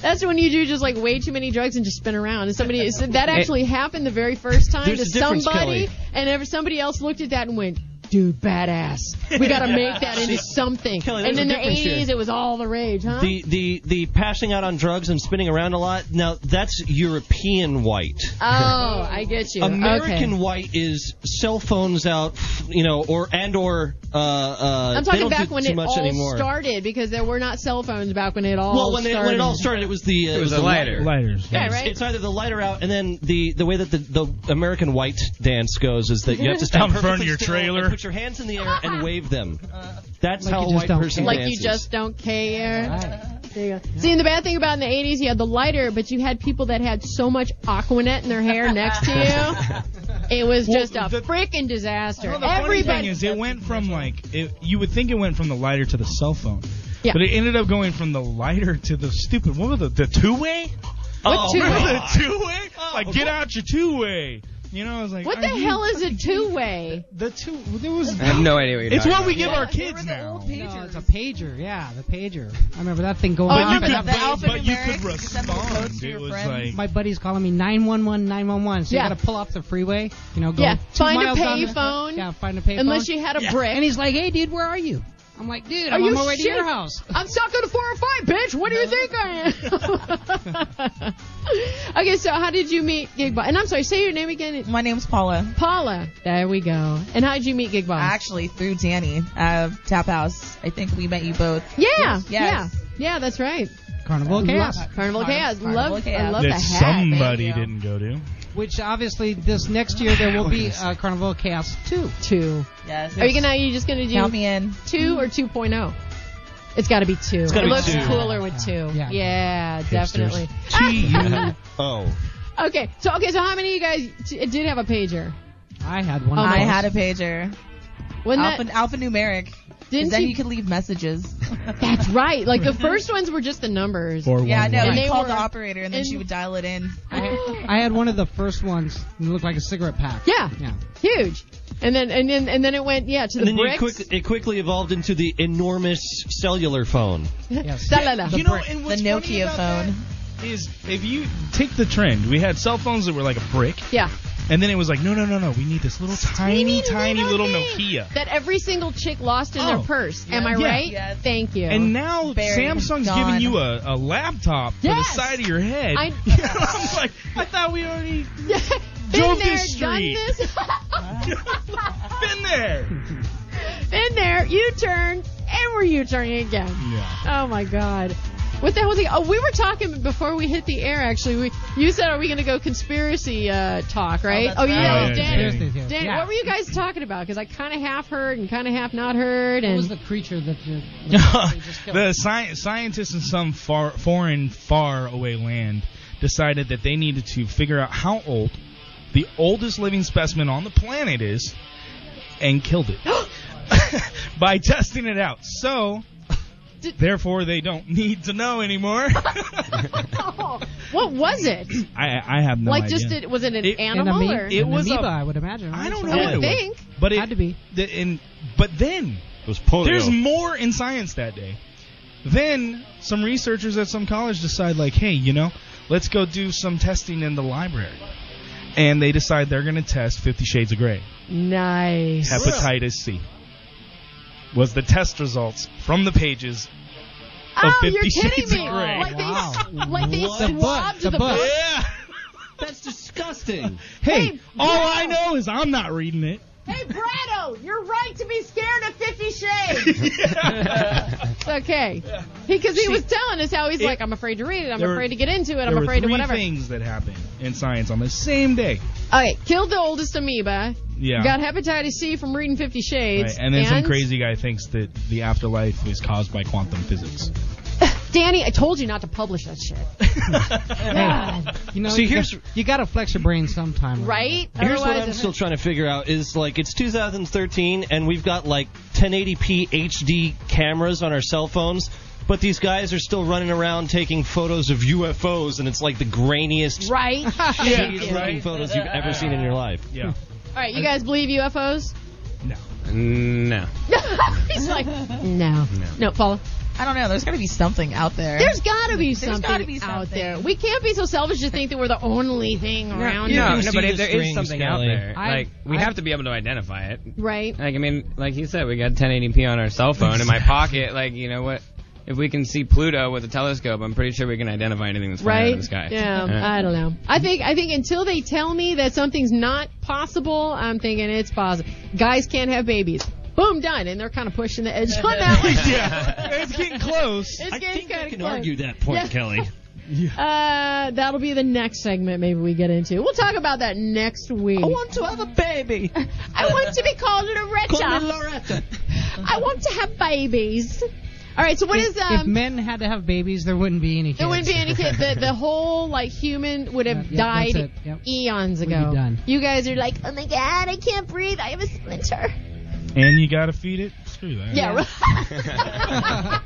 [SPEAKER 3] That's when you do just like way too many drugs and just spin around. And somebody so that actually happened the very first time
[SPEAKER 22] There's
[SPEAKER 3] to
[SPEAKER 22] a difference,
[SPEAKER 3] somebody,
[SPEAKER 22] Kelly.
[SPEAKER 3] and ever somebody else looked at that and went, "Dude, badass. We got to make that into
[SPEAKER 4] See,
[SPEAKER 3] something."
[SPEAKER 4] Kelly,
[SPEAKER 3] and
[SPEAKER 4] there's
[SPEAKER 3] in
[SPEAKER 4] a
[SPEAKER 3] the
[SPEAKER 4] difference here.
[SPEAKER 3] '80s, it was all the rage, huh?
[SPEAKER 4] The the the passing out on drugs and spinning around a lot. Now that's European white.
[SPEAKER 3] oh, I get you.
[SPEAKER 4] American
[SPEAKER 3] Okay.
[SPEAKER 4] white is cell phones out, you know, or and or uh, uh, they
[SPEAKER 3] I'm talking
[SPEAKER 4] don't
[SPEAKER 3] back
[SPEAKER 4] do
[SPEAKER 3] when
[SPEAKER 4] too
[SPEAKER 3] it
[SPEAKER 4] much
[SPEAKER 3] all
[SPEAKER 4] anymore.
[SPEAKER 3] started because there were not cell phones back when it all
[SPEAKER 4] well, when, they,
[SPEAKER 3] started.
[SPEAKER 4] when it all started, it was the uh,
[SPEAKER 22] It was
[SPEAKER 4] the
[SPEAKER 22] a lighter.
[SPEAKER 4] lighters.
[SPEAKER 3] Yeah, right?
[SPEAKER 4] It's either the lighter out, and then the the way that the, the American white dance goes is that you have to
[SPEAKER 21] Out
[SPEAKER 4] stand
[SPEAKER 21] in front of
[SPEAKER 4] perfectly
[SPEAKER 21] your
[SPEAKER 4] still
[SPEAKER 21] trailer.
[SPEAKER 4] and put your hands in the air and wave them. That's
[SPEAKER 21] Like
[SPEAKER 4] how
[SPEAKER 21] you
[SPEAKER 4] a
[SPEAKER 21] just
[SPEAKER 4] white
[SPEAKER 21] don't
[SPEAKER 4] person
[SPEAKER 3] like
[SPEAKER 4] dances.
[SPEAKER 3] you just don't care. There you go. See, and the bad thing about in the 80s, you had the lighter, but you had people that had so much Aquanet in their hair next to you. It was just a freaking disaster.
[SPEAKER 9] Well, the funny
[SPEAKER 3] Everybody.
[SPEAKER 9] thing is, it went from like it, you would think it went from the lighter to the cell phone,
[SPEAKER 3] Yeah.
[SPEAKER 9] but it ended up going from the lighter to the stupid. What was the the two way?
[SPEAKER 5] What
[SPEAKER 9] oh,
[SPEAKER 5] two-way?
[SPEAKER 9] Remember the two way? Like get out your two way. You know, I was like,
[SPEAKER 3] what
[SPEAKER 9] are
[SPEAKER 3] the hell
[SPEAKER 9] you,
[SPEAKER 3] is a two way?
[SPEAKER 9] The two. There was.
[SPEAKER 22] I have no idea what you're
[SPEAKER 9] It's
[SPEAKER 22] talking
[SPEAKER 9] what we
[SPEAKER 22] about.
[SPEAKER 9] give
[SPEAKER 10] Yeah,
[SPEAKER 9] our
[SPEAKER 10] they
[SPEAKER 9] kids now.
[SPEAKER 10] No, it's a pager. Yeah, the pager. I remember that thing going
[SPEAKER 9] But
[SPEAKER 10] on.
[SPEAKER 9] you could-
[SPEAKER 10] that-
[SPEAKER 9] but- but you could respond. It was like
[SPEAKER 10] my buddy's calling me 911 911. So
[SPEAKER 3] Yeah.
[SPEAKER 10] you got to pull off the freeway, you know, go
[SPEAKER 3] Yeah,
[SPEAKER 10] two
[SPEAKER 3] find a
[SPEAKER 10] miles down the-
[SPEAKER 3] payphone.
[SPEAKER 10] Yeah, find a payphone.
[SPEAKER 3] Unless you had a brick.
[SPEAKER 10] And he's like, "Hey dude, where are you?" I'm like, "Dude,
[SPEAKER 3] Are
[SPEAKER 10] I'm
[SPEAKER 3] you
[SPEAKER 10] on my way to your
[SPEAKER 3] shit-
[SPEAKER 10] house."
[SPEAKER 3] I'm stuck on a 405, bitch. What do you think I am? okay, so how did you meet Gig Boss? And I'm sorry, say your name again.
[SPEAKER 28] My name's Paula.
[SPEAKER 3] Paula. There we go. And how did you meet Gig Boss?
[SPEAKER 28] Actually, through Danny of Tap House. I think we met you both.
[SPEAKER 3] Yeah,
[SPEAKER 28] Yes.
[SPEAKER 3] yeah, yeah. That's right.
[SPEAKER 10] Carnival of Chaos.
[SPEAKER 3] Love- Uh, Carnival of
[SPEAKER 28] Carnival-
[SPEAKER 3] Chaos.
[SPEAKER 28] Carnival
[SPEAKER 3] love,
[SPEAKER 28] of
[SPEAKER 3] I
[SPEAKER 28] Chaos.
[SPEAKER 3] love the
[SPEAKER 9] that
[SPEAKER 3] hat.
[SPEAKER 4] uh,
[SPEAKER 9] somebody didn't go to.
[SPEAKER 10] Which obviously this next year there will be uh, Carnival of Chaos 2.
[SPEAKER 3] 2.
[SPEAKER 28] Yes.
[SPEAKER 3] Are you gonna? Are you just gonna do
[SPEAKER 28] Count me in.
[SPEAKER 3] two or 2.0? It's got to be two.
[SPEAKER 28] gotta
[SPEAKER 3] it
[SPEAKER 28] be
[SPEAKER 3] looks
[SPEAKER 28] two.
[SPEAKER 3] cooler with two. Yeah, definitely.
[SPEAKER 4] oh.
[SPEAKER 3] Okay, so okay, so how many of you guys t- did have a pager?
[SPEAKER 10] I had one.
[SPEAKER 28] Oh,
[SPEAKER 10] of
[SPEAKER 28] I
[SPEAKER 10] those.
[SPEAKER 28] had a pager.
[SPEAKER 3] Wasn't
[SPEAKER 28] Alpha, alphanumeric. 'Cause
[SPEAKER 3] Didn't
[SPEAKER 28] then
[SPEAKER 3] you-
[SPEAKER 28] you, could leave messages.
[SPEAKER 3] That's right. Like the first ones were just the numbers.
[SPEAKER 28] yeah, no,
[SPEAKER 3] And
[SPEAKER 28] you
[SPEAKER 3] they
[SPEAKER 28] called
[SPEAKER 3] were-
[SPEAKER 28] the operator and then
[SPEAKER 3] and-
[SPEAKER 28] she would dial it in.
[SPEAKER 10] I had one of the first ones. It looked like a cigarette pack.
[SPEAKER 3] Yeah.
[SPEAKER 10] Yeah.
[SPEAKER 3] Huge. And then and then and then it went yeah to the
[SPEAKER 4] And then you
[SPEAKER 3] bricks.
[SPEAKER 4] quick, it quickly evolved into the enormous cellular phone.
[SPEAKER 3] Da-la-la.
[SPEAKER 9] You know, and what's
[SPEAKER 28] the
[SPEAKER 9] funny
[SPEAKER 28] Nokia
[SPEAKER 9] about
[SPEAKER 28] phone.
[SPEAKER 9] that is if you take the trend, we had cell phones that were like a brick,
[SPEAKER 3] Yeah.
[SPEAKER 9] and then it was like, no, no, no, no, we need this little tiny, tiny little Nokia.
[SPEAKER 3] That every single chick lost in
[SPEAKER 9] Oh.
[SPEAKER 3] their purse. Am I
[SPEAKER 9] Yeah.
[SPEAKER 3] right? Thank you.
[SPEAKER 9] And now Samsung's giving you a, a laptop for the
[SPEAKER 3] Yes.
[SPEAKER 9] side of your head.
[SPEAKER 3] I-
[SPEAKER 9] I'm like, I thought we already drove
[SPEAKER 3] Been there,
[SPEAKER 9] this street.
[SPEAKER 3] done this.
[SPEAKER 9] Been there.
[SPEAKER 3] Been there. You turn, and we're you turning again. Oh my God. What the hell was he? Oh, we were talking before we hit the air. Actually, we you said, "Are we going to go conspiracy uh, talk?" Right?
[SPEAKER 28] that's
[SPEAKER 3] Oh, you
[SPEAKER 28] right.
[SPEAKER 3] know,
[SPEAKER 28] Oh, yeah,
[SPEAKER 3] Danny.
[SPEAKER 10] Danny. Yeah.
[SPEAKER 3] Danny,
[SPEAKER 10] Yeah.
[SPEAKER 3] what were you guys talking about? Because I kind of half heard and kind of half not heard.
[SPEAKER 10] What
[SPEAKER 3] And
[SPEAKER 10] was the creature that you
[SPEAKER 9] the sci- scientists in some far, foreign, far away land decided that they needed to figure out how old the oldest living specimen on the planet is and killed it by testing it out. So, therefore, they don't need to know anymore.
[SPEAKER 3] what was it?
[SPEAKER 9] I, I have no
[SPEAKER 3] like,
[SPEAKER 9] idea.
[SPEAKER 3] just it, was it an
[SPEAKER 9] It-
[SPEAKER 3] animal
[SPEAKER 9] An amoe-
[SPEAKER 3] or
[SPEAKER 9] it was a-
[SPEAKER 10] amoeba, I would imagine.
[SPEAKER 9] I
[SPEAKER 10] right?
[SPEAKER 9] don't
[SPEAKER 10] So-
[SPEAKER 9] know.
[SPEAKER 3] I
[SPEAKER 9] what it
[SPEAKER 3] would
[SPEAKER 9] was.
[SPEAKER 3] think.
[SPEAKER 9] But it
[SPEAKER 10] Had to be.
[SPEAKER 9] The, and, but then
[SPEAKER 4] It was polio.
[SPEAKER 9] There's more in science that day. Then some researchers at some college decide, like, hey, you know, let's go do some testing in the library. And they decide they're going to test Fifty Shades of Grey.
[SPEAKER 3] Nice.
[SPEAKER 9] Hepatitis C was the test results from the pages
[SPEAKER 3] Oh,
[SPEAKER 9] of Fifty
[SPEAKER 3] you're kidding
[SPEAKER 9] Shades
[SPEAKER 3] me!
[SPEAKER 9] of Grey.
[SPEAKER 3] Like they, like they
[SPEAKER 9] What? The book,
[SPEAKER 3] swabbed
[SPEAKER 9] the
[SPEAKER 3] the,
[SPEAKER 9] book.
[SPEAKER 3] book.
[SPEAKER 9] Yeah.
[SPEAKER 4] That's disgusting.
[SPEAKER 9] Hey,
[SPEAKER 3] Hey,
[SPEAKER 9] all
[SPEAKER 3] yeah.
[SPEAKER 9] I know is I'm not reading it.
[SPEAKER 3] Hey, Brado, you're right to be scared of Fifty Shades. it's okay. Because he, was telling us how he's
[SPEAKER 9] it-
[SPEAKER 3] like, I'm afraid to read it. I'm
[SPEAKER 9] There were-
[SPEAKER 3] afraid to get into it. I'm
[SPEAKER 9] there were
[SPEAKER 3] afraid to
[SPEAKER 9] three
[SPEAKER 3] whatever.
[SPEAKER 9] things that happened in science on the same day.
[SPEAKER 3] Okay, killed the oldest amoeba.
[SPEAKER 9] Yeah.
[SPEAKER 3] Got hepatitis C from reading Fifty Shades.
[SPEAKER 9] Right, And then some crazy guy thinks that the afterlife is caused by quantum physics.
[SPEAKER 3] Danny, I told you not to publish that shit. God.
[SPEAKER 10] You know,
[SPEAKER 4] See,
[SPEAKER 10] you
[SPEAKER 4] here's-
[SPEAKER 10] got, you got to flex your brain sometime.
[SPEAKER 3] Right?
[SPEAKER 4] Here's
[SPEAKER 3] Otherwise,
[SPEAKER 4] what I'm
[SPEAKER 3] it-
[SPEAKER 4] still trying to figure out is like it's 2013 and we've got like 1080p HD cameras on our cell phones, but these guys are still running around taking photos of UFOs and it's like the grainiest,
[SPEAKER 3] Right?
[SPEAKER 4] shittiest looking photos you've ever seen in your life.
[SPEAKER 9] Yeah.
[SPEAKER 3] All right, you guys believe UFOs?
[SPEAKER 22] No.
[SPEAKER 3] He's like, no. No, Paula.
[SPEAKER 28] I don't know. There's got to be something out there.
[SPEAKER 3] There's got to be
[SPEAKER 28] There's
[SPEAKER 3] something
[SPEAKER 28] gotta be
[SPEAKER 3] out
[SPEAKER 28] something.
[SPEAKER 3] there. We can't be so selfish to think that we're the only thing around.
[SPEAKER 22] no,
[SPEAKER 3] here.
[SPEAKER 22] no, but if there is something out there,
[SPEAKER 3] I-
[SPEAKER 22] like we
[SPEAKER 3] I-
[SPEAKER 22] have to be able to identify it.
[SPEAKER 3] Right.
[SPEAKER 22] Like I mean, like you said, we got 1080p on our cell phone in my pocket. Like you know what? If we can see Pluto with a telescope, I'm pretty sure we can identify anything that's flying out
[SPEAKER 3] Right?
[SPEAKER 22] of the sky.
[SPEAKER 3] Yeah, I don't know. I think I think until they tell me that something's not possible, I'm thinking it's possible. Guys can't have babies. Boom, done. And they're kind of pushing the edge on that one.
[SPEAKER 9] yeah, it's getting close.
[SPEAKER 3] It's getting kind of
[SPEAKER 4] You can argue that point,
[SPEAKER 3] Yeah.
[SPEAKER 4] Kelly.
[SPEAKER 3] Uh, that'll be the next segment maybe we get into. We'll talk about that next week. I want
[SPEAKER 28] to have a baby.
[SPEAKER 3] I want to be called Loretta.
[SPEAKER 28] Call me
[SPEAKER 3] Loretta. I want to have babies. All right, so what
[SPEAKER 10] if,
[SPEAKER 3] is um
[SPEAKER 10] if men had to have babies, there wouldn't be any kids.
[SPEAKER 3] there wouldn't be any kid. The, the whole like human would have
[SPEAKER 10] Yep, yep, that's
[SPEAKER 3] died
[SPEAKER 10] it. Yep.
[SPEAKER 3] eons
[SPEAKER 10] We'd be
[SPEAKER 3] ago.
[SPEAKER 10] done.
[SPEAKER 3] You guys are like, oh my god, I can't breathe. I have a splinter.
[SPEAKER 9] And you gotta feed it. Screw that.
[SPEAKER 3] Yeah. right.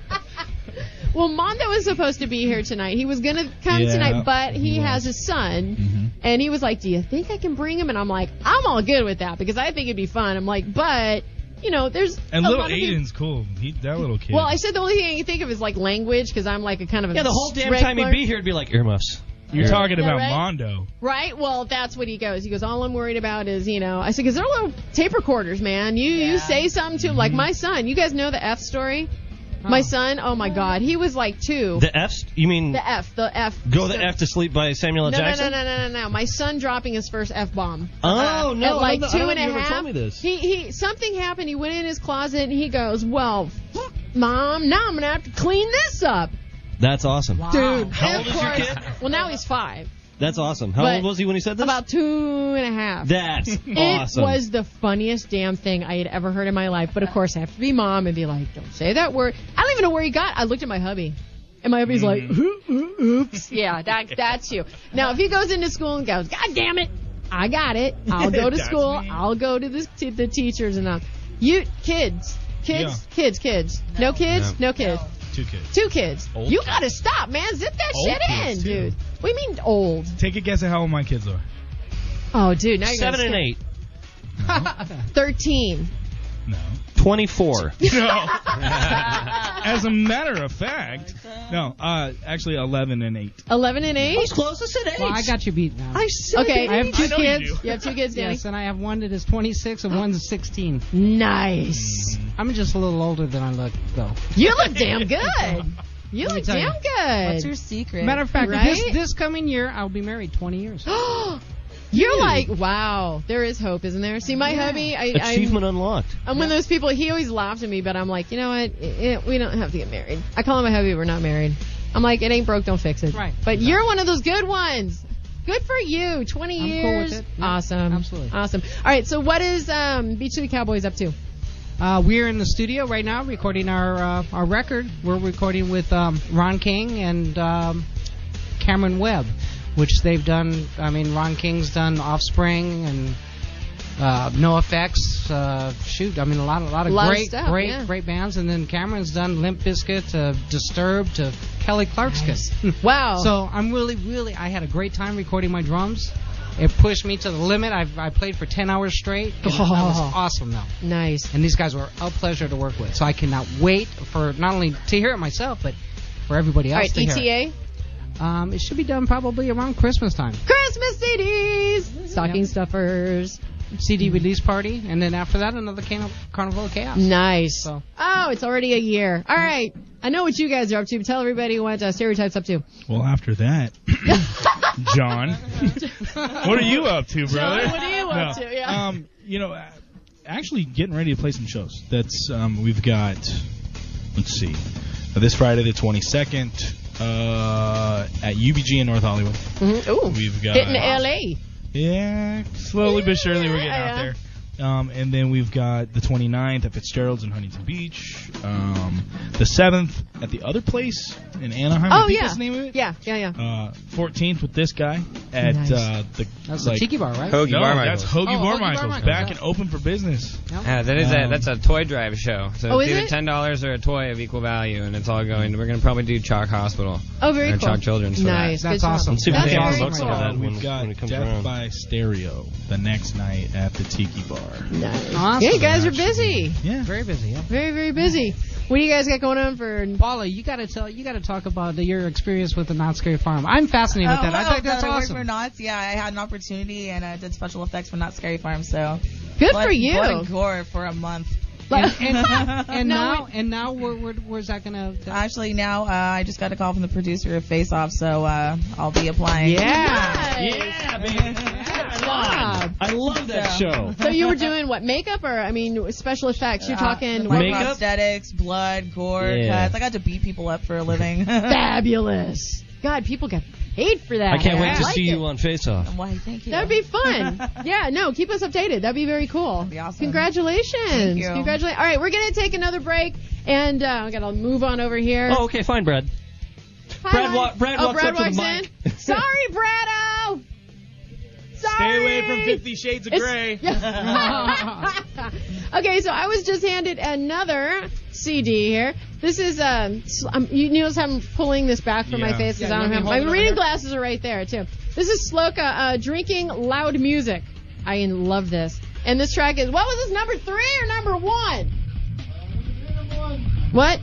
[SPEAKER 3] well, Mondo was supposed to be here tonight. He was gonna come
[SPEAKER 9] Yeah,
[SPEAKER 3] tonight, but he,
[SPEAKER 9] he Mm-hmm.
[SPEAKER 3] has his son, and he was like, "Do you think I can bring him?" And I'm like, "I'm all good with that because I think it'd be fun." I'm like, "But you know, there's
[SPEAKER 9] And
[SPEAKER 3] a
[SPEAKER 9] little
[SPEAKER 3] lot of peop-
[SPEAKER 9] Aiden's cool. He, that little kid.
[SPEAKER 3] Well, I said the only thing I can think of is like language because I'm like a kind of a
[SPEAKER 4] Yeah, the whole damn time he'd
[SPEAKER 3] regular-
[SPEAKER 4] be here, it'd be like earmuffs.
[SPEAKER 9] You're talking
[SPEAKER 3] Yeah,
[SPEAKER 9] about
[SPEAKER 3] right?
[SPEAKER 9] Mondo.
[SPEAKER 3] Right? Well, that's what he goes. He goes, all I'm worried about is, you know, I said, because they're little tape recorders, man. You you say something to him,
[SPEAKER 9] Mm-hmm.
[SPEAKER 3] like my son. You guys know the F story? My son, oh my God, he was like two.
[SPEAKER 4] The F's? You mean
[SPEAKER 3] The F, the F.
[SPEAKER 4] Go the F to Sleep by Samuel L.
[SPEAKER 3] No, no, no,
[SPEAKER 4] Jackson?
[SPEAKER 3] no, no, no, no. My son dropping his first F bomb.
[SPEAKER 4] Oh, no, I
[SPEAKER 3] At
[SPEAKER 4] don't
[SPEAKER 3] like
[SPEAKER 4] know- I
[SPEAKER 3] two
[SPEAKER 4] don't-
[SPEAKER 3] and a
[SPEAKER 4] you never
[SPEAKER 3] half.
[SPEAKER 4] told me this.
[SPEAKER 3] He, he, something happened. He went in his closet and he goes, well, f- mom, now I'm going to have to clean this up.
[SPEAKER 4] That's awesome.
[SPEAKER 3] Dude,
[SPEAKER 4] How
[SPEAKER 3] and
[SPEAKER 4] old
[SPEAKER 3] of
[SPEAKER 4] is your
[SPEAKER 3] course,
[SPEAKER 4] kid?
[SPEAKER 3] well, now he's five.
[SPEAKER 4] That's awesome. How
[SPEAKER 3] But-
[SPEAKER 4] old was he when he said this?
[SPEAKER 3] About two and a half.
[SPEAKER 4] That's
[SPEAKER 3] It
[SPEAKER 4] awesome.
[SPEAKER 3] was the funniest damn thing I had ever heard in my life. But of course, I have to be mom and be like, don't say that word. I don't even know where he got. I looked at my hubby. And my hubby's like, "Ooh, ooh, oops. Yeah, that, that's you. Now, if he goes into school and goes, God damn it, I got it. I'll go to
[SPEAKER 28] That's
[SPEAKER 3] school. I'll go to the, to the teachers and all. You, kids, kids, kids, kids. No, kids? No, kids.
[SPEAKER 9] Two kids.
[SPEAKER 3] Two kids.
[SPEAKER 9] Old
[SPEAKER 3] you
[SPEAKER 9] kids.
[SPEAKER 3] gotta stop, man. Zip that
[SPEAKER 9] Old
[SPEAKER 3] shit in,
[SPEAKER 9] kids, too.
[SPEAKER 3] dude. What do you mean old?
[SPEAKER 9] Take a guess at how old my kids are.
[SPEAKER 3] Oh, dude, now you're
[SPEAKER 4] Seven and
[SPEAKER 3] gonna
[SPEAKER 4] eight.
[SPEAKER 3] skip. Thirteen.
[SPEAKER 4] 24.
[SPEAKER 9] No. As a matter of fact, no. Uh, actually, eleven and eight.
[SPEAKER 3] Eleven and eight. Who's
[SPEAKER 4] closest at
[SPEAKER 10] Well, I got you beat now.
[SPEAKER 3] I said Okay, I have two
[SPEAKER 10] I know
[SPEAKER 3] kids.
[SPEAKER 10] you do.
[SPEAKER 3] You, have two kids, Danny.
[SPEAKER 10] Yes, and I have one that is 26 and one's 16.
[SPEAKER 3] Nice.
[SPEAKER 10] I'm just a little older than I look, though.
[SPEAKER 3] You look damn good. You
[SPEAKER 10] Let me
[SPEAKER 3] look
[SPEAKER 10] tell you.
[SPEAKER 3] damn good.
[SPEAKER 28] What's your secret?
[SPEAKER 10] Matter of fact,
[SPEAKER 3] Right?
[SPEAKER 10] this, this coming year I'll be married 20 years.
[SPEAKER 3] You're like, wow, there is hope, isn't there? See, my hubby, I, I'm,
[SPEAKER 4] Achievement unlocked.
[SPEAKER 3] I'm one of those people, he always laughs at me, but I'm like, you know what? It- it- we don't have to get married. I call him my hubby, we're not married. I'm like, it ain't broke, don't fix it.
[SPEAKER 10] Right.
[SPEAKER 3] But you're one of those good ones. Good for you. 20
[SPEAKER 10] I'm
[SPEAKER 3] years.
[SPEAKER 10] cool with it. Yeah,
[SPEAKER 3] Awesome.
[SPEAKER 10] absolutely.
[SPEAKER 3] Awesome. All right, so what is um, Beach City Cowboys up to?
[SPEAKER 10] Uh, we're in the studio right now recording our uh, our record. We're recording with um, Ron King and um, Cameron Webb, which they've done. I mean, Ron King's done Offspring and uh, No Effects. Uh, shoot, I mean a lot, a lot of
[SPEAKER 3] Lot of
[SPEAKER 10] great,
[SPEAKER 3] stuff,
[SPEAKER 10] great,
[SPEAKER 3] yeah.
[SPEAKER 10] great bands. And then Cameron's done Limp Bizkit to Disturbed to Kelly Clarkson.
[SPEAKER 3] Wow.
[SPEAKER 10] So I'm really, really, I had a great time recording my drums. It pushed me to the limit. I, I played for 10 hours straight. and That
[SPEAKER 3] Oh.
[SPEAKER 10] was awesome, though.
[SPEAKER 3] Nice.
[SPEAKER 10] And these guys were a pleasure to work with. So I cannot wait for not only to hear it myself, but for everybody
[SPEAKER 3] All
[SPEAKER 10] else
[SPEAKER 3] right, E
[SPEAKER 10] to hear
[SPEAKER 3] ETA.
[SPEAKER 10] it. Um, it should be done probably around Christmas time.
[SPEAKER 3] Christmas CDs, stocking stuffers.
[SPEAKER 10] CD release party, and then after that, another can- Carnival of Chaos.
[SPEAKER 3] Nice.
[SPEAKER 10] So,
[SPEAKER 3] Oh, it's already a year. All right. I know what you guys are up to. But tell everybody what uh, stereotypes up to.
[SPEAKER 9] Well, after that, John, what are you up to, brother?
[SPEAKER 3] what are you up to? Yeah.
[SPEAKER 9] Um, you know, uh, actually getting ready to play some shows. That's um, we've got. Let's see, uh, this Friday the 22nd uh, at UBG in North Hollywood.
[SPEAKER 3] Mm-hmm. Ooh,
[SPEAKER 9] We've got
[SPEAKER 3] hitting LA.
[SPEAKER 9] Yeah, slowly but surely we're getting
[SPEAKER 3] Yeah.
[SPEAKER 9] out there. Um, and then we've got the 29th at Fitzgerald's in Huntington Beach. Um, the 7th at the other place in Anaheim. I
[SPEAKER 3] oh
[SPEAKER 9] think
[SPEAKER 3] yeah.
[SPEAKER 9] that's the name of it.
[SPEAKER 3] Yeah, yeah, yeah.
[SPEAKER 9] Uh, 14th with this guy at
[SPEAKER 3] Nice.
[SPEAKER 9] uh, the
[SPEAKER 10] That's the Tiki Bar, right?
[SPEAKER 22] Hoagie
[SPEAKER 9] no,
[SPEAKER 22] Barmichael's.
[SPEAKER 9] that's Hoagie
[SPEAKER 22] Oh, Hoagie
[SPEAKER 9] Barmichael's
[SPEAKER 22] Barmichael's,
[SPEAKER 9] back
[SPEAKER 22] yeah.
[SPEAKER 9] and open for business.
[SPEAKER 22] Yeah, that is a
[SPEAKER 9] Um,
[SPEAKER 22] that's a toy drive show. So
[SPEAKER 3] Oh,
[SPEAKER 22] it's
[SPEAKER 3] is
[SPEAKER 22] either
[SPEAKER 3] it?
[SPEAKER 22] ten dollars or a toy of equal value, and it's all going. We're gonna probably do Chalk Hospital.
[SPEAKER 3] Oh, very
[SPEAKER 22] or
[SPEAKER 3] cool.
[SPEAKER 22] Chalk Children's. For
[SPEAKER 3] Nice.
[SPEAKER 22] That.
[SPEAKER 3] Good That's job. awesome.
[SPEAKER 22] Let's see if
[SPEAKER 3] That's
[SPEAKER 22] they have
[SPEAKER 3] very
[SPEAKER 22] books
[SPEAKER 3] cool.
[SPEAKER 22] for that
[SPEAKER 9] We've
[SPEAKER 22] when- when it
[SPEAKER 9] got
[SPEAKER 22] comes
[SPEAKER 9] Death
[SPEAKER 22] around.
[SPEAKER 9] by Stereo the next night at the Tiki Bar.
[SPEAKER 3] Nice.
[SPEAKER 10] Awesome.
[SPEAKER 3] Yeah, you guys are busy.
[SPEAKER 9] Yeah.
[SPEAKER 10] Very busy. Yeah.
[SPEAKER 3] Very, very busy. What do you guys got going on for?
[SPEAKER 10] Paula, you got to tell, you got to talk about the, your experience with the Not Scary Farm. I'm fascinated
[SPEAKER 28] Oh,
[SPEAKER 10] with that. I
[SPEAKER 28] wow,
[SPEAKER 10] think that's
[SPEAKER 28] that I work
[SPEAKER 10] awesome.
[SPEAKER 28] For Knott's, yeah, I had an opportunity and I did special effects for Not Scary Farm. So
[SPEAKER 3] Good
[SPEAKER 28] blood,
[SPEAKER 3] for you.
[SPEAKER 28] Blood and gore for a month.
[SPEAKER 10] and, and, and
[SPEAKER 28] No,
[SPEAKER 10] now, and now, where, where, where's that gonna?
[SPEAKER 28] Actually, now uh, I just got a call from the producer of Face Off, so uh, I'll be applying.
[SPEAKER 3] Yeah.
[SPEAKER 28] yeah,
[SPEAKER 3] Job.
[SPEAKER 28] I love
[SPEAKER 3] that
[SPEAKER 28] show.
[SPEAKER 3] So you were doing what makeup or I mean special effects? You're talking
[SPEAKER 28] like
[SPEAKER 3] what-
[SPEAKER 28] prosthetics, blood, gore,
[SPEAKER 3] Yeah.
[SPEAKER 28] cuts. I got to beat people up for a living.
[SPEAKER 3] Fabulous. God, people get paid for that.
[SPEAKER 4] I can't wait
[SPEAKER 3] I
[SPEAKER 4] to
[SPEAKER 3] like
[SPEAKER 4] see
[SPEAKER 3] it.
[SPEAKER 4] you on Face Off.
[SPEAKER 28] Why? Thank you.
[SPEAKER 3] That'd be fun. yeah, no, keep us updated. That'd be very cool. That'd be awesome. Congratulations.
[SPEAKER 28] Thank you.
[SPEAKER 3] Congratulations. All right, we're gonna take another break, and uh, I gotta move on over here.
[SPEAKER 14] Oh, okay, fine, Brad.
[SPEAKER 3] Hi,
[SPEAKER 14] Brad
[SPEAKER 3] Mike.
[SPEAKER 14] wa- Brad
[SPEAKER 3] oh,
[SPEAKER 14] walks
[SPEAKER 3] Brad
[SPEAKER 14] up to the
[SPEAKER 3] walks in. Sorry, Brado. Sorry.
[SPEAKER 5] Stay away from 50 Shades of
[SPEAKER 3] It's-
[SPEAKER 5] Grey.
[SPEAKER 3] okay, so I was just handed another CD here. This is um, sl- um you notice how I'm pulling this back from my
[SPEAKER 5] Yeah.
[SPEAKER 3] face because
[SPEAKER 5] Yeah,
[SPEAKER 3] I don't
[SPEAKER 5] you
[SPEAKER 3] have
[SPEAKER 5] want me to
[SPEAKER 3] my
[SPEAKER 5] hold it over
[SPEAKER 3] reading
[SPEAKER 5] here?
[SPEAKER 3] glasses are right there too. This is Sloka uh, drinking loud music. I love this. And this track is what was this number three or number one? What?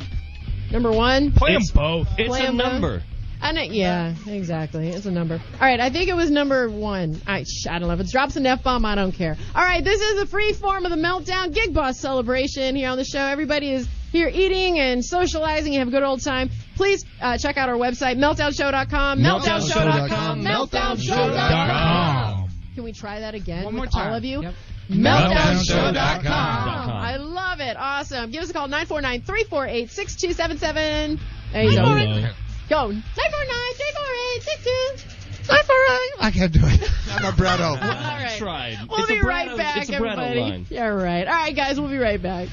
[SPEAKER 3] Number one?
[SPEAKER 9] Play 'em both.
[SPEAKER 3] It's Play a 'em both? number. I know, yeah, exactly. It's a number. All right, I think it was number one. I, sh- I don't know. If it drops an F bomb, I don't care. All right, this is a free form of the Meltdown Gig Boss celebration here on the show. Everybody is here eating and socializing. You have a good old time. Please uh, check out our website, meltdownshow.com. Meltdownshow.com. Meltdownshow.com. Can we try that again with all of you? Meltdownshow.com. I love it. Awesome. Give us a call, 949 348 6277. There you go. Go. 949 348 I
[SPEAKER 8] can't do it. I'm a Bretto.
[SPEAKER 5] Tried.
[SPEAKER 3] We'll
[SPEAKER 5] It's a
[SPEAKER 3] be
[SPEAKER 5] Brad
[SPEAKER 3] right
[SPEAKER 5] O-
[SPEAKER 3] back,
[SPEAKER 5] it's a Brad O
[SPEAKER 3] everybody.
[SPEAKER 5] line.
[SPEAKER 3] Yeah, right. All right, guys, we'll be right back.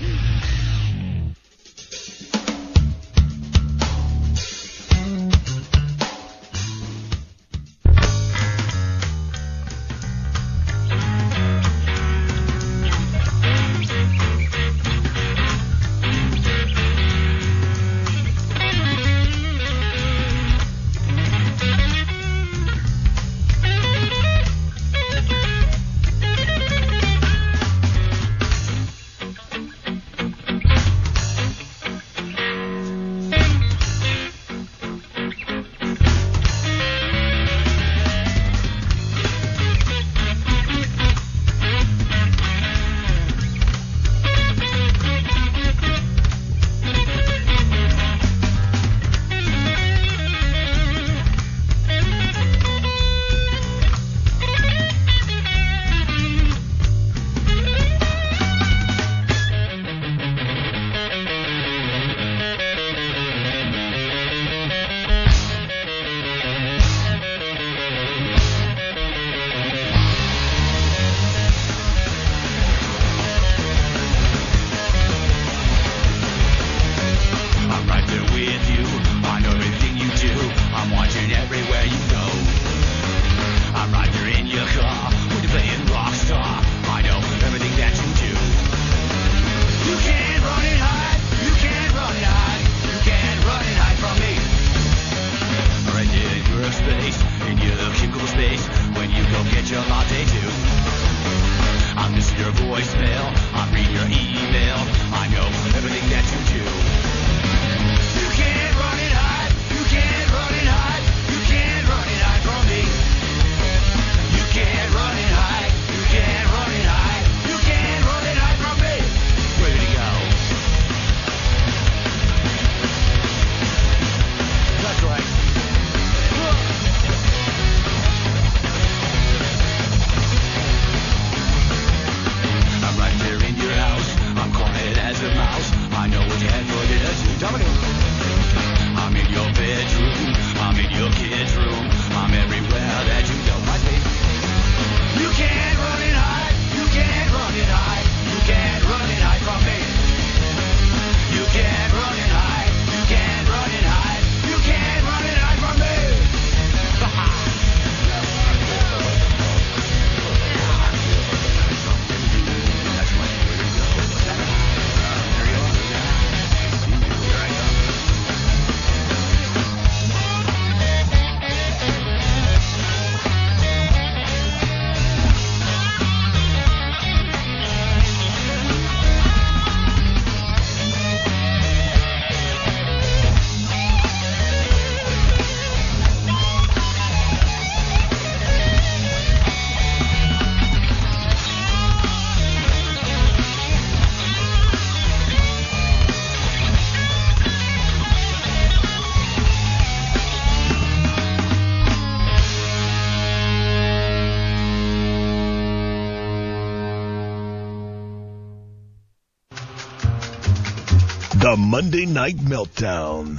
[SPEAKER 12] The Monday Night Meltdown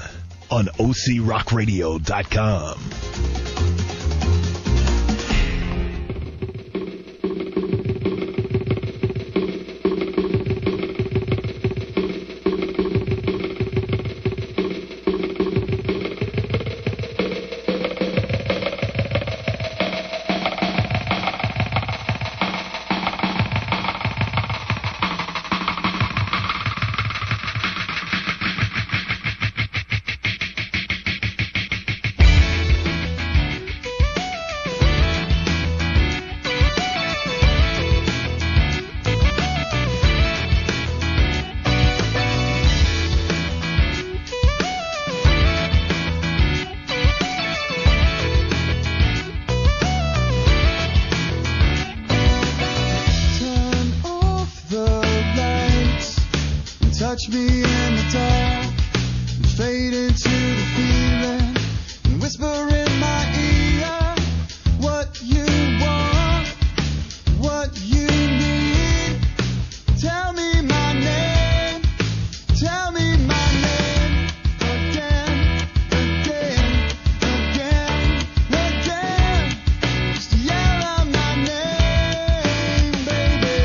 [SPEAKER 12] on OCRockRadio.com.
[SPEAKER 5] Turn off the lights and touch me in the dark and fade into the feeling and whisper in my ear what you want, what you need. Tell me my name, tell me my name again, again, again, again. Just yell out my name, baby.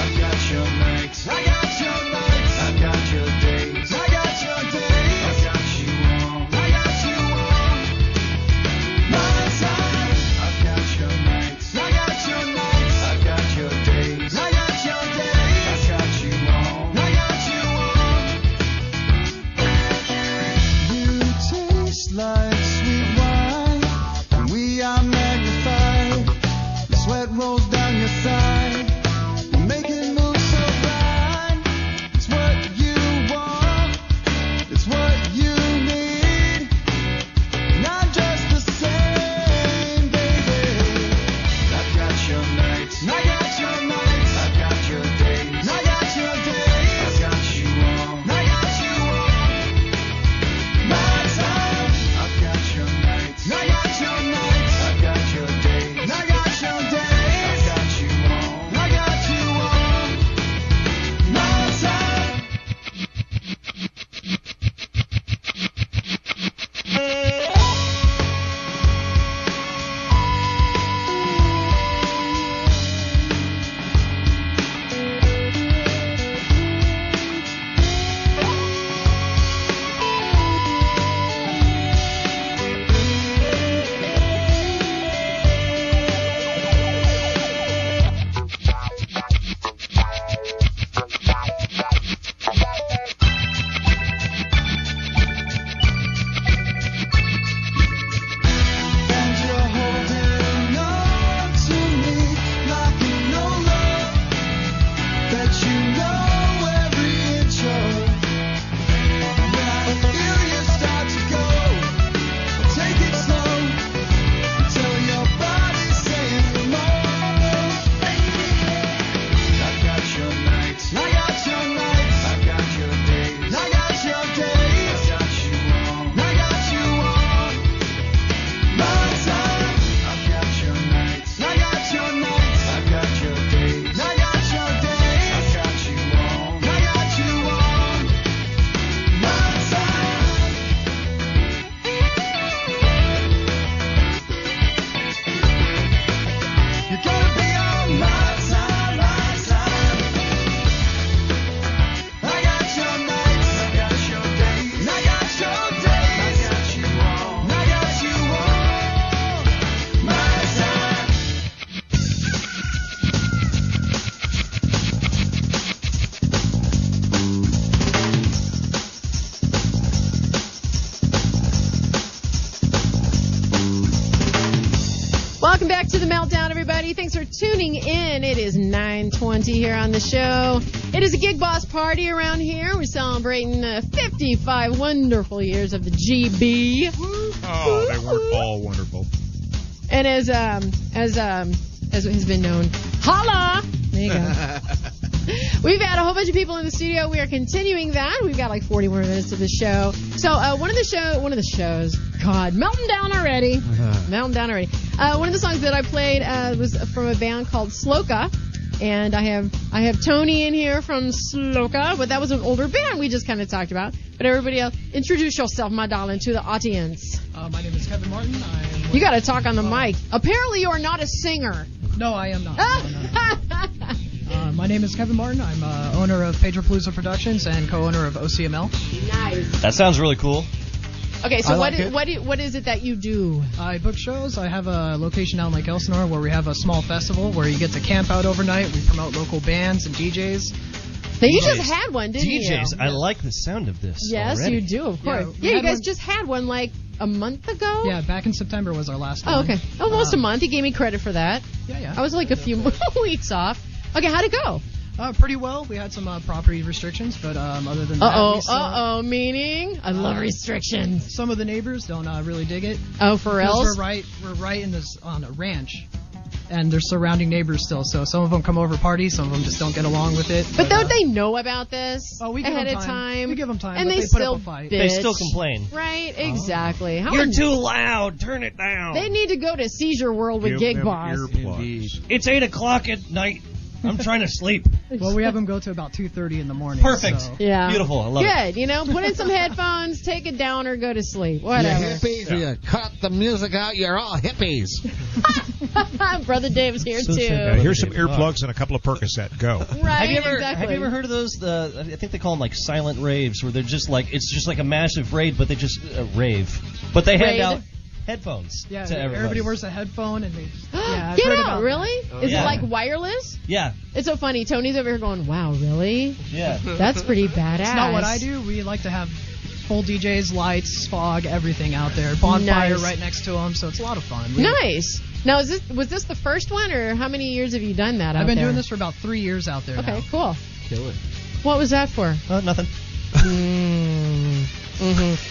[SPEAKER 5] I've got your nights, I got your nights, I've got your days, I got your days, I got you on, I got you on my side. I've got your nights, I got your nights, I've got your days, I got your days, I got you on, I got you on. You taste like sweet wine. When we are magnified, the sweat rolls down your thigh. You're making moves so fine. It's what you want. It's what you need. Not just the same, baby. I've got your nights. I got your nights. I've got your days. I got your days. I got you on. I got you on. My time. I've got your nights. I got your nights. I've got your days. I got your days. I got you on. I got you on. My time. uh, And you're holding on to me like you know love, that you know every inch of. When I feel you start to go, take it slow until your body's saying more. I've got your nights, I got your nights, I've got your days, I got your days, I got you on, I got you on. My time. I've got your nights. I got your nights. I've got your days. I got your days. I got you on. I got you on. My time. You're gonna be on my side, my side. I got your nights. I got your days. I got your days. I got you on. I got you on. My side.
[SPEAKER 3] Welcome back to the meltdown, everybody. Thanks for tuning in. It is 9:20 here on the show. It is a gig boss party around here. We're celebrating uh, 55 wonderful years of the GB.
[SPEAKER 6] Oh, they weren't all wonderful.
[SPEAKER 3] And as um as um as has been known, holla. There you go. We've had a whole bunch of people in the studio. We are continuing that. We've got like 40 more minutes of the show. So uh, one of the show, one of the shows. God, melting down already. Melting down already. Uh, one of the songs that I played uh, was from a band called Sloka. and I have I have Tony in here from Sloka, but that was an older band we just kind of talked about. But everybody else, introduce yourself, my darling, to the audience.
[SPEAKER 11] Uh, my name is Kevin Martin. I'm
[SPEAKER 3] You got to talk on the mic. Apparently, you are not a singer. Ah!
[SPEAKER 11] No, I am not. Uh, my name is Kevin Martin. I'm uh, owner of Pedro Palooza Productions and co-owner of OCML.
[SPEAKER 3] Nice.
[SPEAKER 4] That sounds really cool.
[SPEAKER 3] Okay, so
[SPEAKER 11] I
[SPEAKER 3] what
[SPEAKER 11] like
[SPEAKER 3] is-
[SPEAKER 11] it.
[SPEAKER 3] what is, what is it that you do?
[SPEAKER 11] I book shows. I have a location out in Lake Elsinore where we have a small festival where you get to camp out overnight. We promote local bands and DJs.
[SPEAKER 3] Now you just had one, didn't you?
[SPEAKER 4] DJs, I like the sound of this.
[SPEAKER 3] Yes,
[SPEAKER 4] already.
[SPEAKER 3] you do, of
[SPEAKER 11] Yeah,
[SPEAKER 3] course.
[SPEAKER 11] we
[SPEAKER 3] Yeah, you
[SPEAKER 11] had
[SPEAKER 3] guys
[SPEAKER 11] one-
[SPEAKER 3] just had one like a month ago.
[SPEAKER 11] Yeah, back in September was our last
[SPEAKER 3] Oh,
[SPEAKER 11] one.
[SPEAKER 3] okay. Almost a month. He gave me credit for that.
[SPEAKER 11] Um, Yeah, yeah.
[SPEAKER 3] I was like a few weeks off. Okay, how'd it go?
[SPEAKER 11] Uh, pretty well. We had some uh, property restrictions, but um, other than
[SPEAKER 3] Uh
[SPEAKER 11] that,
[SPEAKER 3] oh,
[SPEAKER 11] we still-
[SPEAKER 3] uh oh, meaning? I love
[SPEAKER 11] Uh,
[SPEAKER 3] restrictions.
[SPEAKER 11] Some of the neighbors don't uh, really dig it.
[SPEAKER 3] Oh, for
[SPEAKER 11] 'Cause
[SPEAKER 3] reals?
[SPEAKER 11] We're right, we're right in this on a ranch, and there's surrounding neighbors still. So some of them come over party, some of them just don't get along with it.
[SPEAKER 3] But
[SPEAKER 11] uh,
[SPEAKER 3] don't they know about this
[SPEAKER 11] Oh, we give
[SPEAKER 3] ahead
[SPEAKER 11] them
[SPEAKER 3] of
[SPEAKER 11] time.
[SPEAKER 3] time?
[SPEAKER 11] We give them time,
[SPEAKER 3] and
[SPEAKER 11] but
[SPEAKER 3] they,
[SPEAKER 11] they put up
[SPEAKER 3] still
[SPEAKER 11] a fight. Oh.
[SPEAKER 4] They
[SPEAKER 3] bitch.
[SPEAKER 4] still complain.
[SPEAKER 3] Right? Exactly. How
[SPEAKER 4] You're
[SPEAKER 3] an-
[SPEAKER 4] too loud. Turn it down.
[SPEAKER 3] They need to go to Seizure World with Gig Boss.
[SPEAKER 4] It's eight o'clock at night. I'm trying to sleep.
[SPEAKER 11] well, we have them go to about 2:30 in the morning.
[SPEAKER 4] Perfect.
[SPEAKER 11] so-
[SPEAKER 3] Yeah.
[SPEAKER 4] Beautiful. I love it.
[SPEAKER 3] Good. You know, put in some headphones, take it down, or go to sleep.
[SPEAKER 8] You
[SPEAKER 3] Whatever.
[SPEAKER 8] hippies, you cut the music out. You're all hippies.
[SPEAKER 3] Brother Dave's here too.
[SPEAKER 6] Yeah, here's some earplugs and a couple of Percocet. Go.
[SPEAKER 3] Right,
[SPEAKER 4] have you ever
[SPEAKER 3] exactly.
[SPEAKER 4] have you ever heard of those? The I think they call them like silent raves, where they're just like it's just like a massive raid, but they just uh, rave, but they hand
[SPEAKER 11] Raid?
[SPEAKER 4] out headphones
[SPEAKER 11] Yeah,
[SPEAKER 4] to everybody.
[SPEAKER 11] everybody wears a headphone and they. Yeah, I've
[SPEAKER 3] Get
[SPEAKER 11] heard
[SPEAKER 3] out,
[SPEAKER 11] about
[SPEAKER 3] really?
[SPEAKER 11] that. Oh,
[SPEAKER 3] Is
[SPEAKER 4] Yeah.
[SPEAKER 3] it like wireless?
[SPEAKER 4] Yeah,
[SPEAKER 3] It's so funny. Tony's over here going, "Wow, really?
[SPEAKER 4] yeah.
[SPEAKER 3] That's pretty badass."
[SPEAKER 11] It's not what I do. We like to have full DJs, lights, fog, everything out there. Bonfire
[SPEAKER 3] Nice.
[SPEAKER 11] right next to them, so it's a lot of fun. We-
[SPEAKER 3] Nice. Now, is this was this the first one, or how many years have you done that?
[SPEAKER 11] I've
[SPEAKER 3] out
[SPEAKER 11] been
[SPEAKER 3] there?
[SPEAKER 11] doing this for about three years out there.
[SPEAKER 3] Okay, cool.
[SPEAKER 4] Kill it.
[SPEAKER 3] What was that for?
[SPEAKER 4] Uh, nothing.
[SPEAKER 3] hmm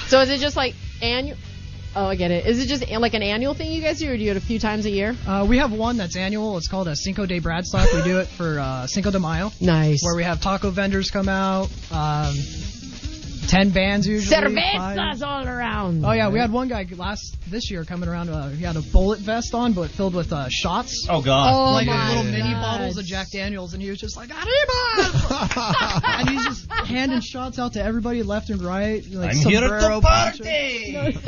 [SPEAKER 3] So is it just like annual? Oh, I get it. Is it just like an annual thing you guys do, or do you do it a few times a year?
[SPEAKER 11] Uh, we have one that's annual. It's called a Cinco de Bradstock. we do it for uh, Cinco de Mayo.
[SPEAKER 3] Nice.
[SPEAKER 11] Where we have taco vendors come out. Um, Ten bands usually. five.
[SPEAKER 3] Cervezas all around.
[SPEAKER 11] Oh yeah, we had one guy last this year coming around. Uh, he had a bullet vest on, but filled with uh, shots.
[SPEAKER 4] Oh, God. Oh,
[SPEAKER 11] like
[SPEAKER 4] my
[SPEAKER 11] little mini
[SPEAKER 4] God.
[SPEAKER 11] bottles of Jack Daniels, and he was just like, "Arriba!" and he's just handing shots out to everybody left and right. Like
[SPEAKER 4] I'm here to
[SPEAKER 11] sombrero,
[SPEAKER 4] party!
[SPEAKER 11] poncho.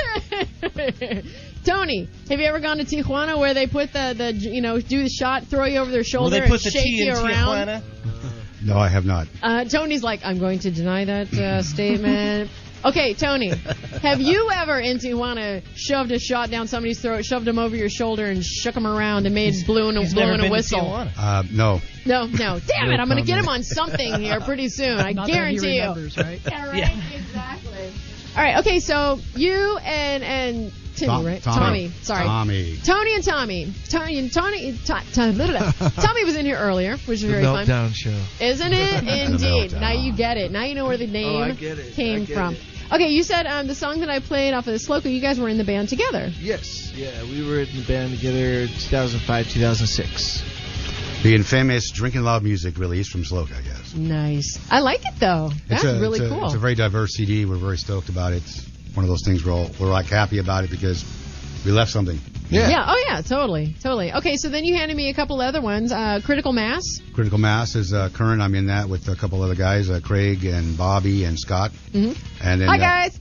[SPEAKER 3] Tony, have you ever gone to Tijuana where they put the, the you know do the shot, throw you over their shoulder,
[SPEAKER 5] they put the
[SPEAKER 3] and shake
[SPEAKER 5] tea
[SPEAKER 3] you
[SPEAKER 5] in
[SPEAKER 3] around?
[SPEAKER 5] Tijuana?
[SPEAKER 29] No, I have not.
[SPEAKER 3] Uh, Tony's like, I'm going to deny that uh, statement. Okay, Tony, have you ever in Tijuana shoved a shot down somebody's throat, shoved him over your shoulder, and shook him around and made blew and
[SPEAKER 29] he's
[SPEAKER 3] blew
[SPEAKER 29] never
[SPEAKER 3] and a
[SPEAKER 29] been to
[SPEAKER 3] whistle?
[SPEAKER 29] Uh, no.
[SPEAKER 3] No, no, damn
[SPEAKER 29] No
[SPEAKER 3] it, I'm gonna get
[SPEAKER 29] comment.
[SPEAKER 3] him on something here pretty soon. I
[SPEAKER 11] Not that he
[SPEAKER 3] guarantee
[SPEAKER 11] remembers,
[SPEAKER 3] you.
[SPEAKER 11] right?
[SPEAKER 3] Yeah, right, exactly. All right, okay, so you and and Timmy,
[SPEAKER 29] Tom-
[SPEAKER 3] right?
[SPEAKER 29] Tommy.
[SPEAKER 3] sorry.
[SPEAKER 29] Tommy.
[SPEAKER 3] Tony and Tommy. Tony and Tony. To, to, blah, blah, blah. Tommy was in here earlier, which was
[SPEAKER 19] The
[SPEAKER 3] very fun.
[SPEAKER 19] meltdown show.
[SPEAKER 3] Isn't it? Indeed.
[SPEAKER 19] meltdown. Oh,
[SPEAKER 3] Now you get it. Now you know where the name
[SPEAKER 19] I get it.
[SPEAKER 3] came
[SPEAKER 19] I get
[SPEAKER 3] from.
[SPEAKER 19] it.
[SPEAKER 3] Okay, you said um, the song that I played off of the Sloka, you guys were in the band together.
[SPEAKER 19] Yes, yeah, we were in the band together 2005, 2006.
[SPEAKER 29] The infamous Drinking Loud Music release from Sloka, I guess.
[SPEAKER 3] Nice. I like it though. That's
[SPEAKER 29] it's a,
[SPEAKER 3] really
[SPEAKER 29] it's a,
[SPEAKER 3] cool.
[SPEAKER 29] It's a very diverse CD. We're very stoked about it. It's one of those things we're, all, we're like happy about it because we left something.
[SPEAKER 3] yeah. Oh yeah. Totally. Totally. Okay. So then you handed me a couple other ones. Uh, Critical Mass.
[SPEAKER 29] Critical Mass is uh, current. I'm in that with a couple other guys, uh, Craig and Bobby and Scott.
[SPEAKER 3] hmm
[SPEAKER 29] And then
[SPEAKER 3] Hi
[SPEAKER 29] uh,
[SPEAKER 3] guys.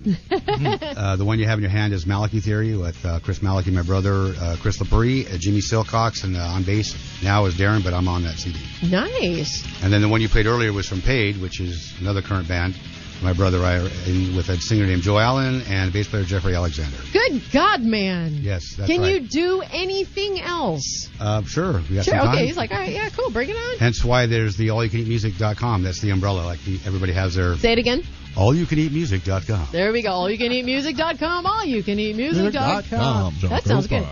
[SPEAKER 29] Uh, the one you have in your hand is Maliki Theory with uh, Chris Maliki, my brother, uh, Chris Labrie, uh, Jimmy Silcox, and uh, on bass now is Darren, but I'm on that CD.
[SPEAKER 3] nice.
[SPEAKER 29] And then the one you played earlier was from Paid, which is another current band. My brother I are in with a singer named Joe Allen and bass player Jeffrey Alexander.
[SPEAKER 3] Good God, man.
[SPEAKER 29] Yes, that's
[SPEAKER 3] Can
[SPEAKER 29] right.
[SPEAKER 3] you do anything else?
[SPEAKER 29] Uh, sure, we got
[SPEAKER 3] Sure.
[SPEAKER 29] some time.
[SPEAKER 3] Okay. He's like, all right. Yeah. Cool. Bring it on.
[SPEAKER 29] Hence why there's the allyoucaneatmusic.com. That's the umbrella. Like the, everybody has their
[SPEAKER 3] Say it again.
[SPEAKER 29] allyoucaneatmusic.com.
[SPEAKER 3] There we go. All you can eat music.com. All you can eat music.com. That sounds good.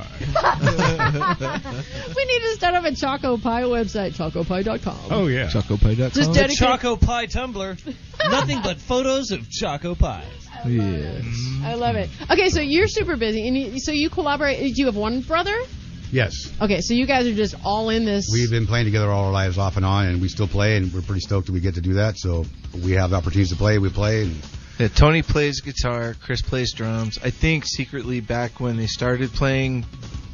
[SPEAKER 3] we need to start up a Choco Pie website, chocopie.com.
[SPEAKER 4] Oh, yeah.
[SPEAKER 21] ChocoPay.com.
[SPEAKER 3] Just
[SPEAKER 4] the
[SPEAKER 3] dedicate-
[SPEAKER 4] Choco Pie Tumblr. Nothing but photos of Choco Pie.
[SPEAKER 21] Yes.
[SPEAKER 3] I love it. Okay, so you're super busy, and you, so you collaborate. You have one brother.
[SPEAKER 29] Yes.
[SPEAKER 3] Okay, so you guys are just all in this.
[SPEAKER 29] We've been playing together all our lives off and on, and we still play, and we're pretty stoked that we get to do that. So we have opportunities to play, we play. And
[SPEAKER 19] Yeah, Tony plays guitar, Chris plays drums. I think secretly back when they started playing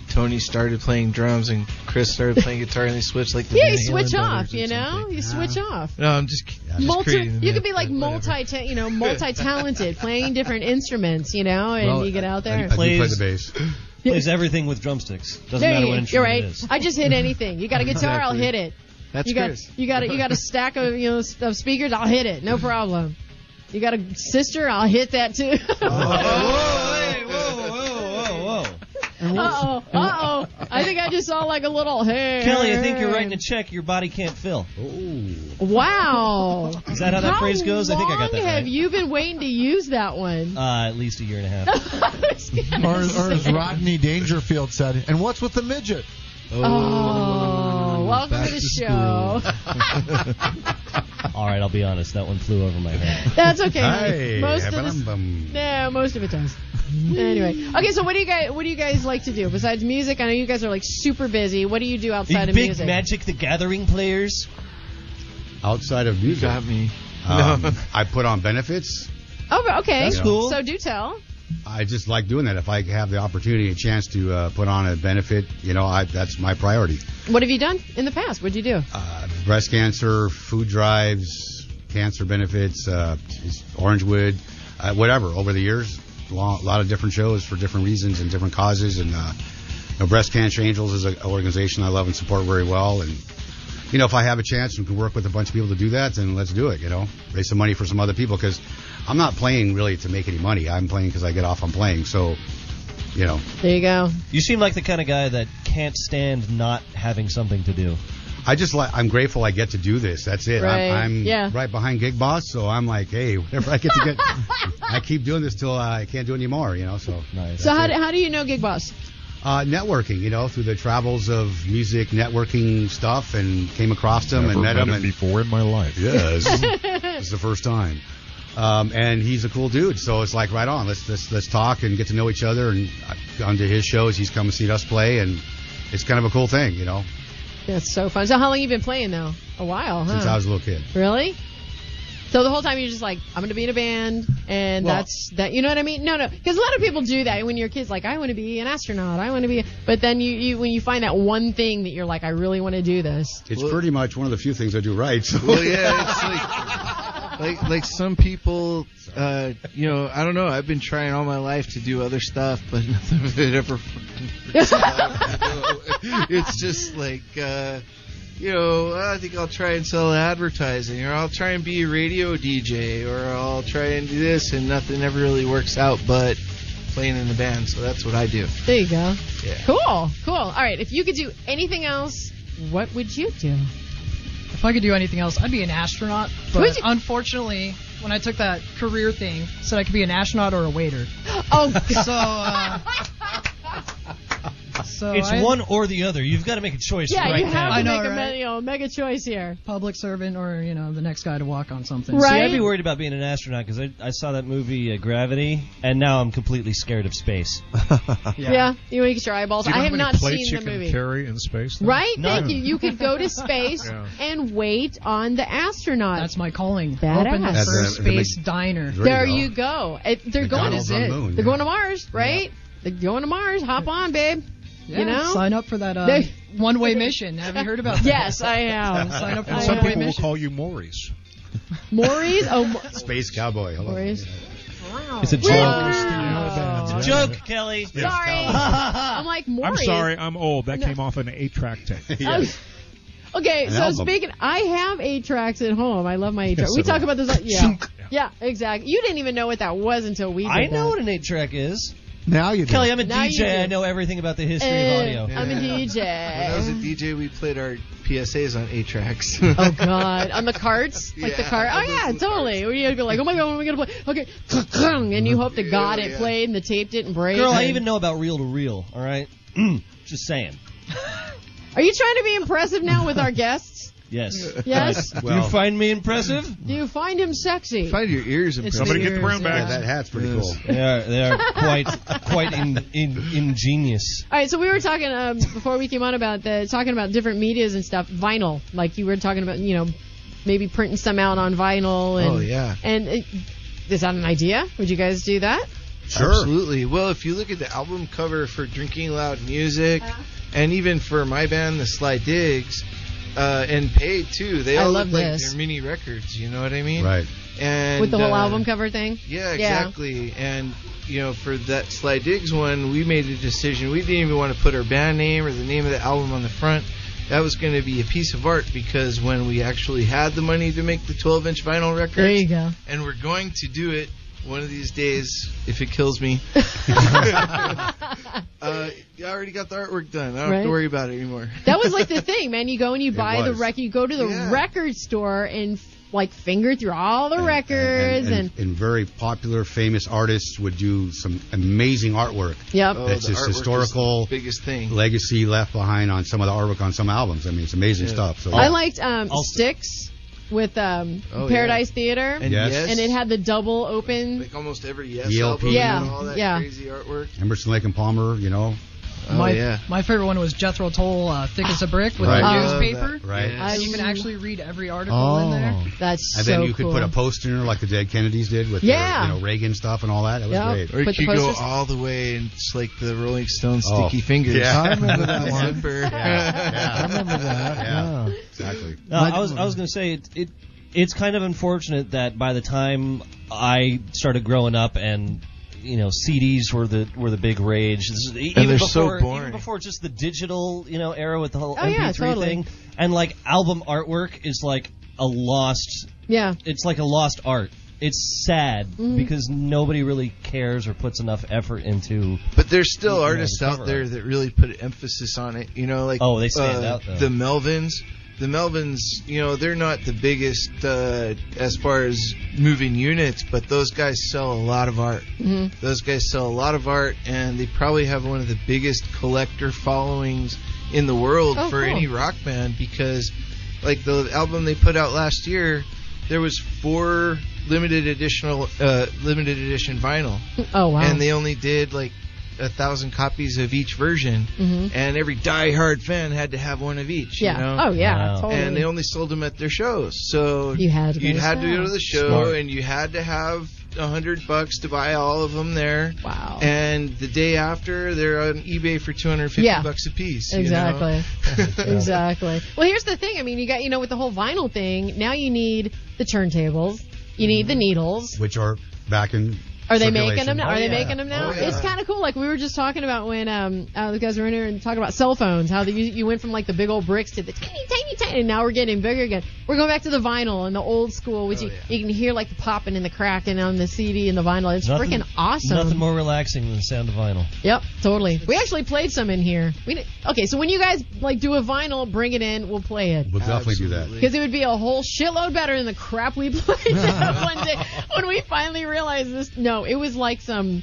[SPEAKER 19] Tony started playing drums and Chris started playing guitar, and they switched like the
[SPEAKER 3] yeah, you
[SPEAKER 19] Van Halen
[SPEAKER 3] switch
[SPEAKER 19] brothers
[SPEAKER 3] off,
[SPEAKER 19] or
[SPEAKER 3] you know?
[SPEAKER 19] something.
[SPEAKER 3] You switch off.
[SPEAKER 19] No, I'm just. I'm just
[SPEAKER 3] Multi,
[SPEAKER 19] creating them,
[SPEAKER 3] you
[SPEAKER 19] yeah.
[SPEAKER 3] could be like multi, you know, multi-talented, playing different instruments, you know, and
[SPEAKER 4] Well,
[SPEAKER 3] you get out
[SPEAKER 4] I-
[SPEAKER 3] there.
[SPEAKER 4] I do play the
[SPEAKER 29] bass.
[SPEAKER 4] Plays everything with drumsticks. Doesn't
[SPEAKER 3] There
[SPEAKER 4] matter
[SPEAKER 3] you-
[SPEAKER 4] what instrument
[SPEAKER 3] You're
[SPEAKER 4] it
[SPEAKER 3] right.
[SPEAKER 4] is.
[SPEAKER 3] I just hit anything. You got a guitar, I'll
[SPEAKER 4] Exactly.
[SPEAKER 3] hit it.
[SPEAKER 4] That's
[SPEAKER 3] you got
[SPEAKER 4] Chris.
[SPEAKER 3] you got a, you got a stack of you know s- of speakers, I'll hit it, no problem. You got a sister, I'll hit that too.
[SPEAKER 4] Whoa, whoa.
[SPEAKER 3] Uh oh, uh oh. I think I just saw like a little hey.
[SPEAKER 4] Kelly, I think you're writing a check your body can't fill.
[SPEAKER 3] Wow.
[SPEAKER 4] Is that how that phrase goes? I think I got that
[SPEAKER 3] How long have
[SPEAKER 4] right.
[SPEAKER 3] you been waiting to use that one?
[SPEAKER 4] Uh, at least a year and a half.
[SPEAKER 8] Or, as- or as Rodney Dangerfield said, and what's with the midget?
[SPEAKER 3] Oh, welcome
[SPEAKER 8] back
[SPEAKER 3] to the
[SPEAKER 8] to
[SPEAKER 3] show.
[SPEAKER 4] All right, I'll be honest. That one flew over my head.
[SPEAKER 3] That's okay.
[SPEAKER 4] Hey,
[SPEAKER 3] most of
[SPEAKER 4] bum,
[SPEAKER 3] the,
[SPEAKER 4] bum.
[SPEAKER 3] no, most of it does. anyway, okay. So what do you guys what do you guys like to do besides music? I know you guys are like super busy. What do you do outside
[SPEAKER 4] The
[SPEAKER 3] of
[SPEAKER 4] big
[SPEAKER 3] music?
[SPEAKER 4] Magic the Gathering players.
[SPEAKER 29] Outside of music, got
[SPEAKER 19] me.
[SPEAKER 29] I put on benefits.
[SPEAKER 3] oh, but okay.
[SPEAKER 29] That's cool.
[SPEAKER 3] So do tell.
[SPEAKER 29] I just like doing that. If I have the opportunity, a chance to uh, put on a benefit, you know, I, that's my priority.
[SPEAKER 3] What have you done in the past? What'd you do?
[SPEAKER 29] Uh, breast cancer, food drives, cancer benefits, uh, Orangewood, uh, whatever. Over the years, a lo- lot of different shows for different reasons and different causes. And uh, you know, Breast Cancer Angels is an organization I love and support very well. And you know, if I have a chance and can work with a bunch of people to do that, then let's do it. You know, raise some money for some other people because I'm not playing really to make any money. I'm playing because I get off on playing. So, you know,
[SPEAKER 3] There you go.
[SPEAKER 4] You seem like the kind of guy that can't stand not having something to do.
[SPEAKER 29] I just like I'm grateful I get to do this. That's it.
[SPEAKER 4] Right.
[SPEAKER 29] I'm, I'm
[SPEAKER 4] Yeah.
[SPEAKER 29] right behind Gig Boss, so I'm like, hey, whatever I get to get, I keep doing this till I can't do it anymore. You know, so nice.
[SPEAKER 3] So how do, how do you know Gig Boss?
[SPEAKER 29] uh, networking, you know, through the travels of music networking stuff, and came across them
[SPEAKER 6] Never
[SPEAKER 29] and met
[SPEAKER 6] met
[SPEAKER 29] him
[SPEAKER 6] him
[SPEAKER 29] and,
[SPEAKER 6] before in my life.
[SPEAKER 29] Yes, it's the first time. Um, and he's a cool dude, so it's like right on. Let's let's let's talk and get to know each other. And I've gone to his shows. He's come and seen us play, and it's kind of a cool thing, you know.
[SPEAKER 3] That's so fun. So how long you been playing though? A while, huh?
[SPEAKER 29] Since I was a little kid.
[SPEAKER 3] Really? So the whole time you're just like, I'm gonna be in a band, and
[SPEAKER 29] Well-
[SPEAKER 3] that's that. You know what I mean? No, no, because a lot of people do that when you're kids. Like, I want to be an astronaut. I want to be. But then you, you, when you find that one thing that you're like, I really want to do this.
[SPEAKER 29] It's pretty much one of the few things I do right. So.
[SPEAKER 19] Well, yeah, it's like, like like some people, uh, you know, I don't know. I've been trying all my life to do other stuff, but nothing of it ever. fucking works out. it's just like, uh, you know, I think I'll try and sell advertising, or I'll try and be a radio DJ, or I'll try and do this, and nothing ever really works out. But playing in the band, so that's what I do.
[SPEAKER 3] There you go.
[SPEAKER 19] Yeah.
[SPEAKER 3] Cool, cool. All right, if you could do anything else, what would you do?
[SPEAKER 11] If I could do anything else, I'd be an astronaut.
[SPEAKER 3] Would
[SPEAKER 11] But
[SPEAKER 3] you-
[SPEAKER 11] unfortunately, when I took that career thing, it said I could be an astronaut or a waiter.
[SPEAKER 3] Oh,
[SPEAKER 11] so uh, so
[SPEAKER 4] it's
[SPEAKER 11] I-
[SPEAKER 4] one or the other. You've got to make a choice
[SPEAKER 3] yeah,
[SPEAKER 4] right
[SPEAKER 3] you have
[SPEAKER 4] now.
[SPEAKER 3] to
[SPEAKER 11] I know,
[SPEAKER 3] make a
[SPEAKER 11] right?
[SPEAKER 3] me- you know, mega choice here.
[SPEAKER 11] public servant or you know the next guy to walk on something.
[SPEAKER 4] See, I'd be worried about being an astronaut because I, I saw that movie uh, Gravity, and now I'm completely scared of space.
[SPEAKER 3] Yeah, you want to get your eyeballs.
[SPEAKER 6] Do you know
[SPEAKER 3] I
[SPEAKER 6] how
[SPEAKER 3] have
[SPEAKER 6] many
[SPEAKER 3] not
[SPEAKER 6] plates
[SPEAKER 3] seen
[SPEAKER 6] you
[SPEAKER 3] the
[SPEAKER 6] can
[SPEAKER 3] movie.
[SPEAKER 6] carry in space? though?
[SPEAKER 3] Right?
[SPEAKER 6] None.
[SPEAKER 3] Thank you. You could go to space
[SPEAKER 6] Yeah.
[SPEAKER 3] and wait on the astronaut. That's
[SPEAKER 11] my calling.
[SPEAKER 3] Badass.
[SPEAKER 11] Open the
[SPEAKER 6] That's
[SPEAKER 11] first
[SPEAKER 6] a-
[SPEAKER 11] space
[SPEAKER 6] the-
[SPEAKER 11] diner.
[SPEAKER 3] There you go. It, they're going
[SPEAKER 11] McDonald's
[SPEAKER 3] to
[SPEAKER 11] on moon,
[SPEAKER 3] They're
[SPEAKER 11] yeah.
[SPEAKER 3] going to Mars, right? They're going to Mars. Hop on, babe.
[SPEAKER 11] Yeah,
[SPEAKER 3] you know,
[SPEAKER 11] sign up for that uh,
[SPEAKER 3] They-
[SPEAKER 11] one-way mission. Have you heard about that?
[SPEAKER 3] Yes, I have.
[SPEAKER 11] sign up for
[SPEAKER 3] I
[SPEAKER 11] the
[SPEAKER 6] Some
[SPEAKER 11] one-way
[SPEAKER 6] people will
[SPEAKER 11] mission.
[SPEAKER 6] call you Maurice.
[SPEAKER 3] Maury's. Oh, Ma-
[SPEAKER 29] Space cowboy. Hello.
[SPEAKER 3] Maury's.
[SPEAKER 6] It's a
[SPEAKER 3] Wow.
[SPEAKER 6] joke.
[SPEAKER 3] Wow.
[SPEAKER 6] It's a
[SPEAKER 4] joke, Kelly.
[SPEAKER 3] Sorry. I'm like Maury's.
[SPEAKER 6] I'm sorry, I'm old. That
[SPEAKER 3] No.
[SPEAKER 6] came off an eight-track tape.
[SPEAKER 3] Okay,
[SPEAKER 6] An
[SPEAKER 3] so
[SPEAKER 6] album.
[SPEAKER 3] speaking, I have eight tracks at home. I love my eight
[SPEAKER 6] Yes,
[SPEAKER 3] tracks. we
[SPEAKER 6] so do
[SPEAKER 3] talk
[SPEAKER 6] I.
[SPEAKER 3] about this. on- Yeah, yeah, exactly. You didn't even know what that was until we. Did
[SPEAKER 4] I know
[SPEAKER 3] that.
[SPEAKER 4] what an eight track is.
[SPEAKER 8] Now you
[SPEAKER 4] Kelly, I'm a
[SPEAKER 3] Now you do. Uh,
[SPEAKER 4] DJ. I know everything about the history of audio.
[SPEAKER 3] I'm a
[SPEAKER 19] When I was a
[SPEAKER 3] DJ.
[SPEAKER 19] DJ, we played our PSAs on eight tracks.
[SPEAKER 3] oh God, on the carts, like the
[SPEAKER 19] Yeah,
[SPEAKER 3] cart. Oh
[SPEAKER 19] those
[SPEAKER 3] yeah,
[SPEAKER 19] little
[SPEAKER 3] totally. Where you go like, oh my God, when are we gonna play? Okay, and you hope to God it
[SPEAKER 4] yeah.
[SPEAKER 3] played and the tape didn't break.
[SPEAKER 4] Girl, I
[SPEAKER 3] and-
[SPEAKER 4] even know about reel to reel. All right, just saying.
[SPEAKER 3] Are you trying to be impressive now with our guests?
[SPEAKER 4] Yes.
[SPEAKER 3] Yes.
[SPEAKER 4] Do
[SPEAKER 29] Well-
[SPEAKER 4] you find me impressive?
[SPEAKER 3] Do you find him sexy?
[SPEAKER 19] Find your ears and
[SPEAKER 3] It's Somebody the get the ears, brown bag. yeah.
[SPEAKER 29] That hat's pretty cool.
[SPEAKER 4] They are they are quite quite in, in, ingenious.
[SPEAKER 3] All right, so we were talking um, before we came on about the talking about different medias and stuff. Vinyl, like you were talking about, you know, maybe printing some out on vinyl. And, uh,
[SPEAKER 19] Oh, yeah.
[SPEAKER 3] And it, is that an idea? Would you guys do that?
[SPEAKER 29] Sure.
[SPEAKER 19] Absolutely. Well, if you look at the album cover for Drinking Loud Music,
[SPEAKER 3] Uh-huh.
[SPEAKER 19] and even for my band, the Sly Digs, uh, and Paid too, they
[SPEAKER 3] I
[SPEAKER 19] all
[SPEAKER 3] love
[SPEAKER 19] look like
[SPEAKER 3] this.
[SPEAKER 19] they're mini records. You know what I mean?
[SPEAKER 29] Right.
[SPEAKER 19] And
[SPEAKER 3] with the whole
[SPEAKER 19] uh,
[SPEAKER 3] album cover thing.
[SPEAKER 19] Yeah, exactly. And you know, for that Sly Diggs one, we made a decision. We didn't even want to put our band name or the name of the album on the front. That was going to be a piece of art because when we actually had the money to make the 12-inch vinyl records,
[SPEAKER 3] There you go.
[SPEAKER 19] and we're going to do it one of these days if it kills me. uh, I already got the artwork done. I don't have
[SPEAKER 3] Right.
[SPEAKER 19] to worry about it anymore.
[SPEAKER 3] That was like the thing, man. You go and you buy the
[SPEAKER 19] was.
[SPEAKER 3] record. You go to the record store and like finger through all the records and,
[SPEAKER 29] and, and very popular, famous artists would do some amazing artwork.
[SPEAKER 3] Yep.
[SPEAKER 19] Oh,
[SPEAKER 29] that's
[SPEAKER 19] the
[SPEAKER 29] just
[SPEAKER 19] artwork is
[SPEAKER 29] historical
[SPEAKER 19] biggest thing.
[SPEAKER 29] legacy left behind on some of the artwork on some albums. I mean, it's amazing stuff. So
[SPEAKER 3] I liked um,
[SPEAKER 29] Also-
[SPEAKER 3] Sticks with um,
[SPEAKER 29] Oh,
[SPEAKER 3] Paradise Theater,
[SPEAKER 29] And Yes. Yes.
[SPEAKER 3] and it had the double open.
[SPEAKER 19] Like almost every Yes
[SPEAKER 29] ELP.
[SPEAKER 19] album,
[SPEAKER 3] Yeah,
[SPEAKER 19] and all that
[SPEAKER 3] yeah.
[SPEAKER 19] crazy artwork. Oh,
[SPEAKER 29] Emerson, Lake and Palmer, you know.
[SPEAKER 11] my, my favorite one was Jethro Tull, uh, Thick as a Brick, with
[SPEAKER 29] Right.
[SPEAKER 11] the
[SPEAKER 29] Love
[SPEAKER 11] newspaper.
[SPEAKER 29] that. Right.
[SPEAKER 11] And you can actually read every article in
[SPEAKER 29] Oh.
[SPEAKER 11] there.
[SPEAKER 3] That's
[SPEAKER 29] And then you could put a poster like the Dead Kennedys did with their,
[SPEAKER 11] Yeah.
[SPEAKER 29] you know, Reagan stuff and all that. That was
[SPEAKER 11] Yep.
[SPEAKER 29] great.
[SPEAKER 19] Or you could go all the way and it's like the Rolling Stones
[SPEAKER 29] Oh.
[SPEAKER 19] sticky fingers.
[SPEAKER 29] Yeah. I remember
[SPEAKER 4] that one.
[SPEAKER 19] Zipper.
[SPEAKER 4] I remember that.
[SPEAKER 29] Yeah. Exactly.
[SPEAKER 4] No, I was I was gonna say it, it. It's kind of unfortunate that by the time I started growing up and you know CDs were the were the big rage. This is- even
[SPEAKER 19] they're so
[SPEAKER 4] before,
[SPEAKER 19] boring.
[SPEAKER 4] Even before just the digital you know era with the whole
[SPEAKER 3] Oh,
[SPEAKER 4] MP3
[SPEAKER 3] yeah, totally.
[SPEAKER 4] thing, and like album artwork is like a lost.
[SPEAKER 3] Yeah. Mm-hmm.
[SPEAKER 4] It's like a lost art. It's sad because nobody really cares or puts enough effort into.
[SPEAKER 19] But there's still
[SPEAKER 4] You know,
[SPEAKER 19] artists
[SPEAKER 4] the
[SPEAKER 19] out
[SPEAKER 4] cover
[SPEAKER 19] there
[SPEAKER 4] art.
[SPEAKER 19] that really put emphasis on it. You know, like
[SPEAKER 4] Oh, they stand
[SPEAKER 19] uh,
[SPEAKER 4] out, though.
[SPEAKER 19] The Melvins. The Melvins, you know, they're not the biggest uh, as far as moving units, but those guys sell a lot of art.
[SPEAKER 5] Mhm.
[SPEAKER 19] Those guys sell a lot of art, and they probably have one of the biggest collector followings in the world
[SPEAKER 5] Oh,
[SPEAKER 19] for
[SPEAKER 5] cool.
[SPEAKER 19] any rock band because, like, the album they put out last year, there was four limited additional uh, limited edition vinyl.
[SPEAKER 3] Oh wow!
[SPEAKER 19] And they only did like a thousand copies of each version,
[SPEAKER 3] Mhm.
[SPEAKER 19] and every die-hard fan had to have one of each.
[SPEAKER 3] Yeah.
[SPEAKER 19] You know?
[SPEAKER 3] Oh, yeah, Wow. totally.
[SPEAKER 19] And they only sold them at their shows, so
[SPEAKER 3] You had to go
[SPEAKER 19] you
[SPEAKER 3] to
[SPEAKER 19] had to go to
[SPEAKER 3] shows.
[SPEAKER 19] the show,
[SPEAKER 3] Smart.
[SPEAKER 19] and you had to have a hundred bucks to buy all of them there.
[SPEAKER 3] Wow.
[SPEAKER 19] And the day after, they're on eBay for two hundred fifty
[SPEAKER 3] Yeah.
[SPEAKER 19] bucks a piece. you know?
[SPEAKER 3] Exactly. exactly. Well, here's the thing. I mean, you got you know with the whole vinyl thing. Now you need the turntables. You need the needles.
[SPEAKER 29] Which are back in.
[SPEAKER 3] Are they
[SPEAKER 29] circulation.
[SPEAKER 3] making them now? Are they making them now?
[SPEAKER 29] Oh, yeah.
[SPEAKER 3] It's kind of cool. Like we were just talking about when um uh, the guys were in here and talking about cell phones. How the, you, you went from like the big old bricks to the tiny, tiny, tiny. And now we're getting bigger again. We're going back to the vinyl and the old school,
[SPEAKER 29] Oh,
[SPEAKER 3] which you, you can hear like the popping and the cracking on the CD and the vinyl. It's
[SPEAKER 4] Nothing-
[SPEAKER 3] freaking awesome.
[SPEAKER 4] Nothing more relaxing than the sound of vinyl.
[SPEAKER 3] Yep, totally. We actually played some in here. We did, okay, so when you guys like do a vinyl, bring it in. We'll play it.
[SPEAKER 29] We'll definitely do that.
[SPEAKER 3] Because it would be a whole shitload better than the crap we played that one day when we finally realized this. No, it was like some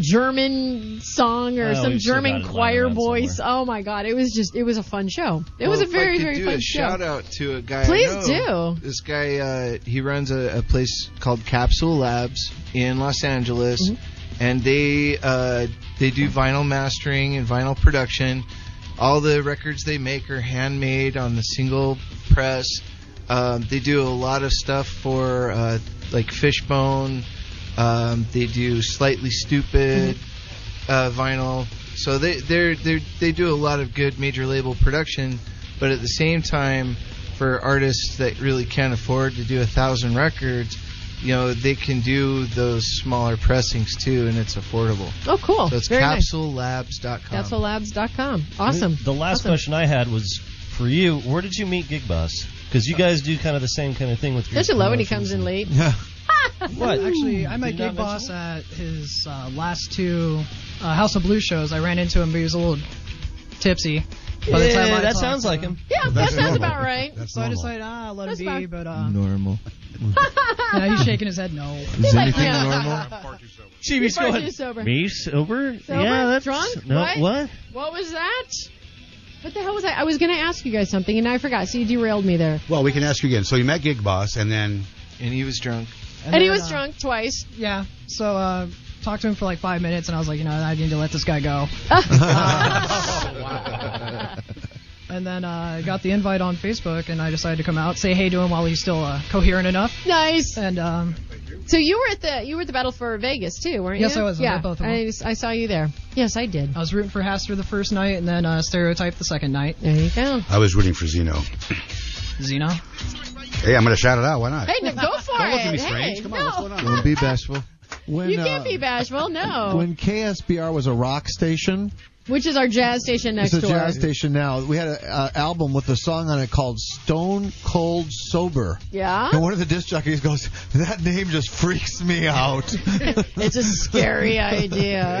[SPEAKER 3] German song or
[SPEAKER 19] Oh,
[SPEAKER 3] some
[SPEAKER 19] we've still got
[SPEAKER 3] German
[SPEAKER 19] it lying
[SPEAKER 3] choir
[SPEAKER 19] around
[SPEAKER 3] voice. Oh my god, it was just it was a fun show. It was
[SPEAKER 19] Well,
[SPEAKER 3] a
[SPEAKER 19] if
[SPEAKER 3] very
[SPEAKER 19] I could
[SPEAKER 3] very
[SPEAKER 19] do
[SPEAKER 3] fun
[SPEAKER 19] a
[SPEAKER 3] show.
[SPEAKER 19] Shout out to a guy. I
[SPEAKER 3] Please
[SPEAKER 19] know.
[SPEAKER 3] do.
[SPEAKER 19] This guy, uh, he runs a, a place called Capsule Labs in Los Angeles,
[SPEAKER 3] Mm-hmm.
[SPEAKER 19] and they uh, they do vinyl mastering and vinyl production. All the records they make are handmade on the single press. Um, they do a lot of stuff for uh, like Fishbone. Um, they do Slightly Stupid
[SPEAKER 3] Mm-hmm.
[SPEAKER 19] uh, vinyl. So they they they they do a lot of good major label production, but at the same time, for artists that really can't afford to do a thousand records, you know they can do those smaller pressings too, and it's affordable.
[SPEAKER 3] Oh, cool.
[SPEAKER 19] So it's
[SPEAKER 3] Very nice.
[SPEAKER 19] capsulelabs.com.
[SPEAKER 3] CapsuleLabs.com. Awesome.
[SPEAKER 4] The last
[SPEAKER 3] Awesome.
[SPEAKER 4] question I had was for you. Where did you meet Gig Boss? Because you guys do kind of the same kind of thing with. your
[SPEAKER 3] Don't you love when he
[SPEAKER 4] promotions
[SPEAKER 3] comes in late?
[SPEAKER 4] and-
[SPEAKER 11] Well,
[SPEAKER 4] What?
[SPEAKER 11] Actually, I
[SPEAKER 4] Did
[SPEAKER 11] met
[SPEAKER 4] you not
[SPEAKER 11] Gig
[SPEAKER 4] mention
[SPEAKER 11] Boss at his uh, last two uh, House of Blues shows. I ran into him, but he was a little tipsy. By the
[SPEAKER 4] Yeah,
[SPEAKER 11] time I
[SPEAKER 4] that
[SPEAKER 11] talked
[SPEAKER 4] sounds
[SPEAKER 11] to
[SPEAKER 4] like him. Yeah,
[SPEAKER 11] So
[SPEAKER 4] that sounds That's about normal.
[SPEAKER 3] right.
[SPEAKER 11] so I decided, ah, I'll let
[SPEAKER 3] That's
[SPEAKER 11] him
[SPEAKER 3] fine.
[SPEAKER 11] be, but um,
[SPEAKER 19] Normal.
[SPEAKER 11] yeah, he's shaking his head no.
[SPEAKER 19] Is anything normal?
[SPEAKER 4] She
[SPEAKER 3] was Before going, you sober.
[SPEAKER 14] Me sober?
[SPEAKER 3] Sober?
[SPEAKER 14] Yeah, that's
[SPEAKER 3] drunk.
[SPEAKER 14] No,
[SPEAKER 3] what? What was that? What the hell was that? I was going to ask you guys something and I forgot, so you derailed me there.
[SPEAKER 29] Well, we can ask you again. So you met Gig Boss, and then.
[SPEAKER 19] And he was drunk.
[SPEAKER 3] And, he
[SPEAKER 11] then,
[SPEAKER 3] was
[SPEAKER 11] uh,
[SPEAKER 3] drunk twice.
[SPEAKER 11] Yeah. So uh, talked to him for like five minutes, and I was like, you know, I need to let this guy go. Uh, and then uh, I got the invite on Facebook, and I decided to come out, say hey to him while he's still uh, coherent enough.
[SPEAKER 3] Nice.
[SPEAKER 11] And um,
[SPEAKER 3] So you were at the you were at the battle for Vegas too, weren't
[SPEAKER 11] Yes,
[SPEAKER 3] you?
[SPEAKER 11] I was. I
[SPEAKER 3] Yeah,
[SPEAKER 11] did both of them.
[SPEAKER 3] I, I saw you there. Yes, I did.
[SPEAKER 11] I was rooting for Haster the first night and then uh, Stereotype the second night.
[SPEAKER 3] There you go.
[SPEAKER 29] I was rooting for Zeno.
[SPEAKER 11] Zeno?
[SPEAKER 29] Hey, I'm going to shout it out. Why not?
[SPEAKER 3] Hey, no, go for
[SPEAKER 29] Don't
[SPEAKER 3] it.
[SPEAKER 29] look at me
[SPEAKER 3] Hey,
[SPEAKER 29] strange.
[SPEAKER 3] no.
[SPEAKER 8] Don't be bashful. When,
[SPEAKER 3] you can't
[SPEAKER 8] uh,
[SPEAKER 3] be bashful. No.
[SPEAKER 8] When KSBR was a rock station,
[SPEAKER 3] Which is our jazz station next
[SPEAKER 8] it's a
[SPEAKER 3] door.
[SPEAKER 8] jazz station now. We had an album with a song on it called Stone Cold Sober.
[SPEAKER 3] Yeah.
[SPEAKER 8] And one of the disc jockeys goes, That name just freaks me out.
[SPEAKER 3] it's a scary idea.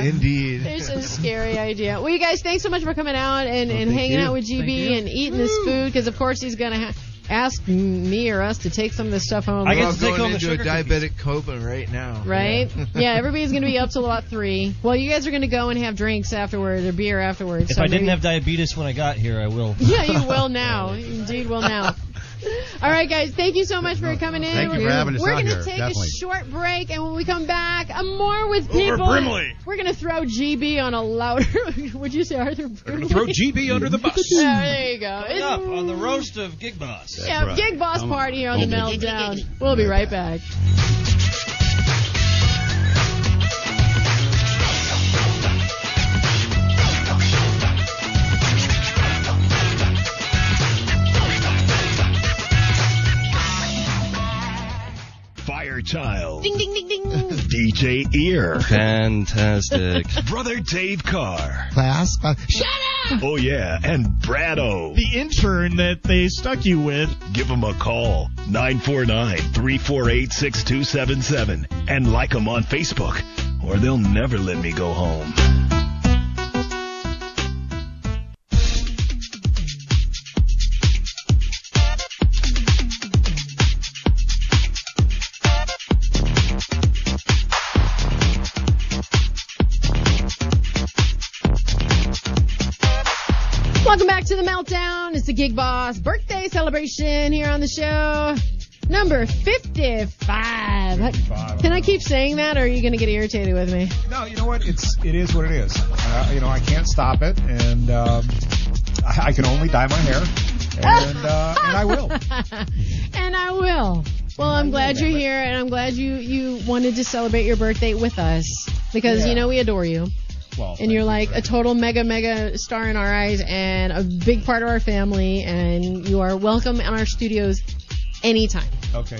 [SPEAKER 8] Indeed.
[SPEAKER 3] It's a scary idea. Well, you guys, thanks so much for coming out and, and
[SPEAKER 8] thank
[SPEAKER 3] hanging
[SPEAKER 8] you.
[SPEAKER 3] out with
[SPEAKER 8] Thank
[SPEAKER 3] GB
[SPEAKER 8] you.
[SPEAKER 3] and eating this food because, of course, he's going to ha- ask me or us to take some of this stuff home.
[SPEAKER 19] I guess going into a diabetic coma right now.
[SPEAKER 3] Right? Yeah, everybody's going to be up till about 3. Well, you guys are going to go and have drinks afterwards or beer afterwards.
[SPEAKER 4] If
[SPEAKER 3] so
[SPEAKER 4] I didn't
[SPEAKER 3] maybe-
[SPEAKER 4] have diabetes when I got here, I will.
[SPEAKER 3] Yeah, you will now. You Indeed, will now. All right, guys. Thank you so much for coming in.
[SPEAKER 1] Thank you for having us
[SPEAKER 3] We're
[SPEAKER 1] out
[SPEAKER 3] gonna
[SPEAKER 1] here,
[SPEAKER 3] take
[SPEAKER 1] definitely.
[SPEAKER 3] a short break, and when we come back, uh, more with
[SPEAKER 1] Over
[SPEAKER 3] people.
[SPEAKER 1] Brimley.
[SPEAKER 3] We're going to throw GB on a louder. would you say Arthur Brimley?
[SPEAKER 1] throw GB under the bus.
[SPEAKER 3] Oh, there you go.
[SPEAKER 4] Coming up on the roast of Gig Boss.
[SPEAKER 3] yeah, Gig Boss Party here on the Meltdown. We'll be right back.
[SPEAKER 12] Firechild.
[SPEAKER 1] Ding ding ding ding.
[SPEAKER 12] DJ Ear.
[SPEAKER 4] Fantastic.
[SPEAKER 12] Brother Dave Carr.
[SPEAKER 8] Class?
[SPEAKER 12] Shut up! Oh, yeah, and Brado.
[SPEAKER 30] The intern that they stuck you with.
[SPEAKER 12] Give them a call, 949 348 6277, and like them on Facebook, or they'll never let me go home.
[SPEAKER 3] Welcome back to the Meltdown. It's the Gig Boss birthday celebration here on the show. Number 55. Can I keep saying that, or are you going to get irritated with me?
[SPEAKER 6] No, you know what? It's it is what it is. Uh, you know, I can't stop it, and um, I, I can only dye my hair, and uh, and I will.
[SPEAKER 3] and I will. Well, I'm glad you're here, and I'm glad you you wanted to celebrate your birthday with us because you know we adore you.
[SPEAKER 6] Well,
[SPEAKER 3] and you're like a total mega mega star in our eyes and a big part of our family, and you are welcome in our studios anytime.
[SPEAKER 6] Okay,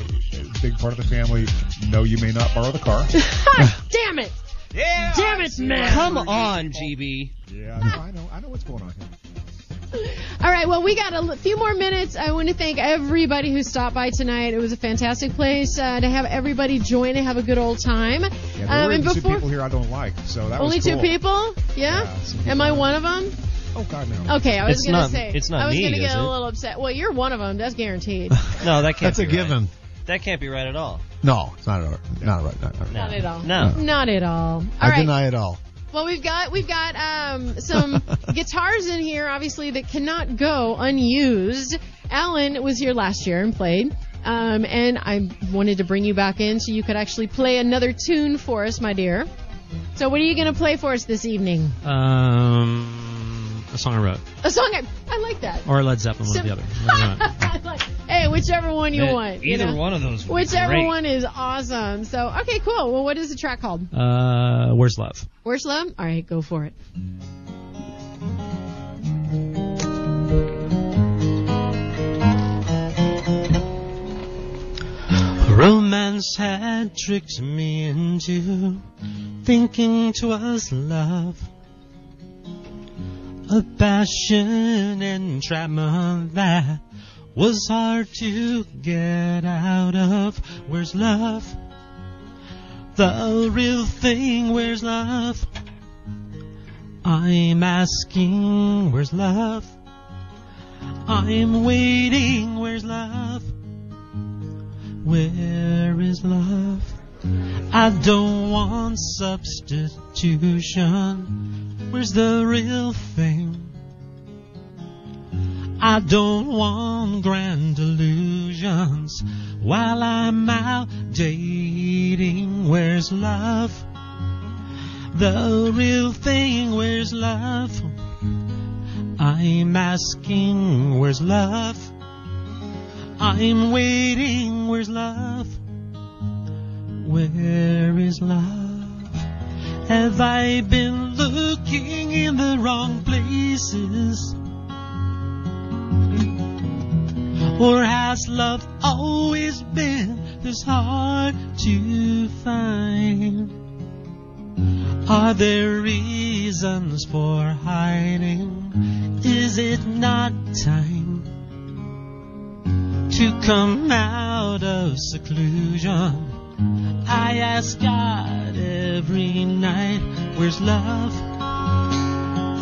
[SPEAKER 6] big part of the family. No, you may not borrow the car.
[SPEAKER 3] Damn it!
[SPEAKER 4] Yeah.
[SPEAKER 3] Damn it, man!
[SPEAKER 4] Come on, GB.
[SPEAKER 6] Yeah, I know, I know, I know what's going on here.
[SPEAKER 3] All right, well, we got a l- few more minutes. I want to thank everybody who stopped by tonight. It was a fantastic place uh, to have everybody join and have a good old time.
[SPEAKER 6] Yeah, there
[SPEAKER 3] Um,
[SPEAKER 6] were
[SPEAKER 3] and
[SPEAKER 6] even two
[SPEAKER 3] before
[SPEAKER 6] people here I don't like, so that
[SPEAKER 3] only
[SPEAKER 6] was cool.
[SPEAKER 3] two people, yeah. Am I one of them?
[SPEAKER 6] Oh God, no.
[SPEAKER 3] Okay, I was
[SPEAKER 4] It's
[SPEAKER 3] gonna
[SPEAKER 4] not-
[SPEAKER 3] say
[SPEAKER 4] it's not
[SPEAKER 3] I was
[SPEAKER 4] me,
[SPEAKER 3] gonna get
[SPEAKER 4] is
[SPEAKER 3] a
[SPEAKER 4] it?
[SPEAKER 3] little upset. Well, you're one of them. That's guaranteed.
[SPEAKER 4] No, that can't.
[SPEAKER 8] That's a
[SPEAKER 4] be
[SPEAKER 8] given.
[SPEAKER 4] Right. That can't be right at all.
[SPEAKER 8] No, it's not a, not a right. Not, a right.
[SPEAKER 3] Not at all.
[SPEAKER 4] No.
[SPEAKER 3] Not at all. All
[SPEAKER 8] I
[SPEAKER 3] right.
[SPEAKER 8] deny it all.
[SPEAKER 3] Well, we've got we've got um, some guitars in here, obviously that cannot go unused. Alan was here last year and played, um, and I wanted to bring you back in so you could actually play another tune for us, my dear. So, what are you going to play for us this evening?
[SPEAKER 31] Um, a song I wrote,
[SPEAKER 3] A song I, I like that.
[SPEAKER 31] or Led Zeppelin, one or
[SPEAKER 3] Sim-
[SPEAKER 31] the other. Whatever you want.
[SPEAKER 3] I like- hey, whichever one you
[SPEAKER 31] Man,
[SPEAKER 3] want. you
[SPEAKER 31] either
[SPEAKER 3] know?
[SPEAKER 31] one of those would be
[SPEAKER 3] Whichever
[SPEAKER 31] great.
[SPEAKER 3] one is awesome. So, okay, cool. Well, what is the track called?
[SPEAKER 31] Uh, where's love?
[SPEAKER 3] Where's love? All right, go for it.
[SPEAKER 1] Romance had tricked me into thinking 'twas love. A passion entrapment that was hard to get out of. Where's love? The real thing, where's love? I'm asking, where's love? I'm waiting, where's love? Where is love? I don't want substitution. Where's the real thing? I don't want grand illusions while I'm out dating. Where's love? The real thing, where's love? I'm asking, where's love? I'm waiting, where's love?
[SPEAKER 18] Where is love? Have I been looking in the wrong places? Or has love always been this hard to find? Are there reasons for hiding? Is it not time to come out of seclusion? I ask God every night, where's love?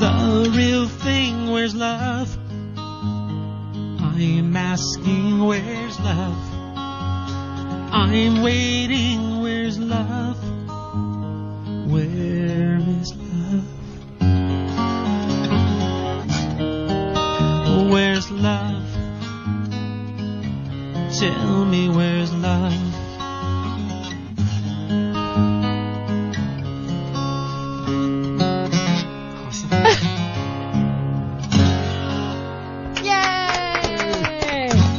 [SPEAKER 18] The real thing, where's love? I'm asking, where's love? I'm waiting, where's love? Where is love? Where's love? Tell me where's love?
[SPEAKER 3] Yay!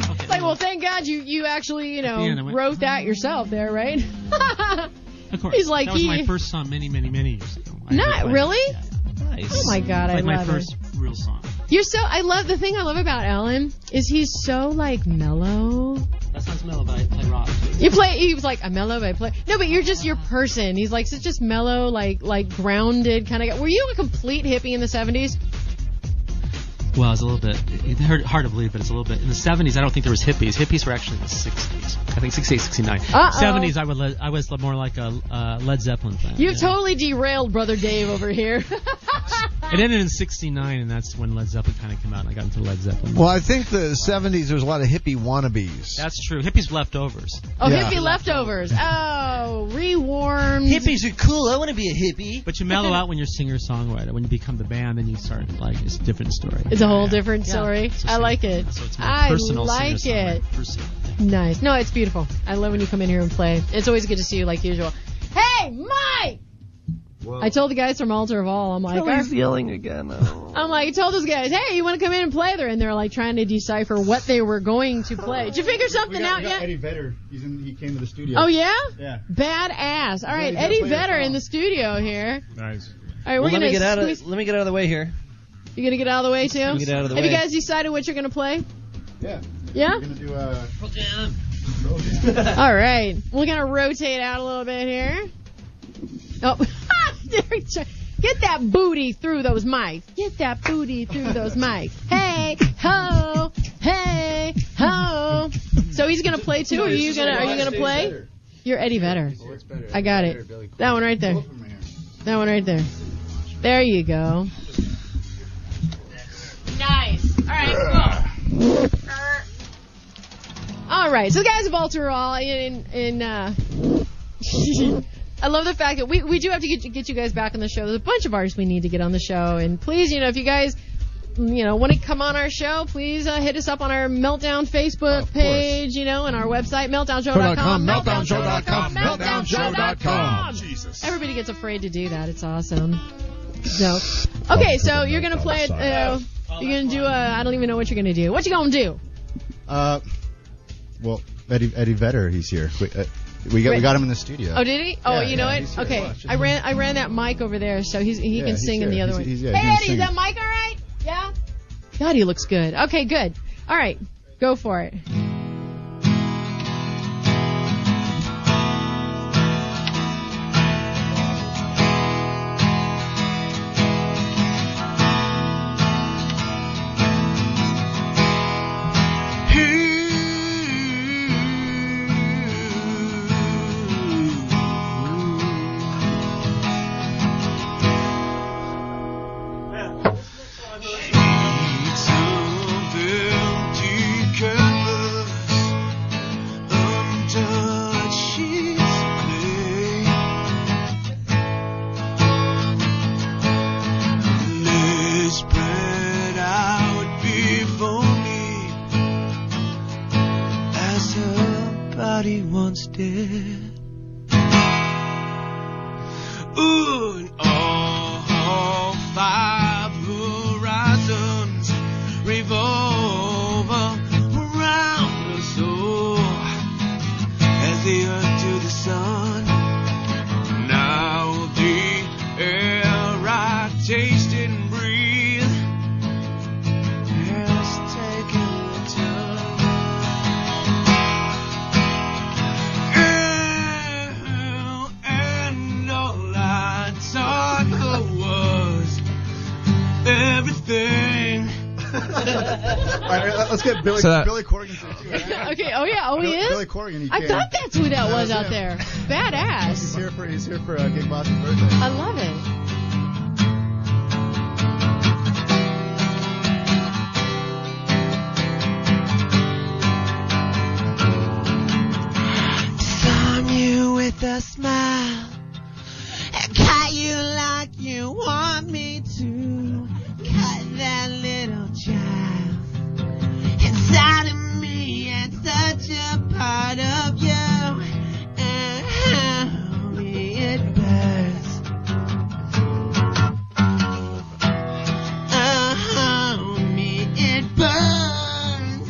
[SPEAKER 3] It's like, well, thank God you you actually you know
[SPEAKER 1] the end, I went,
[SPEAKER 3] wrote that yourself there, right?
[SPEAKER 1] Of course.
[SPEAKER 3] He's like,
[SPEAKER 1] that was
[SPEAKER 3] he-
[SPEAKER 1] my first song many, many, many years ago. I
[SPEAKER 3] Not
[SPEAKER 1] just like-
[SPEAKER 3] really.
[SPEAKER 1] Nice.
[SPEAKER 3] Oh my God, I
[SPEAKER 1] Like my
[SPEAKER 3] love it.
[SPEAKER 1] first real song.
[SPEAKER 3] You're so. I love the thing I love about Alan is he's so like mellow.
[SPEAKER 1] That sounds mellow, but I play rock.
[SPEAKER 3] You play. He was like a mellow. I play. No, but you're just your person. He's like such just mellow, like like grounded kind of guy. Were you a complete hippie in the 70s?
[SPEAKER 1] Well, it's a little bit it hard, hard to believe, but it's a little bit. In the 70s, I don't think there was hippies. Hippies were actually in the 60s. I think 68, 69.
[SPEAKER 3] Uh-oh.
[SPEAKER 1] 70s, I would le- I was more like a uh, Led Zeppelin fan.
[SPEAKER 3] You
[SPEAKER 1] yeah.
[SPEAKER 3] totally derailed brother Dave over here.
[SPEAKER 1] It ended in '69, and that's when Led Zeppelin kind of came out, and I got into Led Zeppelin.
[SPEAKER 8] Well, I think the 70s there was a lot of hippie wannabes.
[SPEAKER 1] That's true. Hippies leftovers.
[SPEAKER 3] oh,
[SPEAKER 8] Yeah.
[SPEAKER 3] hippie leftovers. Oh, rewarmed. Hippies
[SPEAKER 1] are cool. I want to be a hippie. But you mellow out when you're singer songwriter. When you become the band, then you start like it's a different story.
[SPEAKER 3] It's a whole different
[SPEAKER 1] Yeah.
[SPEAKER 3] story.
[SPEAKER 1] So
[SPEAKER 3] I
[SPEAKER 1] it's
[SPEAKER 3] like it.
[SPEAKER 1] So it's more
[SPEAKER 3] I
[SPEAKER 1] personal
[SPEAKER 3] like
[SPEAKER 1] singer-songwriter,
[SPEAKER 3] it.
[SPEAKER 1] personal.
[SPEAKER 3] Nice. No, it's beautiful. I love when you come in here and play. It's always good to see you like usual. Hey, Mike! I told the guys from Altar of All, I'm like,
[SPEAKER 4] Kelly's yelling again. Oh.
[SPEAKER 3] I'm like, I told those guys, hey, you want to come in and play? They're in there like trying to decipher what they were going to play. Did you figure something
[SPEAKER 15] we got,
[SPEAKER 3] out
[SPEAKER 15] we got
[SPEAKER 3] yet?
[SPEAKER 15] Eddie Vedder. He's in, he came to the studio.
[SPEAKER 3] Oh yeah?
[SPEAKER 15] Yeah.
[SPEAKER 3] Badass. All right,
[SPEAKER 15] he's gonna
[SPEAKER 3] Eddie
[SPEAKER 15] play the
[SPEAKER 3] Vedder in the studio here.
[SPEAKER 15] Nice.
[SPEAKER 3] All right, we're
[SPEAKER 4] Well, let
[SPEAKER 3] gonna
[SPEAKER 4] me get out of
[SPEAKER 3] squeeze-
[SPEAKER 4] let me get out of the way here.
[SPEAKER 3] You gonna get out of the way too?
[SPEAKER 4] Get out of the
[SPEAKER 3] Have you
[SPEAKER 4] way.
[SPEAKER 3] guys decided what you're gonna play?
[SPEAKER 15] Yeah.
[SPEAKER 3] Yeah.
[SPEAKER 15] We're gonna do uh,
[SPEAKER 3] All right, we're gonna rotate out a little bit here. Oh, get that booty through those mics. Get that booty through those mics. Hey ho, hey ho. So he's gonna play too. Are you gonna Are you gonna play? You're Eddie Vedder. I got it. That one right there. That one right there. There you go. Nice. All right, cool. All right, so the guys of Alter All in in. Uh, I love the fact that we, we do have to get get you guys back on the show. There's a bunch of artists we need to get on the show, and please, you know, if you guys, you know, want to come on our show, please uh, hit us up on our Meltdown Facebook page, you know, and our website meltdownshow.com.
[SPEAKER 5] meltdownshow.com, meltdownshow.com.
[SPEAKER 3] Jesus. Everybody gets afraid to do that. It's awesome. So, okay, so you're gonna play it. Uh, you're gonna do a. I don't even know what you're gonna do. What you gonna do?
[SPEAKER 15] uh, well, Eddie Eddie Vedder. He's here. We, uh, we got we got him in the studio.
[SPEAKER 3] Oh, did he? Oh,
[SPEAKER 15] Yeah,
[SPEAKER 3] you know
[SPEAKER 15] yeah, he's
[SPEAKER 3] it.
[SPEAKER 15] here.
[SPEAKER 3] Okay,
[SPEAKER 15] Watch it.
[SPEAKER 3] I ran I ran that mic over there, so he's he
[SPEAKER 15] Yeah,
[SPEAKER 3] can
[SPEAKER 15] he's
[SPEAKER 3] sing
[SPEAKER 15] here.
[SPEAKER 3] in the other
[SPEAKER 15] He's- he's-
[SPEAKER 3] one.
[SPEAKER 15] yeah,
[SPEAKER 3] hey,
[SPEAKER 15] he's
[SPEAKER 3] Eddie, is that
[SPEAKER 15] singing.
[SPEAKER 3] mic all right? Yeah. God, he looks good. Okay, good. All right, go for it.
[SPEAKER 5] Body once dead. Ooh, and all five horizons revolve around us all as the earth to the sun.
[SPEAKER 32] taste it and breathe. Girls taking the time. Girl, and all I talk was everything.
[SPEAKER 15] All right, let- let's get Billy,
[SPEAKER 32] So that-
[SPEAKER 15] Billy Corgan.
[SPEAKER 3] okay. Oh yeah. Oh, he
[SPEAKER 15] Billy-
[SPEAKER 3] is.
[SPEAKER 15] Billy Corgan, he
[SPEAKER 3] I
[SPEAKER 15] came.
[SPEAKER 3] thought that's who that
[SPEAKER 15] That
[SPEAKER 3] was
[SPEAKER 15] was
[SPEAKER 3] out
[SPEAKER 15] him.
[SPEAKER 3] there. Badass.
[SPEAKER 15] He's here for he's here for uh, Gig Boss's birthday.
[SPEAKER 3] I love it.
[SPEAKER 5] Disarm you with a smile. Cut you like you want me to. Cut that little child inside of me and such a part of you. And how me it burns. Uh, how me it burns.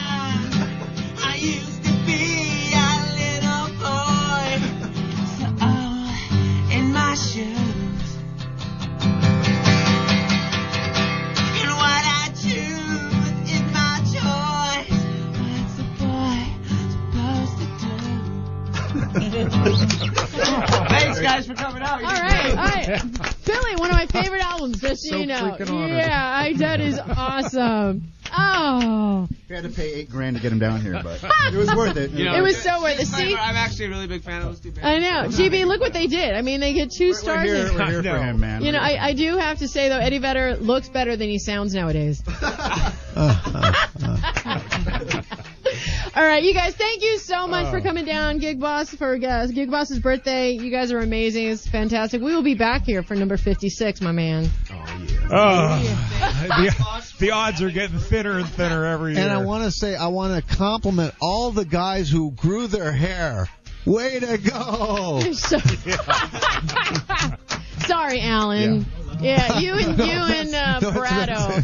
[SPEAKER 5] I used to be a little boy, so all in my shoes. And what I choose is my choice. What's a boy supposed to do? Thanks, guys, for coming out.
[SPEAKER 3] All right. All right. Billy, one of my favorite albums. Just so,
[SPEAKER 15] So
[SPEAKER 3] you know.
[SPEAKER 15] freaking honored.
[SPEAKER 3] Yeah. I, that is awesome. Oh.
[SPEAKER 15] We had to pay eight grand to get him down here, but it was worth it.
[SPEAKER 3] You know, It was so worth it. See?
[SPEAKER 5] I'm actually a really big fan of those two bands.
[SPEAKER 3] I know. GB, look what they did. I mean, they get 2 stars.
[SPEAKER 15] here-
[SPEAKER 3] and-
[SPEAKER 15] we're here for I know. him, man.
[SPEAKER 3] You know, I, I do have to say though, Eddie Vedder looks better than he sounds nowadays. All right, you guys, thank you so much
[SPEAKER 15] Oh.
[SPEAKER 3] for coming down, Gig Boss, for uh, Gig Boss's birthday. You guys are amazing. It's fantastic. We will be back here for number 56, my man.
[SPEAKER 33] Oh. the, the odds are getting thinner and thinner every year.
[SPEAKER 8] And I want to say, I want to compliment all the guys who grew their hair. Way to go!
[SPEAKER 3] So- Sorry, Alan. Yeah, you and you and uh,
[SPEAKER 8] No, it's-
[SPEAKER 3] Brado,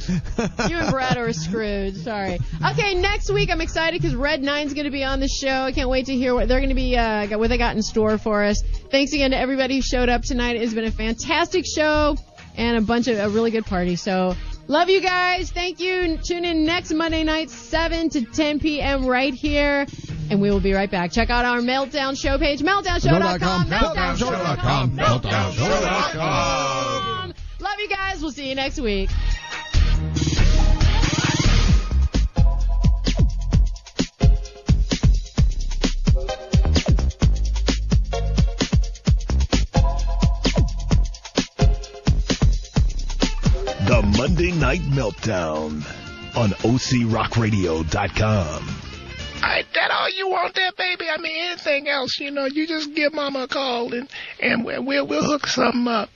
[SPEAKER 3] you and Brado are screwed. Sorry. Okay, next week I'm excited because Red Nine's going to be on the show. I can't wait to hear what they're going to be uh, got- what they got in store for us. Thanks again to everybody who showed up tonight. It's been a fantastic show and a bunch of a really good party. So love you guys. Thank you. Tune in next Monday night, seven to 10 p.m. right here, and we will be right back. Check out our Meltdown show page, meltdownshow.com.
[SPEAKER 16] Meltdownshow.com.
[SPEAKER 3] Meltdownshow.com. Love you guys. We'll see you next week.
[SPEAKER 12] The Monday Night Meltdown on OCRockRadio.com.
[SPEAKER 20] I, that all you want there, baby? I mean, anything else, you know, you just give mama a call and, and we'll, we'll, we'll hook something up.